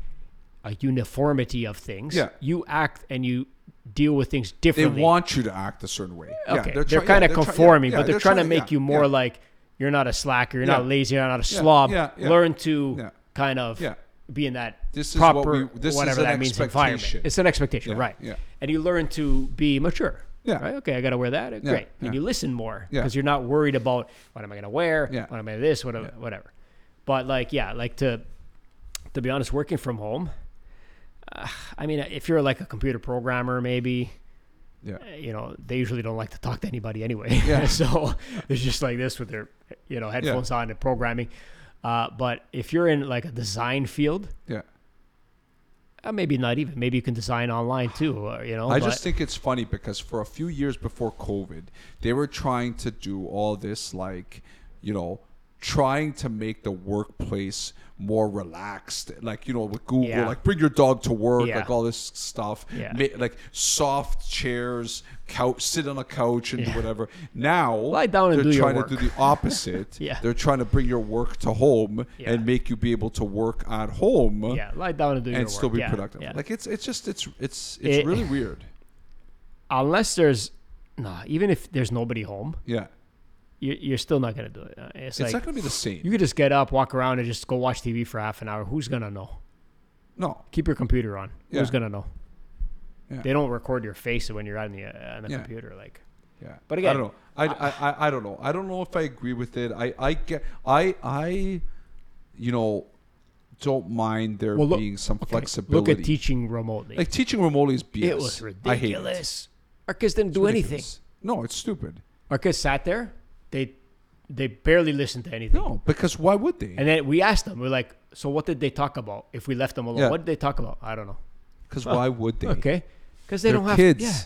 Speaker 2: a uniformity of things.
Speaker 1: Yeah.
Speaker 2: You act and you deal with things
Speaker 1: They
Speaker 2: differently.
Speaker 1: want you to act a certain way. Yeah,
Speaker 2: okay. they're
Speaker 1: try- yeah,
Speaker 2: kind of
Speaker 1: they're try- yeah,
Speaker 2: conforming,
Speaker 1: yeah,
Speaker 2: but they're, trying to
Speaker 1: tryna-
Speaker 2: make
Speaker 1: yeah,
Speaker 2: you more
Speaker 1: yeah,
Speaker 2: like you're not a slacker, you're not
Speaker 1: Yeah.
Speaker 2: lazy, you're not a slob.
Speaker 1: yeah, yeah.
Speaker 2: Learn to
Speaker 1: Yeah.
Speaker 2: kind of
Speaker 1: Yeah.
Speaker 2: be in that
Speaker 1: This is what
Speaker 2: proper
Speaker 1: we- this is
Speaker 2: whatever
Speaker 1: an
Speaker 2: that means environment.
Speaker 1: expectation.
Speaker 2: It's an expectation,
Speaker 1: Yeah,
Speaker 2: right?
Speaker 1: yeah.
Speaker 2: And you learn to be mature.
Speaker 1: Yeah.
Speaker 2: Right. Okay, I gotta wear that. Great.
Speaker 1: yeah.
Speaker 2: And you listen more
Speaker 1: Yeah.
Speaker 2: because you're not worried about what am I gonna wear?
Speaker 1: Yeah.
Speaker 2: What am I this? What am, whatever. But like, yeah, like to to be honest, working from home. Uh, I mean, if you're like a computer programmer, maybe.
Speaker 1: Yeah.
Speaker 2: uh, You know, they usually don't like to talk to anybody anyway.
Speaker 1: Yeah.
Speaker 2: so it's just like this with their, you know, headphones on and programming. Uh, but if you're in like a design field,
Speaker 1: Yeah.
Speaker 2: uh, maybe not even. Maybe you can design online too. Uh, you know,
Speaker 1: I
Speaker 2: but-
Speaker 1: just think it's funny because for a few years before COVID, they were trying to do all this, like, you know, trying to make the workplace more relaxed, like, you know, with Google,
Speaker 2: Yeah.
Speaker 1: like, bring your dog to work,
Speaker 2: Yeah.
Speaker 1: like, all this stuff,
Speaker 2: Yeah.
Speaker 1: Ma- like, soft chairs, couch, sit on a couch and do
Speaker 2: Yeah.
Speaker 1: whatever. Now,
Speaker 2: Lie down and
Speaker 1: they're
Speaker 2: do your
Speaker 1: trying
Speaker 2: work.
Speaker 1: to do the opposite.
Speaker 2: Yeah.
Speaker 1: They're trying to bring your work to home
Speaker 2: Yeah.
Speaker 1: and make you be able to work at home.
Speaker 2: yeah, lie down and do your
Speaker 1: And still
Speaker 2: work.
Speaker 1: be
Speaker 2: Yeah,
Speaker 1: productive.
Speaker 2: yeah.
Speaker 1: Like it's it's just it's it's it's
Speaker 2: It-
Speaker 1: really weird.
Speaker 2: unless there's, nah, even if there's nobody home,
Speaker 1: Yeah.
Speaker 2: you, you're still not gonna do it. Uh,
Speaker 1: It's
Speaker 2: It's, like
Speaker 1: not going to be the same.
Speaker 2: you could just get up, walk around, and just go watch TV for half an hour. Who's gonna know?
Speaker 1: no.
Speaker 2: Keep your computer on.
Speaker 1: Yeah.
Speaker 2: Who's gonna know?
Speaker 1: Yeah.
Speaker 2: They don't record your face when you're on the uh, on the
Speaker 1: Yeah.
Speaker 2: computer. Like,
Speaker 1: Yeah.
Speaker 2: But
Speaker 1: I
Speaker 2: again,
Speaker 1: don't know. I, I, I, I don't know. I don't know if I agree with it. I, I get I I you know don't mind there
Speaker 2: Well, look-
Speaker 1: being some
Speaker 2: okay,
Speaker 1: flexibility.
Speaker 2: Look at teaching remotely.
Speaker 1: like teaching remotely is BS.
Speaker 2: it was
Speaker 1: I hate it.
Speaker 2: ridiculous. Our kids didn't
Speaker 1: It's
Speaker 2: do
Speaker 1: ridiculous.
Speaker 2: anything.
Speaker 1: No, it's stupid.
Speaker 2: Our kids sat there. They they barely listened to anything.
Speaker 1: No, because why would they?
Speaker 2: And then we asked them, we're like, so what did they talk about? If we left them alone,
Speaker 1: Yeah.
Speaker 2: what did they talk about? I don't know.
Speaker 1: Because why would they?
Speaker 2: Okay. Because they
Speaker 1: They're
Speaker 2: don't have
Speaker 1: kids.
Speaker 2: Yeah.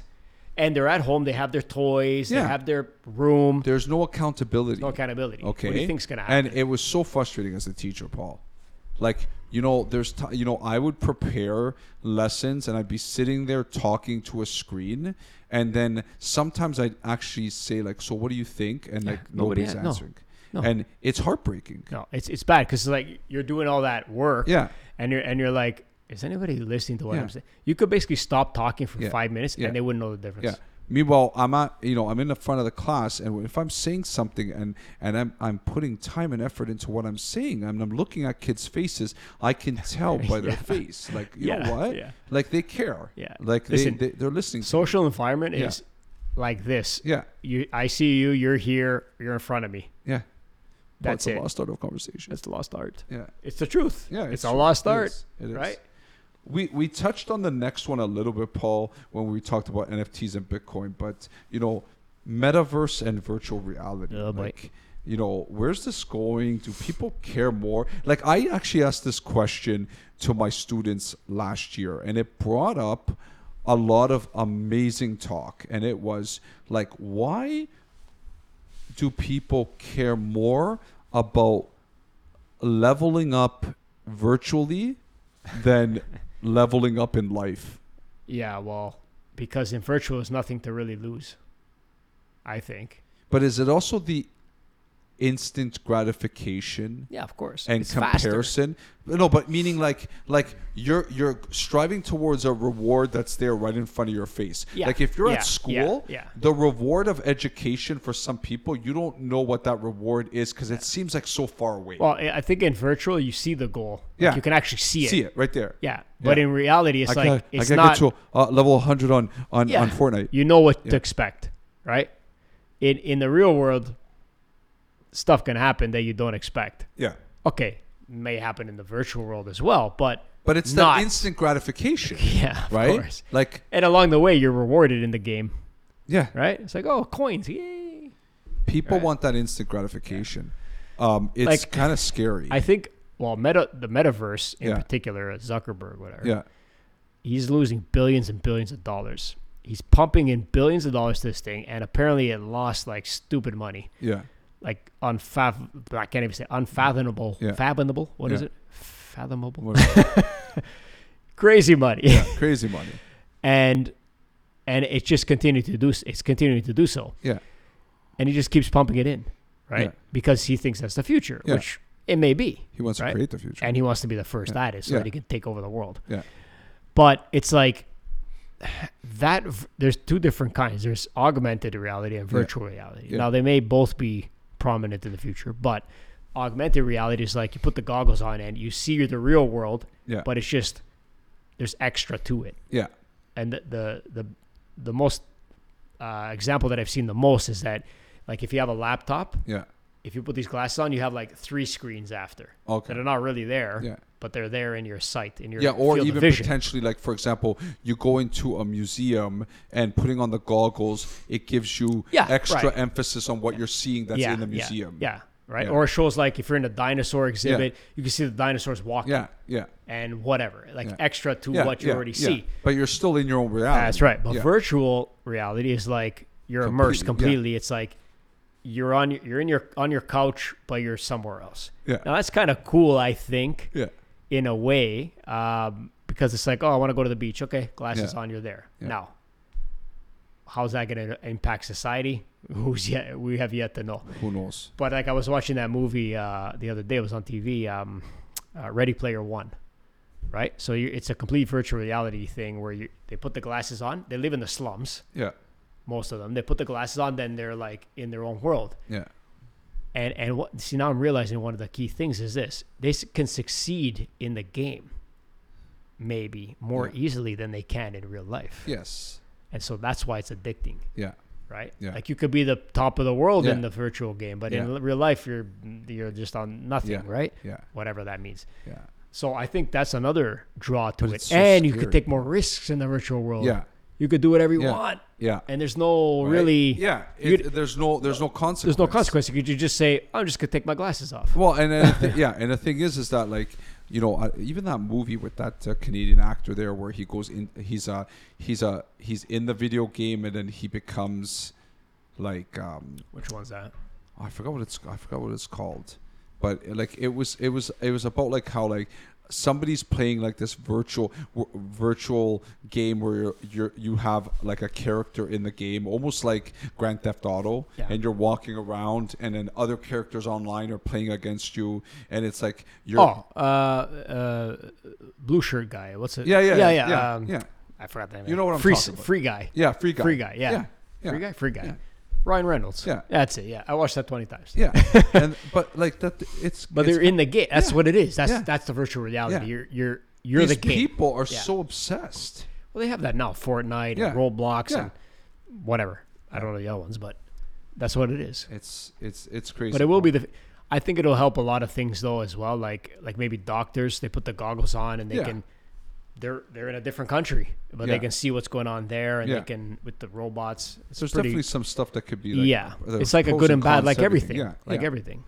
Speaker 2: And they're at home. They have their toys.
Speaker 1: Yeah.
Speaker 2: They have their room.
Speaker 1: There's no accountability.
Speaker 2: No accountability.
Speaker 1: Okay.
Speaker 2: What do you think's gonna happen?
Speaker 1: And it was so frustrating as a teacher, Paul. Like, you know, there's, t- you know, I would prepare lessons and I'd be sitting there talking to a screen. And then sometimes I'd actually say, like, so what do you think? And like,
Speaker 2: nobody
Speaker 1: nobody's
Speaker 2: an- no.
Speaker 1: answering.
Speaker 2: No.
Speaker 1: And it's heartbreaking.
Speaker 2: no, it's it's bad because like you're doing all that work.
Speaker 1: Yeah.
Speaker 2: And you're and you're like, is anybody listening to what
Speaker 1: Yeah.
Speaker 2: I'm saying? You could basically stop talking for
Speaker 1: Yeah.
Speaker 2: five minutes
Speaker 1: Yeah.
Speaker 2: and they wouldn't know the difference.
Speaker 1: Yeah. Meanwhile, I'm at, you know, I'm in the front of the class, and if I'm saying something and and I'm I'm putting time and effort into what I'm saying, and I'm looking at kids' faces, I can tell by their
Speaker 2: Yeah.
Speaker 1: face, like you
Speaker 2: Yeah,
Speaker 1: know what,
Speaker 2: yeah.
Speaker 1: like they care,
Speaker 2: Yeah.
Speaker 1: like they,
Speaker 2: Listen,
Speaker 1: they they're listening. to
Speaker 2: Social environment
Speaker 1: Yeah.
Speaker 2: is like this.
Speaker 1: me. yeah,
Speaker 2: You, I see you. You're here. You're in front of me.
Speaker 1: yeah. Well,
Speaker 2: That's
Speaker 1: it's
Speaker 2: it.
Speaker 1: a lost art of conversation.
Speaker 3: That's lost art.
Speaker 1: yeah,
Speaker 2: It's the truth.
Speaker 1: yeah.
Speaker 2: It's, a
Speaker 1: true.
Speaker 2: lost
Speaker 1: It
Speaker 2: art,
Speaker 1: is. It is.
Speaker 2: right?
Speaker 1: We we touched on the next one a little bit, Paul, when we talked about NFTs and Bitcoin, but you know, metaverse and virtual reality.
Speaker 2: Oh, boy.
Speaker 1: like, you know, where's this going? Do people care more? Like I actually asked this question to my students last year and it brought up a lot of amazing talk and it was like why do people care more about leveling up virtually than leveling up in life?
Speaker 2: Yeah, well, because in virtual is nothing to really lose. I think.
Speaker 1: But is it also the instant gratification
Speaker 2: Yeah, of course.
Speaker 1: and comparison? No, but meaning like like you're you're striving towards a reward that's there right in front of your face.
Speaker 2: Yeah,
Speaker 1: Like if you're
Speaker 2: yeah,
Speaker 1: at school,
Speaker 2: yeah, yeah.
Speaker 1: the reward of education for some people, you don't know what that reward is because it seems like so far away.
Speaker 2: Well, I I think in virtual you see the goal. Like,
Speaker 1: Yeah.
Speaker 2: you can actually see it.
Speaker 1: See it right there.
Speaker 2: Yeah, but in reality, it's
Speaker 1: I
Speaker 2: like
Speaker 1: gotta,
Speaker 2: it's
Speaker 1: I gotta
Speaker 2: not.
Speaker 1: get to uh, level 100 on on,
Speaker 2: Yeah.
Speaker 1: on Fortnite.
Speaker 2: you know what to expect, right? In in the real world, stuff can happen that you don't expect.
Speaker 1: Yeah.
Speaker 2: Okay, may happen in the virtual world as well, but
Speaker 1: But it's
Speaker 2: not
Speaker 1: that instant gratification,
Speaker 2: yeah, of
Speaker 1: right?
Speaker 2: course.
Speaker 1: Like,
Speaker 2: And along the way, you're rewarded in the game,
Speaker 1: yeah,
Speaker 2: right? It's like oh, coins, yay!
Speaker 1: people
Speaker 2: Right.
Speaker 1: want that instant gratification. Um, it's
Speaker 2: Like,
Speaker 1: kind of scary.
Speaker 2: I think well, meta the metaverse in
Speaker 1: Yeah.
Speaker 2: particular, uh, Zuckerberg, whatever.
Speaker 1: yeah,
Speaker 2: he's losing billions and billions of dollars. He's pumping in billions of dollars to this thing, and apparently it lost like stupid money,
Speaker 1: yeah,
Speaker 2: like unfath. I can't even say unfathomable.
Speaker 1: Yeah.
Speaker 2: Fathomable. What is
Speaker 1: Yeah.
Speaker 2: it? Fathomable.
Speaker 1: Whatever.
Speaker 2: Crazy money,
Speaker 1: yeah, crazy money.
Speaker 2: and and it just continued to do. s- It's continuing to do so,
Speaker 1: Yeah,
Speaker 2: and he just keeps pumping it in, right?
Speaker 1: Yeah.
Speaker 2: Because he thinks that's the future,
Speaker 1: Yeah.
Speaker 2: which it may be.
Speaker 1: he wants to
Speaker 2: Right.
Speaker 1: create the future.
Speaker 2: and he wants to be the first
Speaker 1: Yeah.
Speaker 2: at it so
Speaker 1: Yeah.
Speaker 2: that he can take over the world.
Speaker 1: Yeah.
Speaker 2: But it's like that. v- There's two different kinds. There's augmented reality and
Speaker 1: Yeah.
Speaker 2: virtual reality.
Speaker 1: Yeah.
Speaker 2: Now they may both be prominent in the future, but augmented reality is like you put the goggles on and you see the real world,
Speaker 1: yeah,
Speaker 2: but it's just there's extra to it.
Speaker 1: yeah,
Speaker 2: And the the the, the most uh, example that I've seen the most is that like if you have a laptop
Speaker 1: yeah,
Speaker 2: if you put these glasses on, you have like three screens after
Speaker 1: Okay.
Speaker 2: that are not really there,
Speaker 1: Yeah.
Speaker 2: but they're there in your sight, in your
Speaker 1: yeah, or
Speaker 2: field of
Speaker 1: even
Speaker 2: vision.
Speaker 1: potentially, like for example, you go into a museum and putting on the goggles, it gives you
Speaker 2: Yeah,
Speaker 1: extra
Speaker 2: right.
Speaker 1: emphasis on what you're seeing that's
Speaker 2: yeah,
Speaker 1: in the
Speaker 2: yeah,
Speaker 1: museum.
Speaker 2: Yeah, right.
Speaker 1: Yeah.
Speaker 2: Or it shows like if you're in a dinosaur exhibit, you can see the dinosaurs walking
Speaker 1: yeah, yeah,
Speaker 2: and whatever, like
Speaker 1: Yeah.
Speaker 2: extra to
Speaker 1: yeah,
Speaker 2: what you
Speaker 1: yeah,
Speaker 2: already
Speaker 1: yeah.
Speaker 2: see.
Speaker 1: But you're still in your own reality.
Speaker 2: That's right. But
Speaker 1: yeah.
Speaker 2: virtual reality is like you're immersed
Speaker 1: Completely, yeah.
Speaker 2: completely. It's like you're on you're in your on your couch, but you're somewhere else.
Speaker 1: Yeah.
Speaker 2: Now that's kind of cool, I think,
Speaker 1: yeah,
Speaker 2: in a way, um, because it's like, oh, I want to go to the beach. Okay, glasses
Speaker 1: Yeah.
Speaker 2: on, you're there.
Speaker 1: Yeah.
Speaker 2: Now, how's that going to impact society? Who's yet we have yet to know.
Speaker 1: who knows?
Speaker 2: But like I was watching that movie uh, the other day. It was on TV. Um, uh, Ready Player One, right? So you, it's a complete virtual reality thing where you they put the glasses on. They live in the slums,
Speaker 1: Yeah,
Speaker 2: most of them. They put the glasses on, then they're like in their own world.
Speaker 1: yeah,
Speaker 2: And and what see now I'm realizing one of the key things is this: they s- can succeed in the game, maybe more
Speaker 1: Yeah.
Speaker 2: easily than they can in real life.
Speaker 1: yes,
Speaker 2: And so that's why it's addicting
Speaker 1: yeah,
Speaker 2: right?
Speaker 1: Yeah.
Speaker 2: Like you could be the top of the world in
Speaker 1: Yeah.
Speaker 2: the virtual game, but in
Speaker 1: Yeah.
Speaker 2: l- real life, you're you're just on nothing,
Speaker 1: Yeah.
Speaker 2: right?
Speaker 1: yeah,
Speaker 2: Whatever that means.
Speaker 1: yeah,
Speaker 2: So I think that's another draw to
Speaker 1: But
Speaker 2: it,
Speaker 1: it's so
Speaker 2: and you
Speaker 1: scary.
Speaker 2: could take more risks in the virtual world.
Speaker 1: yeah,
Speaker 2: you could do whatever you
Speaker 1: Yeah.
Speaker 2: want,
Speaker 1: yeah.
Speaker 2: and there's no
Speaker 1: Right?
Speaker 2: really
Speaker 1: yeah.
Speaker 2: you'd-
Speaker 1: It, there's no, there's no consequence.
Speaker 2: there's no consequence. You could ju- just say, I'm just gonna take my glasses off.
Speaker 1: Well, and then the thi- yeah, and the thing is, is that like you know, uh, even that movie with that uh, Canadian actor there, where he goes in, he's a, he's a, he's in the video game, and then he becomes like um,
Speaker 2: Which one's that?
Speaker 1: I forgot what it's, I forgot what it's called, but uh, like it was, it was, it was about like how like somebody's playing like this virtual w- virtual game where you're, you're you have like a character in the game almost like grand theft auto
Speaker 2: Yeah.
Speaker 1: and you're walking around and then other characters online are playing against you and it's like you're
Speaker 2: Oh, uh, uh, blue shirt guy. What's it?
Speaker 1: Yeah, yeah, yeah,
Speaker 2: yeah, yeah.
Speaker 1: yeah,
Speaker 2: um,
Speaker 1: yeah.
Speaker 2: I forgot that.
Speaker 1: You know what I'm
Speaker 2: free,
Speaker 1: talking about.
Speaker 2: Free guy.
Speaker 1: yeah free guy
Speaker 2: Free guy. Yeah.
Speaker 1: yeah, yeah.
Speaker 2: Free guy. Free guy.
Speaker 1: Yeah.
Speaker 2: Ryan Reynolds.
Speaker 1: Yeah.
Speaker 2: That's it. Yeah, I watched that twenty times.
Speaker 1: yeah and but like that it's
Speaker 2: But
Speaker 1: it's,
Speaker 2: they're in the game. That's
Speaker 1: yeah.
Speaker 2: what it is. That's
Speaker 1: Yeah.
Speaker 2: that's the virtual reality.
Speaker 1: Yeah.
Speaker 2: You're you're you're
Speaker 1: these
Speaker 2: the game.
Speaker 1: people are
Speaker 2: Yeah.
Speaker 1: so obsessed
Speaker 2: well, they have that now. Fortnite
Speaker 1: Yeah.
Speaker 2: and Roblox
Speaker 1: Yeah.
Speaker 2: and whatever. I don't know the other ones, but that's what it is.
Speaker 1: it's it's it's crazy
Speaker 2: But it will be the. I think it'll help a lot of things though as well. Like like maybe doctors, they put the goggles on and they
Speaker 1: Yeah.
Speaker 2: can. They're they're in a different country, but
Speaker 1: Yeah.
Speaker 2: they can see what's going on there, and
Speaker 1: Yeah.
Speaker 2: they can with the robots. It's
Speaker 1: there's
Speaker 2: pretty.
Speaker 1: definitely some stuff that could be like,
Speaker 2: yeah,
Speaker 1: the
Speaker 2: it's like a
Speaker 1: pros
Speaker 2: good and bad,
Speaker 1: cons,
Speaker 2: like everything,
Speaker 1: Yeah,
Speaker 2: like
Speaker 1: yeah.
Speaker 2: everything.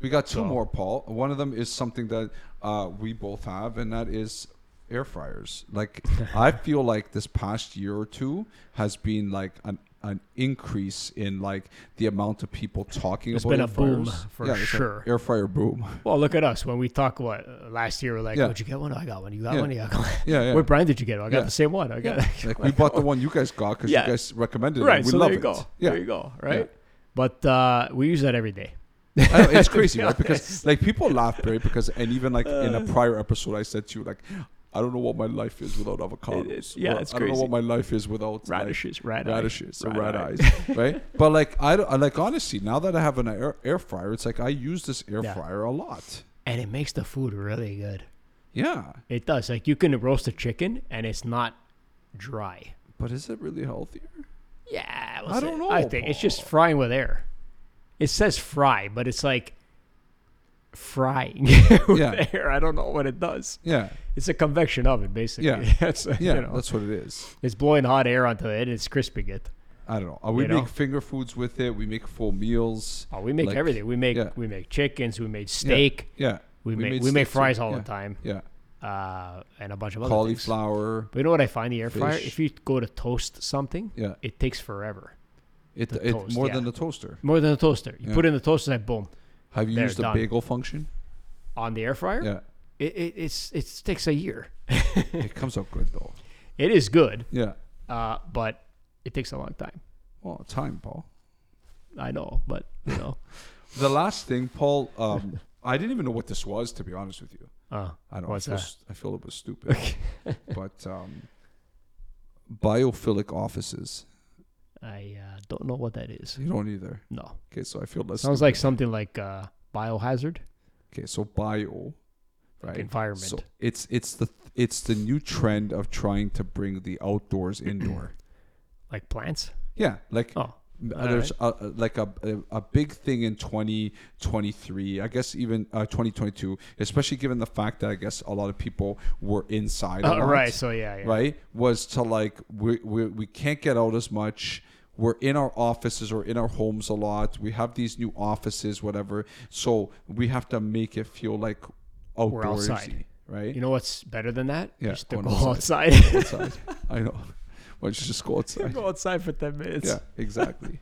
Speaker 1: We got two
Speaker 2: So-
Speaker 1: more, Paul. One of them is something that uh, we both have, and that is air fryers. Like I feel like this past year or two has been like an an increase in like the amount of people talking
Speaker 2: There's
Speaker 1: about
Speaker 2: been
Speaker 1: air
Speaker 2: a boom
Speaker 1: fryers.
Speaker 2: for
Speaker 1: Yeah, there's an
Speaker 2: sure.
Speaker 1: Air fryer boom.
Speaker 2: Well, look at us. When we talk, what uh, last year, we're like,
Speaker 1: Yeah.
Speaker 2: oh, "Did you get one? I got one. You got
Speaker 1: Yeah.
Speaker 2: one? Yeah, I got one.
Speaker 1: Yeah, yeah.
Speaker 2: What brand did you get? I got
Speaker 1: Yeah.
Speaker 2: the same one. I got
Speaker 1: like we bought the one you guys got because
Speaker 2: Yeah.
Speaker 1: you guys recommended
Speaker 2: right.
Speaker 1: it. We
Speaker 2: so
Speaker 1: love
Speaker 2: there you
Speaker 1: it.
Speaker 2: go.
Speaker 1: Yeah,
Speaker 2: There you go. Right. But uh, we use that every day.
Speaker 1: I know, it's crazy,
Speaker 2: be
Speaker 1: right? Because like people laugh, right? Because and even like in
Speaker 2: Uh.
Speaker 1: a prior episode, I said to you, like, I don't know what my life is without avocados.
Speaker 3: it's- yeah,
Speaker 1: or
Speaker 3: it's
Speaker 1: I don't know
Speaker 3: crazy.
Speaker 1: what my life is without like,
Speaker 3: Radishes, rad eye.
Speaker 1: radishes, or red
Speaker 3: Rad eye.
Speaker 1: eyes, right? But like I, don't- like honestly, now that I have an air, air fryer, it's like I use this air
Speaker 2: Yeah.
Speaker 1: fryer a lot.
Speaker 2: And it makes the food really good.
Speaker 1: Yeah,
Speaker 2: It does. Like you can roast a chicken and it's not dry.
Speaker 1: but is it really healthier?
Speaker 2: Yeah.
Speaker 1: I don't
Speaker 2: I
Speaker 1: know,
Speaker 2: think it's just
Speaker 1: Paul.
Speaker 2: frying with air. It says fry, but it's like frying with
Speaker 1: Yeah.
Speaker 2: air. I don't know what it does.
Speaker 1: Yeah,
Speaker 2: It's a convection oven, basically.
Speaker 1: Yeah.
Speaker 2: That's, you
Speaker 1: yeah,
Speaker 2: know.
Speaker 1: that's what it is.
Speaker 2: It's blowing hot air onto it and it's crisping it.
Speaker 1: I don't know. Uh, We
Speaker 2: You
Speaker 1: make
Speaker 2: know?
Speaker 1: finger foods with it. We make full meals.
Speaker 2: Oh, we make
Speaker 1: Like,
Speaker 2: everything. We make
Speaker 1: yeah.
Speaker 2: we make chickens, we made steak,
Speaker 1: Yeah,
Speaker 2: we,
Speaker 1: We
Speaker 2: make
Speaker 1: made
Speaker 2: we make
Speaker 1: steak too,
Speaker 2: fries all
Speaker 1: yeah.
Speaker 2: the time.
Speaker 1: yeah.
Speaker 2: Uh, and a bunch of other things.
Speaker 1: Cauliflower.
Speaker 2: But you know what I find the air fryer?
Speaker 1: Fish.
Speaker 2: If you go to toast something,
Speaker 1: Yeah,
Speaker 2: it takes forever.
Speaker 1: it,
Speaker 2: The
Speaker 1: it
Speaker 2: toast,
Speaker 1: more
Speaker 2: yeah.
Speaker 1: than the toaster.
Speaker 2: More than a toaster. You
Speaker 1: Yeah.
Speaker 2: put it in the toaster and boom.
Speaker 1: Have you
Speaker 2: They're
Speaker 1: used the
Speaker 2: done.
Speaker 1: bagel function?
Speaker 2: On the air fryer,
Speaker 1: Yeah,
Speaker 2: it, it it's it takes a year.
Speaker 1: it comes out good though.
Speaker 2: It is good,
Speaker 1: Yeah.
Speaker 2: uh, but it takes a long time.
Speaker 1: Well, time, Paul.
Speaker 2: I know, but you know.
Speaker 1: The last thing, Paul. Um, I didn't even know what this was to be honest with you.
Speaker 2: Uh,
Speaker 1: I don't.
Speaker 2: What's
Speaker 1: I feel,
Speaker 2: that?
Speaker 1: s- I feel it was stupid. but um, biophilic offices.
Speaker 2: I uh, don't know what that is.
Speaker 1: You don't either.
Speaker 2: No.
Speaker 1: Okay, so I feel less.
Speaker 2: Sounds
Speaker 1: stupid.
Speaker 2: like something like uh, biohazard.
Speaker 1: okay, so bio, right?
Speaker 2: environment.
Speaker 1: So it's it's the it's the new trend of trying to bring the outdoors indoor.
Speaker 2: like plants.
Speaker 1: Yeah, like
Speaker 2: Oh, All
Speaker 1: there's a, like a, a a big thing in 2023 i guess even uh, 2022 especially given the fact that i guess a lot of people were inside a
Speaker 2: Uh,
Speaker 1: lot,
Speaker 2: right. So yeah, yeah.
Speaker 1: right was to like we, we we can't get out as much we're in our offices or in our homes a lot we have these new offices whatever so we have to make it feel like outdoorsy
Speaker 2: outside.
Speaker 1: right
Speaker 2: You know what's better than that?
Speaker 1: Yeah,
Speaker 2: Just to
Speaker 1: going
Speaker 2: go
Speaker 1: outside.
Speaker 2: outside.
Speaker 1: outside i know why don't you just go outside
Speaker 3: Go outside for ten minutes.
Speaker 1: yeah, exactly.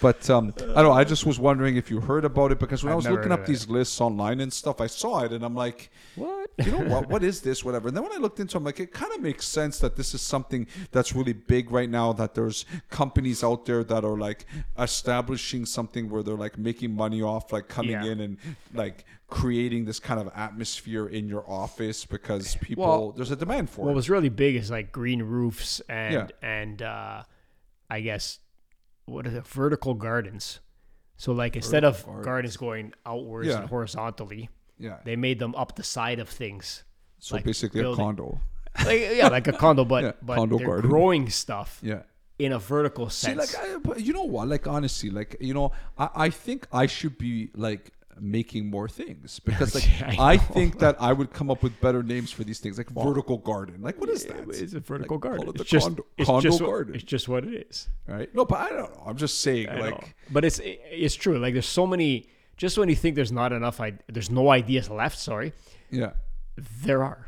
Speaker 1: But um, I don't know. I just was wondering if you heard about it because when i
Speaker 2: I've
Speaker 1: was
Speaker 2: never
Speaker 1: looking
Speaker 2: heard
Speaker 1: up
Speaker 2: of
Speaker 1: these lists online and stuff, I saw it and I'm like,
Speaker 3: What?
Speaker 1: you know what? What is this? Whatever. And then when I looked into, it, I'm like, it kind of makes sense that this is something that's really big right now. That there's companies out there that are like establishing something where they're like making money off like coming
Speaker 2: Yeah.
Speaker 1: in and like creating this kind of atmosphere in your office because people
Speaker 3: Well-
Speaker 1: there's a demand for
Speaker 2: what
Speaker 1: it.
Speaker 2: was really big is like green roofs and
Speaker 1: Yeah.
Speaker 2: and uh, I guess what are the vertical gardens. So like instead of
Speaker 1: Vertical gardens.
Speaker 2: gardens. going outwards
Speaker 1: Yeah.
Speaker 2: and horizontally,
Speaker 1: yeah.
Speaker 2: they made them up the side of things.
Speaker 1: So
Speaker 2: like
Speaker 1: basically, a
Speaker 2: building-
Speaker 1: condo.
Speaker 2: Like yeah, like a condo, but
Speaker 1: Yeah,
Speaker 2: but
Speaker 1: condo
Speaker 2: they're
Speaker 1: garden.
Speaker 2: growing stuff
Speaker 1: Yeah.
Speaker 2: in a vertical sense.
Speaker 1: See, like, I, but you know what? Like, honestly, like, you know, I, I think I should be like making more things because, like,
Speaker 2: Yeah, I
Speaker 1: I, think that I would come up with better names for these things, like vertical garden. Like, what is that?
Speaker 3: It's a vertical
Speaker 1: Like,
Speaker 3: garden.
Speaker 1: Call it the
Speaker 2: it's just
Speaker 1: condo,
Speaker 2: it's
Speaker 1: condo
Speaker 2: just what-
Speaker 1: garden,
Speaker 2: it's just what it is.
Speaker 1: right? No, but I don't know. I'm just saying,
Speaker 3: I
Speaker 1: like,
Speaker 3: know.
Speaker 2: But it's it- it's true. Like there's so many. Just when you think there's not enough, I, there's no ideas left. Sorry,
Speaker 1: yeah,
Speaker 2: there are.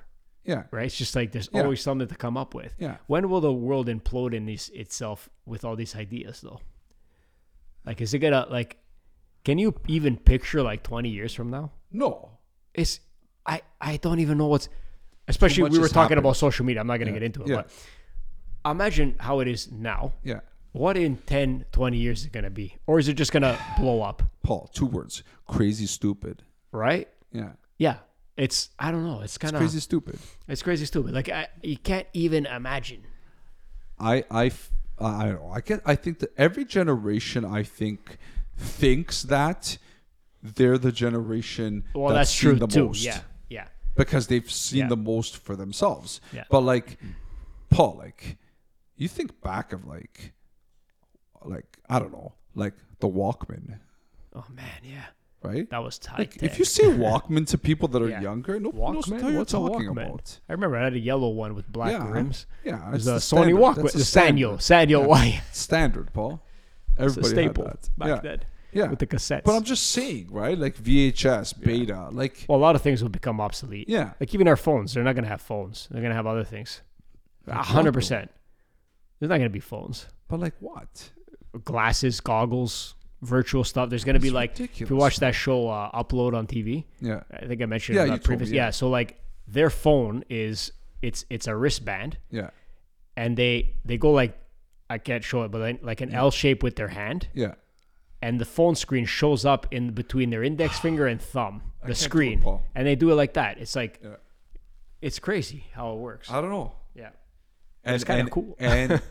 Speaker 1: yeah,
Speaker 2: right? It's just like there's
Speaker 1: Yeah.
Speaker 2: always something to come up with.
Speaker 1: Yeah.
Speaker 2: When will the world implode in this, itself with all these ideas, though? Like, is it gonna like? Can you even picture like 20 years from now?
Speaker 1: no,
Speaker 2: It's I I don't even know what's. Especially
Speaker 1: much
Speaker 2: we were
Speaker 1: has
Speaker 2: talking
Speaker 1: happened.
Speaker 2: about social media. I'm not gonna get into it,
Speaker 1: Yeah.
Speaker 2: but imagine how it is now.
Speaker 1: yeah.
Speaker 2: What in 10, 20 years is it gonna be, or is it just gonna blow up?
Speaker 1: Paul, two words: crazy, stupid.
Speaker 2: Right?
Speaker 1: Yeah,
Speaker 2: Yeah. It's I don't know. It's kind of
Speaker 1: crazy, stupid.
Speaker 2: it's crazy stupid. Like I, you can't even imagine.
Speaker 1: I I f- I don't know. I get. I think that every generation, I think, thinks that they're the generation
Speaker 2: Well,
Speaker 1: that's,
Speaker 2: that's,
Speaker 1: seen
Speaker 2: true
Speaker 1: the
Speaker 2: too.
Speaker 1: most.
Speaker 2: Yeah, yeah.
Speaker 1: because they've seen
Speaker 2: Yeah.
Speaker 1: the most for themselves.
Speaker 2: Yeah.
Speaker 1: But like, Paul, like, you think back of like, like I don't know, like the Walkman,
Speaker 2: Oh man, yeah,
Speaker 1: right?
Speaker 2: that was tight.
Speaker 1: Like,
Speaker 2: tech.
Speaker 1: if you say Walkman to people that are
Speaker 2: Yeah.
Speaker 1: younger, no one knows what
Speaker 3: Walkman?
Speaker 1: you're
Speaker 3: What's a
Speaker 1: talking
Speaker 3: Walkman?
Speaker 1: about.
Speaker 2: I remember I had a yellow one with black
Speaker 1: Yeah,
Speaker 2: rims.
Speaker 1: Yeah,
Speaker 2: It was a
Speaker 1: the
Speaker 2: Sony
Speaker 1: standard.
Speaker 2: Walkman,
Speaker 1: That's
Speaker 2: the
Speaker 1: a
Speaker 2: Sanyo, Sanyo Y.
Speaker 1: standard, Paul.
Speaker 3: It's a
Speaker 1: Everybody
Speaker 3: staple
Speaker 1: had that.
Speaker 3: back
Speaker 1: yeah.
Speaker 3: then.
Speaker 1: Yeah.
Speaker 2: with the cassettes.
Speaker 1: But I'm just saying, right? Like VHS, Beta, like
Speaker 2: well, a lot of things will become obsolete.
Speaker 1: yeah,
Speaker 2: Like even our phones, they're not gonna have phones. They're gonna have other things. A hundred percent. There's not gonna be phones,
Speaker 1: but like what?
Speaker 2: glasses, goggles, virtual stuff. There's gonna be
Speaker 1: It's
Speaker 2: like if you
Speaker 1: ridiculous.
Speaker 2: watch that show uh, Upload on TV.
Speaker 1: Yeah,
Speaker 2: I think I mentioned
Speaker 1: Yeah,
Speaker 2: it
Speaker 1: you
Speaker 2: on
Speaker 1: told
Speaker 2: that previous.
Speaker 1: me, yeah.
Speaker 2: yeah, so like their phone is it's it's a wristband.
Speaker 1: yeah,
Speaker 2: and they they go like I can't show it, but like- like an L shape with their hand,
Speaker 1: yeah.
Speaker 2: and the phone screen shows up in between their index finger and thumb,
Speaker 1: can't
Speaker 2: the
Speaker 1: do it,
Speaker 2: screen,
Speaker 1: Paul.
Speaker 2: and they do it like that. It's like
Speaker 1: Yeah.
Speaker 2: it's crazy how it works.
Speaker 1: I don't know.
Speaker 2: yeah,
Speaker 1: And,
Speaker 2: It's kinda
Speaker 1: and-
Speaker 2: cool.
Speaker 1: and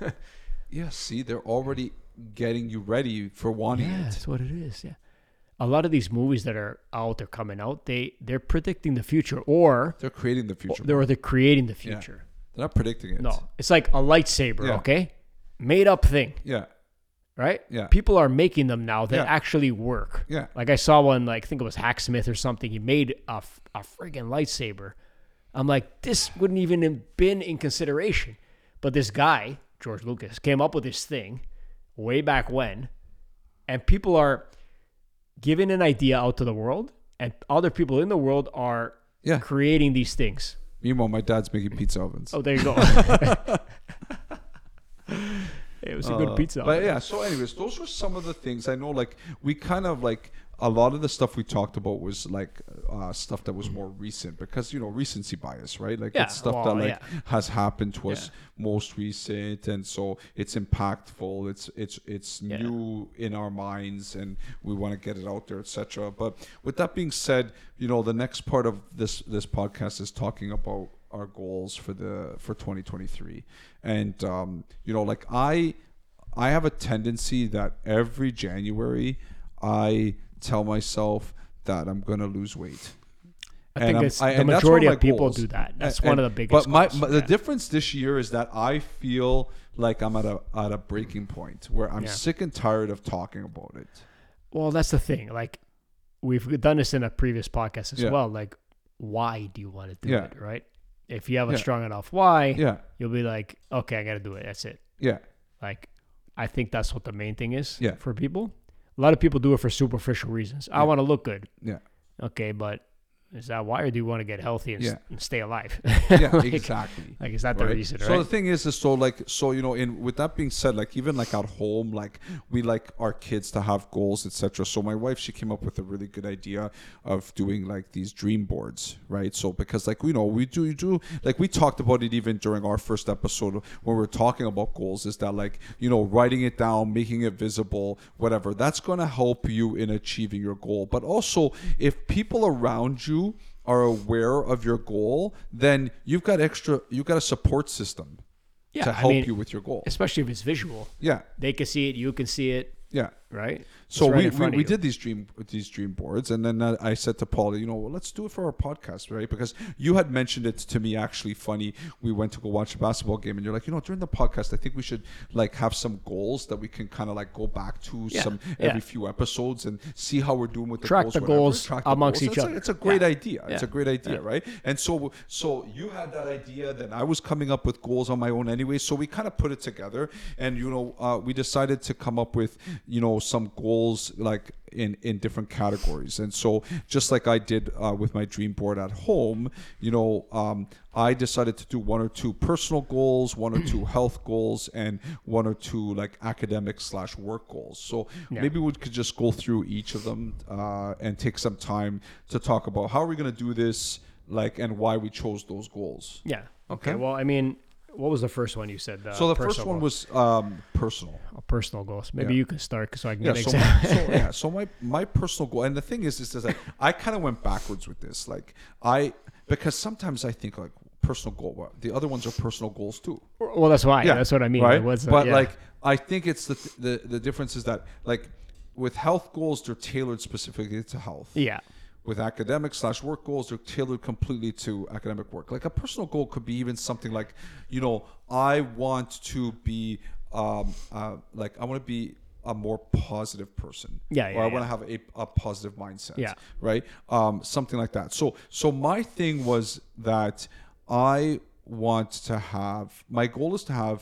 Speaker 1: yeah, see, they're already getting you ready for wanting
Speaker 2: yeah,
Speaker 1: it.
Speaker 2: that's what it is. Yeah, a lot of these movies that are out, they're coming out. They they're predicting the future, or
Speaker 1: They're creating the future.
Speaker 2: they're they're creating the
Speaker 1: Yeah.
Speaker 2: future.
Speaker 1: They're not predicting it.
Speaker 2: No, it's like a lightsaber.
Speaker 1: Yeah.
Speaker 2: Okay, made up thing.
Speaker 1: Yeah,
Speaker 2: right?
Speaker 1: Yeah.
Speaker 2: People are making them now that
Speaker 1: Yeah.
Speaker 2: actually work.
Speaker 1: Yeah.
Speaker 2: Like I saw one, like I think it was Hacksmith or something. He made a, f- a friggin' lightsaber. I'm like, this wouldn't even have been in consideration. But this guy, George Lucas, came up with this thing way back when, and people are giving an idea out to the world, and other people in the world are
Speaker 1: yeah.
Speaker 2: creating these things.
Speaker 1: Meanwhile, my dad's making pizza ovens.
Speaker 2: Oh, there you go. it
Speaker 1: Uh,
Speaker 2: was a good pizza.
Speaker 1: But yeah, so anyways, those were some of the things I know. Like we kind of like a lot of the stuff we talked about was like uh, stuff that
Speaker 2: Mm-hmm.
Speaker 1: was more recent because you know recency bias, right? Like
Speaker 2: Yeah,
Speaker 1: it's stuff that
Speaker 2: well,
Speaker 1: like
Speaker 2: yeah.
Speaker 1: has happened to us most recent, and so it's impactful. It's it's it's new in our minds, and we want to get it out there, etc. But with that being said, you know the next part of this this podcast is talking about our goals for the for 2023 and um you know like i I have a tendency that every January I tell myself that I'm going to lose weight.
Speaker 2: I think
Speaker 1: I'm-
Speaker 2: it's
Speaker 1: I-
Speaker 2: the
Speaker 1: and that's one
Speaker 2: majority
Speaker 1: my
Speaker 2: of people
Speaker 1: goals.
Speaker 2: do that. That's
Speaker 1: And-
Speaker 2: one of the
Speaker 1: and-
Speaker 2: biggest.
Speaker 1: But my,
Speaker 2: goals,
Speaker 1: my- the
Speaker 2: yeah.
Speaker 1: difference this year is that I feel like I'm at a at a breaking point where I'm
Speaker 2: Yeah.
Speaker 1: sick and tired of talking about it.
Speaker 2: Well, that's the thing. Like we've done this in a previous podcast as
Speaker 1: Yeah.
Speaker 2: well. Like, why do you want to do
Speaker 1: Yeah.
Speaker 2: it, right? If you have a
Speaker 1: Yeah.
Speaker 2: strong enough why,
Speaker 1: Yeah,
Speaker 2: you'll be like, okay, I got to do it. That's it.
Speaker 1: yeah,
Speaker 2: Like, I think that's what the main thing is
Speaker 1: Yeah.
Speaker 2: for people. A lot of people do it for superficial reasons. I want to look good.
Speaker 1: yeah,
Speaker 2: Okay, but is that why, or do you want to get healthy and, s-
Speaker 1: Yeah.
Speaker 2: and stay alive?
Speaker 1: yeah,
Speaker 2: like,
Speaker 1: exactly.
Speaker 2: Like, is that the
Speaker 1: right?
Speaker 2: reason, right?
Speaker 1: So the thing is, is so like so you know, in with that being said, like even like at home, like we like our kids to have goals, etc. So my wife, she came up with a really good idea of doing like these dream boards, right? So because like you know we do you do like we talked about it even during our first episode when we are talking about goals, is that like you know writing it down, making it visible, whatever. That's going to help you in achieving your goal. But also, if people around you are aware of your goal, then you've got extra, you've got a support system
Speaker 2: Yeah,
Speaker 1: to
Speaker 2: I
Speaker 1: help
Speaker 2: mean,
Speaker 1: you with your goal.
Speaker 2: especially if it's visual.
Speaker 1: Yeah,
Speaker 2: They can see it. You can see it.
Speaker 1: yeah.
Speaker 2: Right.
Speaker 1: So
Speaker 2: It's right
Speaker 1: we,
Speaker 2: in
Speaker 1: we,
Speaker 2: front of
Speaker 1: we
Speaker 2: you.
Speaker 1: did these dream these dream boards, and then uh, I said to Paul, you know, well, let's do it for our podcast, right? Because you had mentioned it to me. Actually, funny, we went to go watch a basketball game, and you're like, you know, during the podcast, I think we should like have some goals that we can kind of like go back to
Speaker 2: Yeah,
Speaker 1: some
Speaker 2: yeah.
Speaker 1: every few episodes and see how we're doing with the
Speaker 2: Track
Speaker 1: goals,
Speaker 2: the
Speaker 1: whatever.
Speaker 2: goals amongst
Speaker 1: goals.
Speaker 2: each
Speaker 1: It's a-
Speaker 2: other.
Speaker 1: it's a great
Speaker 2: Yeah.
Speaker 1: idea. It's a
Speaker 2: Yeah.
Speaker 1: great idea, right? And so so you had that idea, then I was coming up with goals on my own anyway. So we kind of put it together, and you know, uh, we decided to come up with you know some goals like in in different categories. And so just like I did uh, with my dream board at home, you know, um, I decided to do one or two personal goals, one or two health goals, and one or two like academic slash work goals. So maybe we could just go through each of them uh, and take some time to talk about how are we going to do this, like, and why we chose those goals.
Speaker 2: Yeah.
Speaker 1: Okay.
Speaker 2: Okay. Well, I mean, what was the first one you said?
Speaker 1: So the first one was um, personal.
Speaker 2: was personal goals. Maybe
Speaker 1: Yeah.
Speaker 2: you can start so I can
Speaker 1: Yeah.
Speaker 2: get
Speaker 1: So,
Speaker 2: example.
Speaker 1: my, so yeah. So my my personal goal, and the thing is, is that I kind of went backwards with this. Like I, because sometimes I think like personal goal. well, The other ones are personal goals too.
Speaker 2: well, that's why. that's what I mean.
Speaker 1: Right?
Speaker 2: Like, what's the-
Speaker 1: but
Speaker 2: yeah.
Speaker 1: like, I think it's the, the the difference is that like with health goals, they're tailored specifically to health.
Speaker 2: yeah,
Speaker 1: With academic slash work goals, they're tailored completely to academic work. Like a personal goal could be even something like, you know, I want to be, um, uh, like I want to be a more positive person. Or
Speaker 2: Yeah, yeah,
Speaker 1: I
Speaker 2: yeah.
Speaker 1: want to have a, a positive mindset
Speaker 2: Yeah.
Speaker 1: right um, something like that so so my thing was that i want to have my goal is to have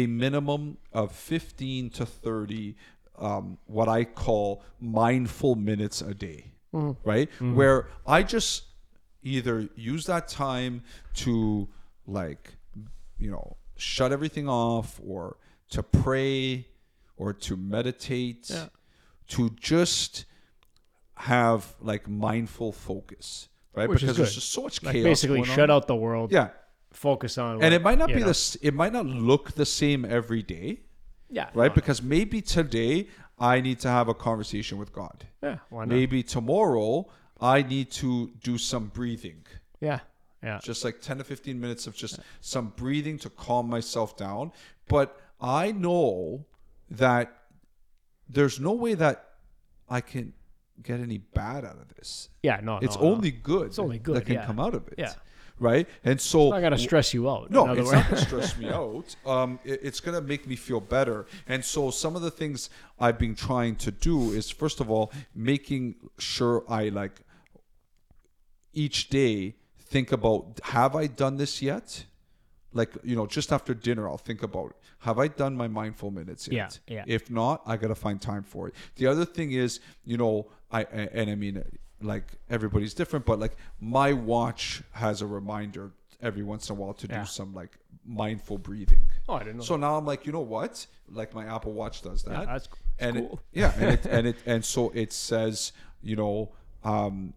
Speaker 1: a minimum of 15 to 30 um, what i call mindful minutes a day right where i just either use that time to like you know shut everything off or to pray or to meditate to just have like mindful focus, right?
Speaker 2: Which is
Speaker 1: because there's
Speaker 2: good.
Speaker 1: just so much chaos.
Speaker 2: like basically
Speaker 1: going
Speaker 2: shut
Speaker 1: on.
Speaker 2: out the world.
Speaker 1: Yeah,
Speaker 2: Focus on.
Speaker 1: and it might not be the s It might not look the same every day,
Speaker 2: Yeah.
Speaker 1: right? Because maybe today I need to have a conversation with God.
Speaker 2: Yeah. Why not?
Speaker 1: Maybe tomorrow I need to do some breathing,
Speaker 2: Yeah. Yeah.
Speaker 1: just like ten to fifteen minutes of just some breathing to calm myself down. But I know that there's no way that I can get any bad out of this.
Speaker 2: Yeah. No.
Speaker 1: It's
Speaker 2: Oh, no, no.
Speaker 1: only good. It's
Speaker 2: only good,
Speaker 1: that can
Speaker 2: yeah.
Speaker 1: come out of it.
Speaker 2: Yeah.
Speaker 1: Right. And so
Speaker 2: I gotta stress you out.
Speaker 1: no,
Speaker 2: in other
Speaker 1: it's
Speaker 2: words.
Speaker 1: not gonna stress me out. Um, it- it's gonna make me feel better. And so some of the things I've been trying to do is first of all making sure I like each day think about have I done this yet? Like you know, just after dinner, I'll think about have I done my mindful minutes yet?
Speaker 2: Yeah, yeah.
Speaker 1: If not, I gotta find time for it. The other thing is, you know, I a- and I mean, like everybody's different, but like my watch has a reminder every once in a while to do some like mindful breathing.
Speaker 2: Oh, I didn't know.
Speaker 1: So now I'm like, you know what? Like my Apple Watch does that.
Speaker 2: that's c-
Speaker 1: and it-
Speaker 2: cool.
Speaker 1: yeah, and it, and it and so it says, you know, um,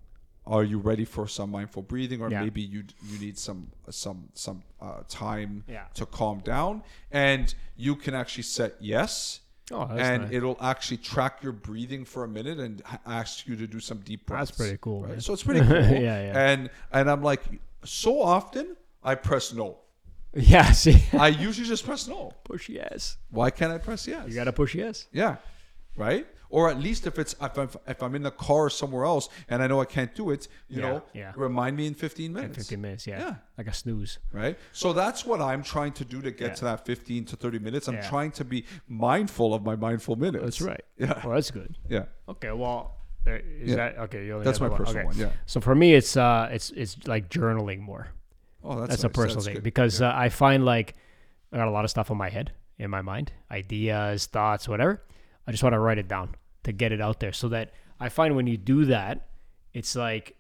Speaker 1: are you ready for some mindful breathing, or
Speaker 2: Yeah.
Speaker 1: maybe you you need some some some uh, time
Speaker 2: Yeah.
Speaker 1: to calm down, and you can actually set yes.
Speaker 2: Oh, that's
Speaker 1: and
Speaker 2: nice.
Speaker 1: it'll actually track your breathing for a minute and h- ask you to do some deep breaths.
Speaker 2: pretty cool, man.
Speaker 1: So it's pretty cool.
Speaker 2: Yeah, yeah.
Speaker 1: And and I'm like, so often I press no.
Speaker 2: yeah. See.
Speaker 1: I usually just press no.
Speaker 2: push yes.
Speaker 1: Why can't I press yes?
Speaker 2: You gotta push yes.
Speaker 1: Yeah. Right? Or at least if it's if I'm, if I'm in the car somewhere else and I know I can't do it, you
Speaker 2: Yeah,
Speaker 1: know,
Speaker 2: yeah.
Speaker 1: remind me in 15 minutes.
Speaker 2: 15 minutes, yeah.
Speaker 1: Yeah.
Speaker 2: Like a snooze.
Speaker 1: right? So that's what I'm trying to do to get
Speaker 2: Yeah.
Speaker 1: to that 15 to 30 minutes. I'm
Speaker 2: Yeah.
Speaker 1: trying to be mindful of my mindful minutes. Yeah.
Speaker 2: Well, that's good.
Speaker 1: Yeah.
Speaker 2: Okay, well, uh, is
Speaker 1: Yeah.
Speaker 2: that okay? You only
Speaker 1: That's my
Speaker 2: have one.
Speaker 1: personal
Speaker 2: Okay.
Speaker 1: one, yeah.
Speaker 2: So for me, it's uh, it's it's like journaling more.
Speaker 1: Oh, that's, nice.
Speaker 2: That's, a personal
Speaker 1: That's
Speaker 2: thing
Speaker 1: good.
Speaker 2: because uh, I find like I got a lot of stuff on my head, in my mind, ideas, thoughts, whatever. I just want to write it down to get it out there, so that I find when you do that, it's like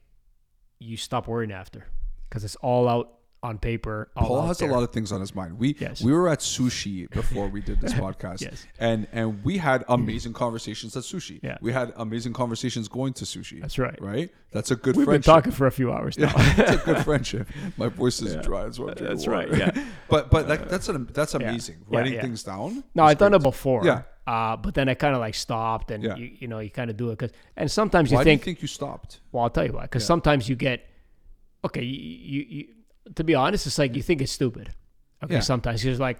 Speaker 2: you stop worrying after because it's all out on paper. all
Speaker 1: Paul
Speaker 2: out
Speaker 1: has
Speaker 2: there.
Speaker 1: a lot of things on his mind. We
Speaker 2: Yes.
Speaker 1: we were at sushi before we did this podcast,
Speaker 2: Yes.
Speaker 1: and and we had amazing conversations at sushi.
Speaker 2: Yeah.
Speaker 1: We had amazing conversations going to sushi.
Speaker 2: That's right.
Speaker 1: Right. That's a good
Speaker 2: We've been
Speaker 1: friendship.
Speaker 2: talking for a few hours now.
Speaker 1: That's a good friendship. My voice is dry. That's, why I'm drinking
Speaker 3: That's right,
Speaker 1: water.
Speaker 3: yeah.
Speaker 1: but but like, that's an, that's
Speaker 2: Uh, Yeah.
Speaker 1: amazing.
Speaker 2: Yeah,
Speaker 1: Writing
Speaker 2: yeah.
Speaker 1: things down.
Speaker 2: No, I've done it before.
Speaker 1: Yeah.
Speaker 2: Uh, but then I kind of like stopped, and
Speaker 1: Yeah.
Speaker 2: you, you know you kind of do it because, and sometimes you
Speaker 1: Why do you
Speaker 2: think,
Speaker 1: think you stopped?
Speaker 2: well, I'll tell you why. Because sometimes you get, okay, you, you, you, to be honest, it's like you think it's stupid. Okay,
Speaker 1: Yeah.
Speaker 2: sometimes you're just like,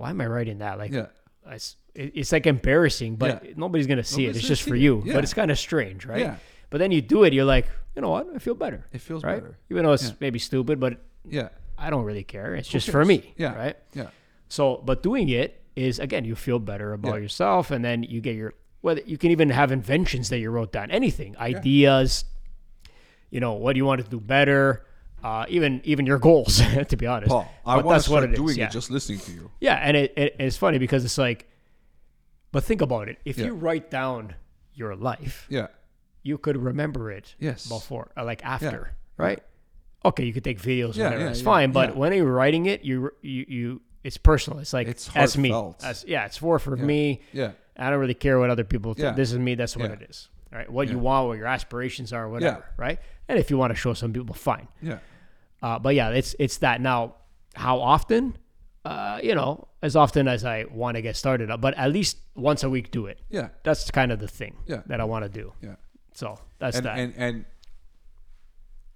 Speaker 2: why am I writing that? Like,
Speaker 1: Yeah.
Speaker 2: it's, it- it's like embarrassing, but
Speaker 1: Yeah.
Speaker 2: nobody's gonna see
Speaker 1: Nobody's
Speaker 2: it. It's
Speaker 1: gonna
Speaker 2: just for
Speaker 1: see it.
Speaker 2: you.
Speaker 1: Yeah.
Speaker 2: But it's kind of strange, right?
Speaker 1: Yeah.
Speaker 2: But then you do it, you're like, you know what? I feel better.
Speaker 1: It feels
Speaker 2: right?
Speaker 1: better.
Speaker 2: Even though it's
Speaker 1: Yeah.
Speaker 2: maybe stupid, but
Speaker 1: Yeah.
Speaker 2: I don't really care. It's just for
Speaker 1: cares?
Speaker 2: me.
Speaker 1: Yeah.
Speaker 2: Right.
Speaker 1: Yeah.
Speaker 2: So, but doing it is again, you feel better about
Speaker 1: Yeah.
Speaker 2: yourself, and then you get your whether you can even have inventions that you wrote down, anything, ideas. You know, what do you want to do better? Uh, even even your goals, to be honest.
Speaker 1: Paul, I want
Speaker 2: But
Speaker 1: to
Speaker 2: that's what
Speaker 1: start
Speaker 2: it is,
Speaker 1: doing
Speaker 2: yeah.
Speaker 1: it just listening to you.
Speaker 2: Yeah, and it, it it's funny because it's like, but think about it. If
Speaker 1: Yeah.
Speaker 2: you write down your life,
Speaker 1: Yeah.
Speaker 2: you could remember it.
Speaker 1: Yes.
Speaker 2: Before, or like after, right? Okay, you could take videos.
Speaker 1: Yeah,
Speaker 2: Yeah, whatever.
Speaker 1: yeah,
Speaker 2: it's
Speaker 1: yeah,
Speaker 2: fine. But
Speaker 1: yeah.
Speaker 2: when you're writing it, you you you it's personal. It's like
Speaker 1: It's
Speaker 2: that's me.
Speaker 1: heartfelt.
Speaker 2: That's- yeah, it's for for me.
Speaker 1: Yeah.
Speaker 2: I don't really care what other people think.
Speaker 1: Yeah.
Speaker 2: This is me. That's what
Speaker 1: Yeah.
Speaker 2: it is. All right. What you want, what your aspirations are, whatever. Right. And if you want to show some people, fine.
Speaker 1: Yeah.
Speaker 2: Uh, but yeah, it's it's that now. How often? Uh, you know, as often as I want to get started, but at least once a week, do it.
Speaker 1: Yeah.
Speaker 2: That's kind of the thing
Speaker 1: Yeah.
Speaker 2: that I want to do.
Speaker 1: Yeah.
Speaker 2: So that's
Speaker 1: And
Speaker 2: that.
Speaker 1: and and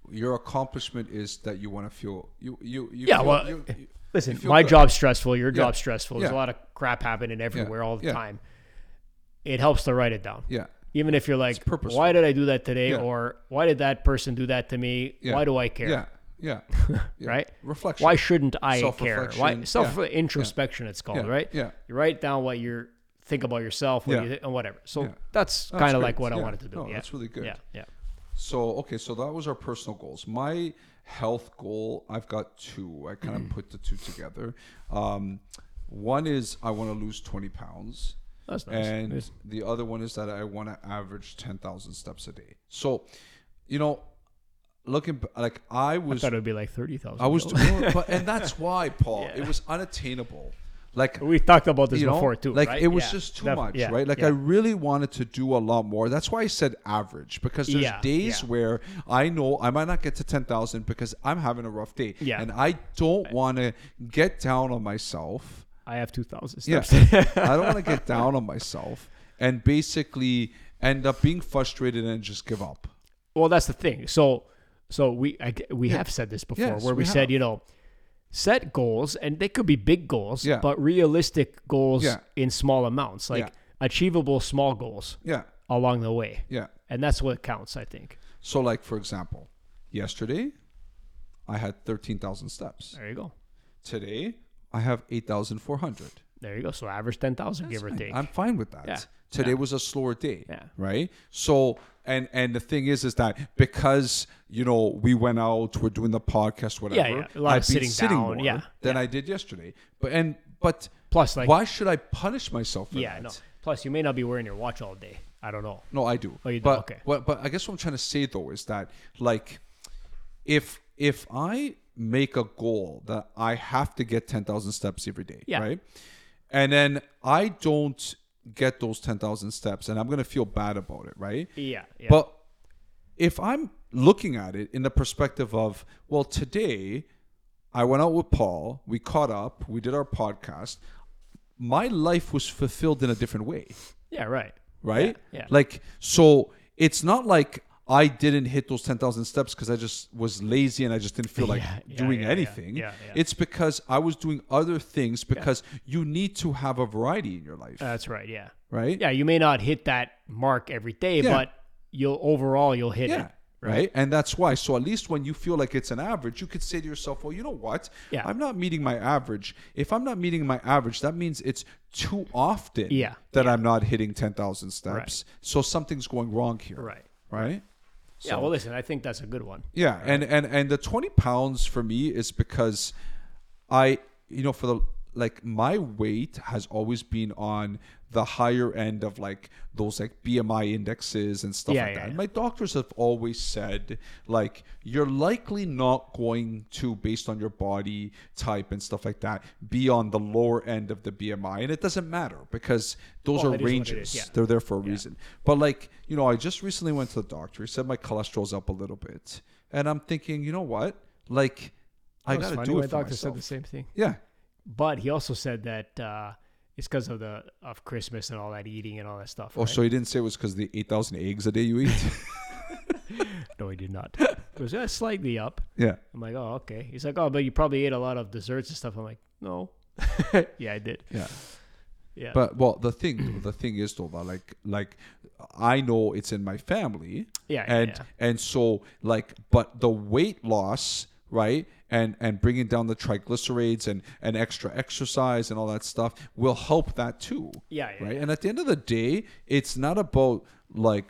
Speaker 1: your accomplishment is that you want to feel you you, you
Speaker 2: Yeah,
Speaker 1: feel-
Speaker 2: well, eh,
Speaker 1: you- you-
Speaker 2: Listen,
Speaker 1: feel
Speaker 2: my
Speaker 1: good.
Speaker 2: job's stressful. Your job's stressful. There's
Speaker 1: Yeah.
Speaker 2: a lot of crap happening everywhere all the
Speaker 1: Yeah.
Speaker 2: time. It helps to write it down.
Speaker 1: yeah.
Speaker 2: Even if you're like,
Speaker 1: purposeful.
Speaker 2: why did I do that today?
Speaker 1: Yeah.
Speaker 2: Or why did that person do that to me?
Speaker 1: Yeah.
Speaker 2: Why do I care?
Speaker 1: Yeah. Yeah. yeah.
Speaker 2: Right?
Speaker 1: Reflection.
Speaker 2: Why shouldn't I care? Why
Speaker 1: Self-reflection.
Speaker 2: self introspection? It's called
Speaker 1: Yeah.
Speaker 2: right.
Speaker 1: Yeah.
Speaker 2: You write down what you're think about yourself, what
Speaker 1: Yeah.
Speaker 2: you thi- and whatever. So
Speaker 1: Yeah.
Speaker 2: that's
Speaker 1: That's
Speaker 2: kind of
Speaker 1: great.
Speaker 2: like what I
Speaker 1: Yeah.
Speaker 2: wanted to do.
Speaker 1: No,
Speaker 2: yeah.
Speaker 1: that's really good.
Speaker 2: Yeah. Yeah.
Speaker 1: So okay, so that was our personal goals. My health goal, I've got two. I kind of
Speaker 2: Mm.
Speaker 1: put the two together. Um, one is I want to lose twenty pounds.
Speaker 2: That's nice.
Speaker 1: And
Speaker 2: Nice.
Speaker 1: the other one is that I want to average ten thousand steps a day. So, you know, looking b- like I
Speaker 2: I
Speaker 1: was,
Speaker 2: thought it would be like thirty thousand.
Speaker 1: I was, doing, but, and that's why, Paul, it was unattainable. Like
Speaker 2: We talked about this
Speaker 1: you know,
Speaker 2: before too.
Speaker 1: like
Speaker 2: right?
Speaker 1: it was
Speaker 2: Yeah.
Speaker 1: just too
Speaker 2: Def-
Speaker 1: much,
Speaker 2: yeah.
Speaker 1: right? Like
Speaker 2: Yeah.
Speaker 1: I really wanted to do a lot more. That's why I said average because there's
Speaker 2: Yeah,
Speaker 1: days
Speaker 2: yeah.
Speaker 1: where I know I might not get to ten thousand because I'm having a rough day,
Speaker 2: Yeah.
Speaker 1: and I don't want to get down on myself.
Speaker 2: I have two thousand
Speaker 1: Yeah.
Speaker 2: steps.
Speaker 1: I don't want to get down on myself and basically end up being frustrated and just give up.
Speaker 2: Well, that's the thing. So, so we I, we have said this before,
Speaker 1: Yes,
Speaker 2: where we,
Speaker 1: we have.
Speaker 2: said you know, set goals, and they could be big goals,
Speaker 1: Yeah.
Speaker 2: but realistic goals
Speaker 1: Yeah.
Speaker 2: in small amounts, like
Speaker 1: Yeah.
Speaker 2: achievable small goals
Speaker 1: Yeah.
Speaker 2: along the way,
Speaker 1: Yeah.
Speaker 2: and that's what counts, I think.
Speaker 1: So like for example, yesterday I had 13,000 steps.
Speaker 2: There you go.
Speaker 1: Today I have 8,400.
Speaker 2: There you go. So average ten thousand, give or
Speaker 1: fine.
Speaker 2: take.
Speaker 1: I'm fine with that.
Speaker 2: Yeah.
Speaker 1: Today was a slower day.
Speaker 2: Yeah.
Speaker 1: Right. So and and the thing is is that because you know we went out, we're doing the podcast, whatever.
Speaker 2: yeah. A lot
Speaker 1: I've
Speaker 2: of
Speaker 1: been
Speaker 2: sitting down,
Speaker 1: more
Speaker 2: yeah,
Speaker 1: Than I did yesterday. But and but
Speaker 2: Plus, like,
Speaker 1: why should I punish myself for
Speaker 2: yeah,
Speaker 1: that?
Speaker 2: no. Plus, you may not be wearing your watch all day. I don't know.
Speaker 1: No, I do.
Speaker 2: Oh, you do?
Speaker 1: But,
Speaker 2: Okay.
Speaker 1: But but I guess what I'm trying to say though is that like, if if I make a goal that I have to get ten thousand steps every day,
Speaker 2: Yeah.
Speaker 1: right, and then I don't get those ten thousand steps, and I'm gonna feel bad about it, right?
Speaker 2: Yeah, yeah.
Speaker 1: But if I'm looking at it in the perspective of, well, today I went out with Paul, we caught up, we did our podcast. My life was fulfilled in a different way
Speaker 2: yeah, right.
Speaker 1: right?
Speaker 2: Yeah, yeah.
Speaker 1: Like so it's not like I didn't hit those 10,000 steps because I just was lazy and I just didn't feel like
Speaker 2: Yeah, yeah,
Speaker 1: doing
Speaker 2: yeah, yeah,
Speaker 1: anything.
Speaker 2: yeah, yeah.
Speaker 1: It's because I was doing other things because you need to have a variety in your life,
Speaker 2: That's right. Yeah.
Speaker 1: right?
Speaker 2: Uh, Yeah. You may not hit that mark every day,
Speaker 1: Yeah.
Speaker 2: but you'll overall you'll hit
Speaker 1: Yeah.
Speaker 2: it.
Speaker 1: Right. And that's why. So at least when you feel like it's an average, you could say to yourself, well, you know what?
Speaker 2: Yeah.
Speaker 1: I'm not meeting my average. If I'm not meeting my average, that means it's too often
Speaker 2: Yeah.
Speaker 1: that I'm not hitting 10,000 steps. So something's going wrong here.
Speaker 2: Right.
Speaker 1: Right.
Speaker 2: Yeah. Well, listen, I think that's a good one.
Speaker 1: Yeah, and and and the twenty pounds for me is because I, you know, for the like my weight has always been on the higher end of like those like BMI indexes and stuff
Speaker 2: Yeah,
Speaker 1: like
Speaker 2: yeah,
Speaker 1: that.
Speaker 2: yeah.
Speaker 1: And my doctors have always said like you're likely not going to based on your body type and stuff like that be on the lower end of the BMI and it doesn't matter because those
Speaker 2: Well,
Speaker 1: are
Speaker 2: it is what it is,
Speaker 1: ranges.
Speaker 2: yeah.
Speaker 1: They're there for a reason. But like, you know, I just recently went to the doctor. He said my cholesterol's up a little bit, and I'm thinking, you know what? Like, I
Speaker 3: That was
Speaker 1: gotta
Speaker 3: funny.
Speaker 1: do
Speaker 3: My
Speaker 1: it for
Speaker 3: doctor said
Speaker 1: myself.
Speaker 3: the same thing.
Speaker 1: Yeah,
Speaker 2: But he also said that uh, it's because of the of Christmas and all that eating and all that stuff.
Speaker 1: Oh,
Speaker 2: right?
Speaker 1: so you didn't say it was because the 8,000 eggs a day you eat?
Speaker 2: No, he did not. It was yeah, slightly up.
Speaker 1: yeah.
Speaker 2: I'm like, oh, okay. He's like, oh, but you probably ate a lot of desserts and stuff. I'm like, no. yeah, I did.
Speaker 1: Yeah.
Speaker 2: Yeah.
Speaker 1: But well, the thing, the thing is though that like, like, I know it's in my family,
Speaker 2: yeah, yeah,
Speaker 1: and
Speaker 2: yeah.
Speaker 1: and so like, but the weight loss, right, and and bringing down the triglycerides and and extra exercise and all that stuff will help that too.
Speaker 2: Yeah, yeah,
Speaker 1: right. And at the end of the day, it's not about like,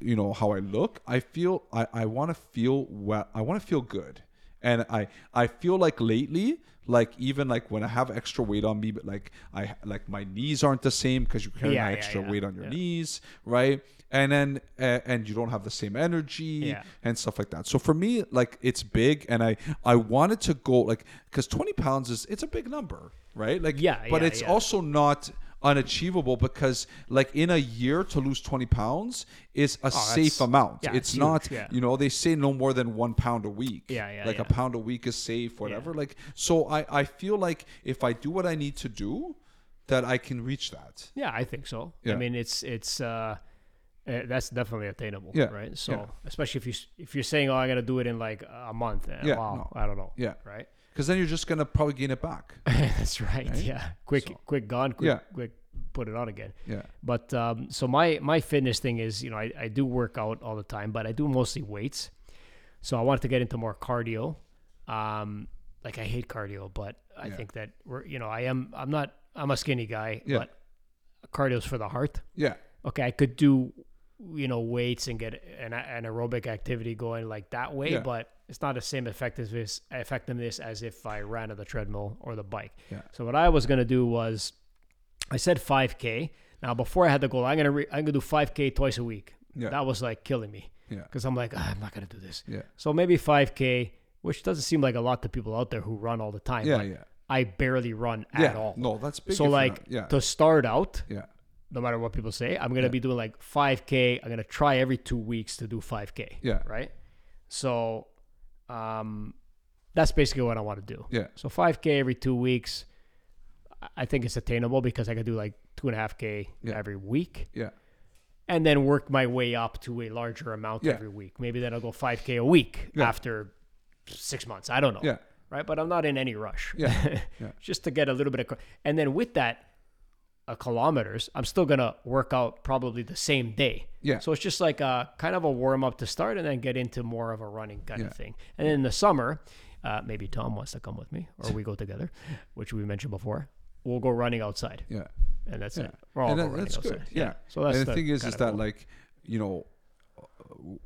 Speaker 1: you know, how I look. I feel I I want to feel well. I want to feel good. And I I feel like lately, like even like when I have extra weight on me, but like I like my knees aren't the same because you carry
Speaker 2: Yeah,
Speaker 1: an
Speaker 2: yeah,
Speaker 1: extra
Speaker 2: yeah,
Speaker 1: weight on your
Speaker 2: yeah.
Speaker 1: knees, right? And then uh, and you don't have the same energy
Speaker 2: Yeah.
Speaker 1: and stuff like that. So for me, like it's big, and I I wanted to go like because twenty pounds is it's a big number, right? Like
Speaker 2: Yeah,
Speaker 1: but
Speaker 2: yeah,
Speaker 1: it's
Speaker 2: yeah.
Speaker 1: also not unachievable because like in a year to lose 20 pounds is a safe amount
Speaker 2: Oh, yeah,
Speaker 1: it's
Speaker 2: it's
Speaker 1: not
Speaker 2: huge, yeah.
Speaker 1: you know they say no more than one pound a week
Speaker 2: Yeah, yeah,
Speaker 1: like a
Speaker 2: yeah.
Speaker 1: pound a week is safe whatever like so i i feel like if i do what i need to do that i can reach that
Speaker 2: Yeah, I think so.
Speaker 1: Yeah.
Speaker 2: I mean, it's it's uh, uh, that's definitely attainable,
Speaker 1: Yeah,
Speaker 2: right? So,
Speaker 1: yeah.
Speaker 2: especially if you s- if you're saying, "Oh, I got to do it in like a month," uh,
Speaker 1: Yeah,
Speaker 2: wow,
Speaker 1: no.
Speaker 2: I don't know,
Speaker 1: yeah
Speaker 2: right?
Speaker 1: because then you're just gonna probably gain it back
Speaker 2: that's right, yeah. Quick,
Speaker 1: So-
Speaker 2: quick gone, quick,
Speaker 1: Yeah.
Speaker 2: quick, put it on again.
Speaker 1: yeah
Speaker 2: But um, so my my fitness thing is, you know, I, I do work out all the time, but I do mostly weights. So I wanted to get into more cardio. Um, like I hate cardio, but I
Speaker 1: Yeah.
Speaker 2: think that we're, you know, I am I'm not I'm a skinny guy,
Speaker 1: Yeah.
Speaker 2: but cardio's for the heart.
Speaker 1: yeah
Speaker 2: Okay, I could do you know weights and get an, an aerobic activity going like that way,
Speaker 1: Yeah.
Speaker 2: but it's not the same effectiveness effectiveness as if I ran on the treadmill or the bike.
Speaker 1: Yeah.
Speaker 2: So what I was gonna do was I said 5K. Now before I had the goal, I'm gonna re- I'm gonna do 5K twice a week.
Speaker 1: Yeah.
Speaker 2: That was like killing me
Speaker 1: yeah
Speaker 2: because I'm like "Ah, I'm not gonna do this.
Speaker 1: yeah
Speaker 2: So maybe 5K, which doesn't seem like a lot to people out there who run all the time.
Speaker 1: yeah
Speaker 2: but
Speaker 1: yeah
Speaker 2: I barely run at
Speaker 1: yeah
Speaker 2: all.
Speaker 1: no that's big
Speaker 2: so
Speaker 1: if you're
Speaker 2: like
Speaker 1: not- yeah
Speaker 2: to start out,
Speaker 1: yeah
Speaker 2: no matter what people say, I'm gonna be doing like 5K. I'm gonna try every two weeks to do 5K.
Speaker 1: Yeah.
Speaker 2: Right. So, um, that's basically what I want to do.
Speaker 1: yeah
Speaker 2: So 5K every two weeks. I- I think it's attainable because I could do like two and a half K
Speaker 1: Yeah.
Speaker 2: every week
Speaker 1: yeah
Speaker 2: and then work my way up to a larger amount
Speaker 1: Yeah.
Speaker 2: every week. Maybe then I'll go 5K a week
Speaker 1: Yeah.
Speaker 2: after six months. I don't know.
Speaker 1: yeah
Speaker 2: Right. But I'm not in any rush.
Speaker 1: Yeah. Yeah.
Speaker 2: Just to get a little bit of, co- and then with that, uh, kilometers, I'm still going to work out probably the same day.
Speaker 1: Yeah.
Speaker 2: So it's just like a kind of a warm up to start and then get into more of a running kind
Speaker 1: Yeah.
Speaker 2: of thing. And then in the summer, uh, maybe Tom wants to come with me or we go together, which we mentioned before. We'll go running outside
Speaker 1: yeah
Speaker 2: and that's it.
Speaker 1: Yeah.
Speaker 2: We're all
Speaker 1: And
Speaker 2: go
Speaker 1: that-
Speaker 2: running
Speaker 1: that's
Speaker 2: outside.
Speaker 1: good. Yeah.
Speaker 2: So that's
Speaker 1: and the, thing is,
Speaker 2: kind
Speaker 1: is
Speaker 2: of
Speaker 1: that
Speaker 2: goal.
Speaker 1: like, you know, uh,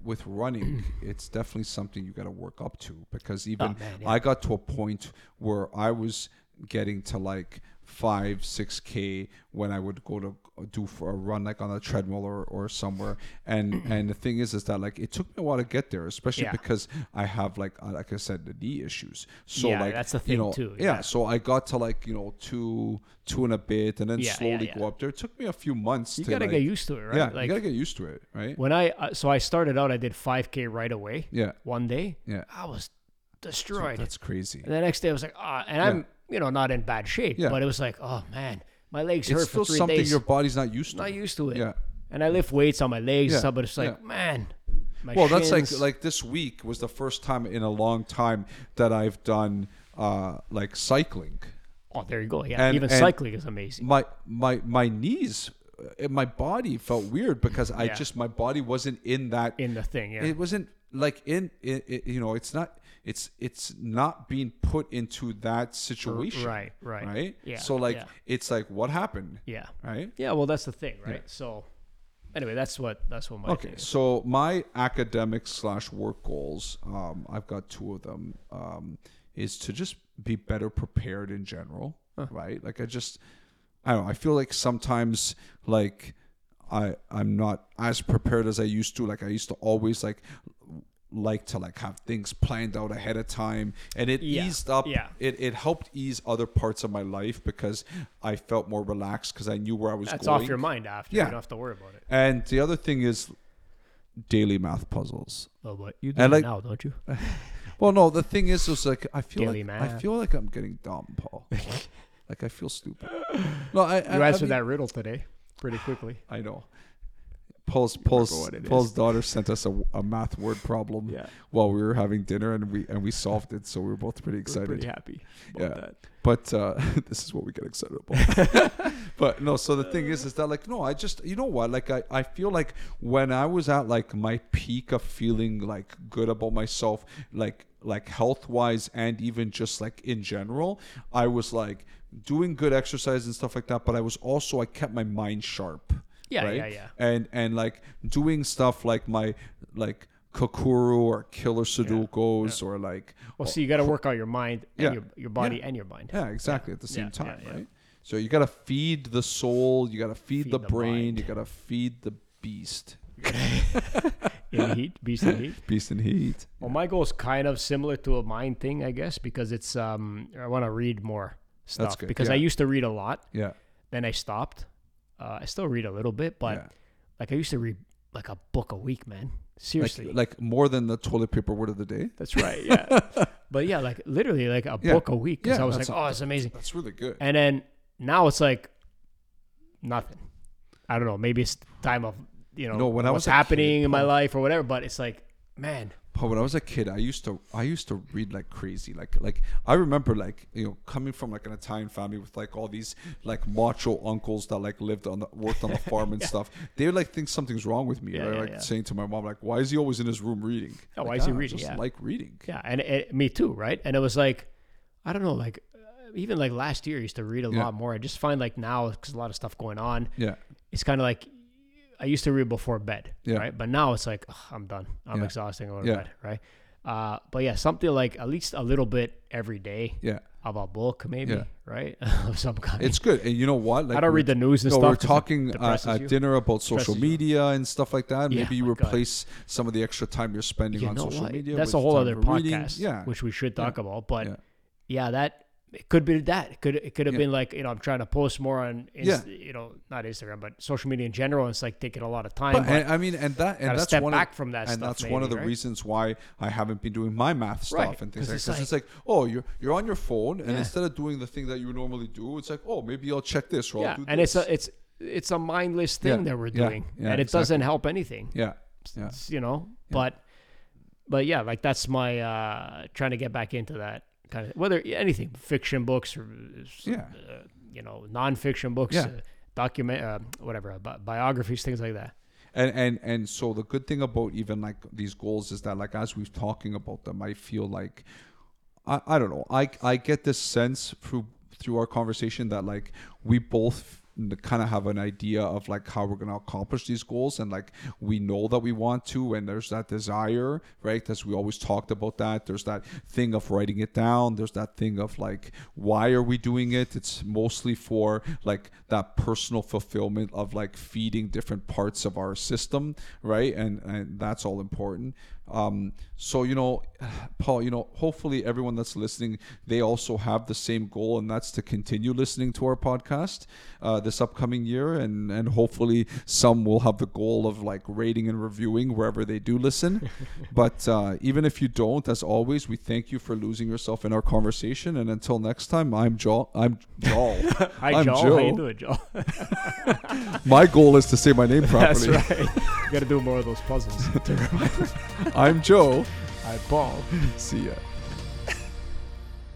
Speaker 1: with running, it's definitely something you got to work up to because even
Speaker 2: Oh, man,
Speaker 1: I got to a point where I was getting to like five, six k when I would go to uh, do for a run like on a treadmill or, or somewhere. And and the thing is, is that like it took me a while to get there, especially
Speaker 2: Yeah.
Speaker 1: because I have like uh, like I said, the knee issues. So
Speaker 2: Yeah,
Speaker 1: like
Speaker 2: that's the
Speaker 1: you
Speaker 2: thing
Speaker 1: know,
Speaker 2: too,
Speaker 1: Yeah,
Speaker 2: yeah.
Speaker 1: so I got to like you know two two and a bit, and then
Speaker 2: Yeah, yeah,
Speaker 1: slowly
Speaker 2: yeah.
Speaker 1: go up there. It took me a few months.
Speaker 2: you
Speaker 1: to
Speaker 2: got to
Speaker 1: like,
Speaker 2: get used to it, right?
Speaker 1: Yeah,
Speaker 2: like
Speaker 1: you gotta get used to it, right?
Speaker 2: when I uh, so I started out, I did 5K right away.
Speaker 1: Yeah,
Speaker 2: One day,
Speaker 1: yeah.
Speaker 2: I was destroyed.
Speaker 1: That's crazy.
Speaker 2: and the next day, I was like, ah, and I'm you know not in bad shape,
Speaker 1: Yeah.
Speaker 2: but it was like, oh man, my legs
Speaker 1: It's
Speaker 2: hurt
Speaker 1: still
Speaker 2: for three
Speaker 1: something
Speaker 2: days.
Speaker 1: your body's not used to.
Speaker 2: not used to it.
Speaker 1: Yeah.
Speaker 2: And I lift weights on my legs,
Speaker 1: Yeah,
Speaker 2: and stuff, but it's like,
Speaker 1: yeah.
Speaker 2: man, my
Speaker 1: well, that's like
Speaker 2: shins.
Speaker 1: like this week was the first time in a long time that I've done uh, like cycling.
Speaker 2: oh, there you go. Yeah,
Speaker 1: and-
Speaker 2: even
Speaker 1: and-
Speaker 2: cycling is amazing.
Speaker 1: My my my knees, uh, my body felt weird because I
Speaker 2: Yeah.
Speaker 1: just my body wasn't in that
Speaker 2: in the thing. Yeah,
Speaker 1: it wasn't like in it, it, you know it's not it's it's not being put into that situation
Speaker 2: right, right.
Speaker 1: right
Speaker 2: Yeah,
Speaker 1: so like
Speaker 2: yeah.
Speaker 1: it's like what happened
Speaker 2: yeah,
Speaker 1: right
Speaker 2: yeah. Well, that's the thing, right? So, anyway, that's what that's what my
Speaker 1: okay
Speaker 2: thing is.
Speaker 1: so my academic slash work goals um i've got two of them um is to just be better prepared in general right like i just i don't know i feel like sometimes like i i'm not as prepared as i used to like i used to always like like to like have things planned out ahead of time and it
Speaker 2: Yeah,
Speaker 1: eased up
Speaker 2: yeah.
Speaker 1: it, it helped ease other parts of my life because i felt more relaxed because i knew where i was
Speaker 2: That's
Speaker 1: going
Speaker 2: off your mind after.
Speaker 1: Yeah.
Speaker 2: You don't have to worry about it.
Speaker 1: and the other thing is daily math puzzles.
Speaker 2: Oh, but you do
Speaker 1: And,
Speaker 2: it
Speaker 1: like-
Speaker 2: now, don't you?
Speaker 1: Well, no, the thing is, is like I feel
Speaker 2: Daily
Speaker 1: like I
Speaker 2: math.
Speaker 1: feel like I'm getting dumb, Paul. like I feel stupid. No, I, I,
Speaker 2: You
Speaker 1: I
Speaker 2: answered
Speaker 1: mean-
Speaker 2: that riddle today pretty quickly.
Speaker 1: I know. Paul's Paul's,
Speaker 3: what it is.
Speaker 1: Paul's daughter sent us a, a math word problem
Speaker 3: Yeah.
Speaker 1: while we were having dinner, and we and we solved it, so we were both pretty excited.
Speaker 3: Pretty happy
Speaker 1: Yeah.
Speaker 3: about that.
Speaker 1: but uh, this is what we get excited about. but no, so the thing is, is that like no, I just you know what, like I, I feel like when I was at like my peak of feeling like good about myself, like like health wise and even just like in general, I was like doing good exercise and stuff like that. But I was also I kept my mind sharp.
Speaker 2: Yeah,
Speaker 1: right?
Speaker 2: yeah, yeah.
Speaker 1: And and like doing stuff like my like. Kokoro or killer Sudokus or like
Speaker 2: Well, see, you got to work out your mind and
Speaker 1: Yeah.
Speaker 2: your, your body
Speaker 1: Yeah.
Speaker 2: and your mind.
Speaker 1: yeah, exactly. At the same
Speaker 2: Yeah,
Speaker 1: time,
Speaker 2: yeah, yeah.
Speaker 1: right? So you gotta feed the soul, you gotta feed,
Speaker 2: Feed
Speaker 1: the,
Speaker 2: the
Speaker 1: brain,
Speaker 2: mind.
Speaker 1: you gotta feed the beast.
Speaker 2: In heat, beast in heat.
Speaker 1: Beast and heat.
Speaker 2: Well, my goal is kind of similar to a mind thing, I guess, because it's um I want to read more stuff
Speaker 1: good,
Speaker 2: because I
Speaker 1: yeah.
Speaker 2: used to read a lot,
Speaker 1: Yeah.
Speaker 2: then I stopped. Uh, I still read a little bit, but
Speaker 1: Yeah.
Speaker 2: like I used to read like a book a week, man.
Speaker 1: Like,
Speaker 2: Seriously,
Speaker 1: like more than the toilet paper word of the day.
Speaker 3: That's right. Yeah.
Speaker 2: but yeah, like literally like a
Speaker 1: Yeah.
Speaker 2: book a week because
Speaker 1: Yeah,
Speaker 2: I was
Speaker 1: that's
Speaker 2: like, oh, it's amazing.
Speaker 1: That's really good.
Speaker 2: And then now it's like nothing. I don't know. Maybe it's time of you know
Speaker 1: No, when I
Speaker 2: what's
Speaker 1: was a
Speaker 2: happening
Speaker 1: kid,
Speaker 2: in my
Speaker 1: Paul-
Speaker 2: life or whatever. But it's like, man,
Speaker 1: But when I was a kid, I used to I used to read like crazy. Like like I remember like you know coming from like an Italian family with like all these like macho uncles that like lived on the worked on the farm and stuff. They would like think something's wrong with me.
Speaker 2: Yeah,
Speaker 1: right?
Speaker 2: yeah,
Speaker 1: like
Speaker 2: yeah.
Speaker 1: saying to my mom like, "Why is he always in his room reading?
Speaker 2: Yeah, why
Speaker 1: Like,
Speaker 2: is he
Speaker 1: "Ah, I
Speaker 2: reading?
Speaker 1: Just
Speaker 2: Yeah.
Speaker 1: like reading.
Speaker 2: yeah, and it, me too, right? And it was like, I don't know, like uh, even like last year, I used to read a
Speaker 1: Yeah.
Speaker 2: lot more. I just find like now because a lot of stuff going on,
Speaker 1: Yeah.
Speaker 2: it's kind of like I used to read before bed,
Speaker 1: Yeah.
Speaker 2: right? But now it's like ugh, I'm done. I'm
Speaker 1: Yeah.
Speaker 2: exhausted. I'm going
Speaker 1: Yeah.
Speaker 2: to bed, right? Uh, but yeah, something like at least a little bit every day
Speaker 1: Yeah.
Speaker 2: of a book, maybe,
Speaker 1: Yeah.
Speaker 2: right? of some kind.
Speaker 1: It's good, and you know what? Like
Speaker 2: I don't
Speaker 1: we-
Speaker 2: read the news and
Speaker 1: no, we
Speaker 2: stuff.
Speaker 1: we're
Speaker 2: 'cause it
Speaker 1: talking uh,
Speaker 2: depresses you.
Speaker 1: at dinner about social
Speaker 2: Stresses you.
Speaker 1: media and stuff like that.
Speaker 2: Yeah,
Speaker 1: Maybe you
Speaker 2: my God.
Speaker 1: replace some of the extra time you're spending
Speaker 2: You
Speaker 1: on
Speaker 2: know
Speaker 1: social
Speaker 2: what?
Speaker 1: media.
Speaker 2: That's
Speaker 1: with
Speaker 2: a whole
Speaker 1: time
Speaker 2: other
Speaker 1: for reading.
Speaker 2: podcast,
Speaker 1: Yeah,
Speaker 2: which we should talk about. But
Speaker 1: Yeah.
Speaker 2: yeah. that it could be that. It could it could have
Speaker 1: Yeah.
Speaker 2: been like you know I'm trying to post more on
Speaker 1: Yeah.
Speaker 2: Inst- you know not Instagram but social media in general. And it's like taking a lot of time.
Speaker 1: but,
Speaker 2: But,
Speaker 1: and, I mean, and that and
Speaker 2: Gotta
Speaker 1: that's
Speaker 2: step
Speaker 1: one
Speaker 2: back
Speaker 1: of,
Speaker 2: from that
Speaker 1: and
Speaker 2: stuff
Speaker 1: that's one of
Speaker 2: maybe,
Speaker 1: the
Speaker 2: right?
Speaker 1: reasons why I haven't been doing my math stuff
Speaker 2: Right,
Speaker 1: and things
Speaker 2: 'cause
Speaker 1: like
Speaker 2: it's
Speaker 1: that. It's like, oh, you're you're on your phone, and
Speaker 2: Yeah.
Speaker 1: instead of doing the thing that you would normally do, it's like, oh, maybe I'll check this or
Speaker 2: yeah,
Speaker 1: I'll do
Speaker 2: and
Speaker 1: this.
Speaker 2: it's a it's it's a mindless thing
Speaker 1: Yeah.
Speaker 2: that we're
Speaker 1: Yeah.
Speaker 2: doing,
Speaker 1: Yeah,
Speaker 2: and it
Speaker 1: exactly.
Speaker 2: doesn't help anything.
Speaker 1: yeah, yeah,
Speaker 2: It's, You know, but but yeah, like that's my uh trying to get back into that kind of whether anything fiction books or
Speaker 1: yeah,
Speaker 2: uh, you know nonfiction books,
Speaker 1: Yeah.
Speaker 2: uh, document, uh, whatever, uh, bi- biographies, things like that.
Speaker 1: and and and so the good thing about even like these goals is that like as we've talking about them i feel like i i don't know i i get this sense through through our conversation that like we both kind of have an idea of like how we're going to accomplish these goals and like we know that we want to and there's that desire right as we always talked about that there's that thing of writing it down there's that thing of like why are we doing it it's mostly for like that personal fulfillment of like feeding different parts of our system right and and that's all important um so you know paul you know hopefully everyone that's listening they also have the same goal and that's to continue listening to our podcast uh, this upcoming year and and hopefully some will have the goal of like rating and reviewing wherever they do listen but uh, even if you don't as always we thank you for losing yourself in our conversation and until next time i'm joel i'm joel
Speaker 2: Hi,
Speaker 1: I'm
Speaker 2: Joel. How
Speaker 1: Joe.
Speaker 2: you doing, Joel?
Speaker 1: my goal is to say my name properly
Speaker 2: That's right.
Speaker 1: got to do more of those puzzles.
Speaker 2: I'm Joe.
Speaker 1: I Paul.
Speaker 2: See ya.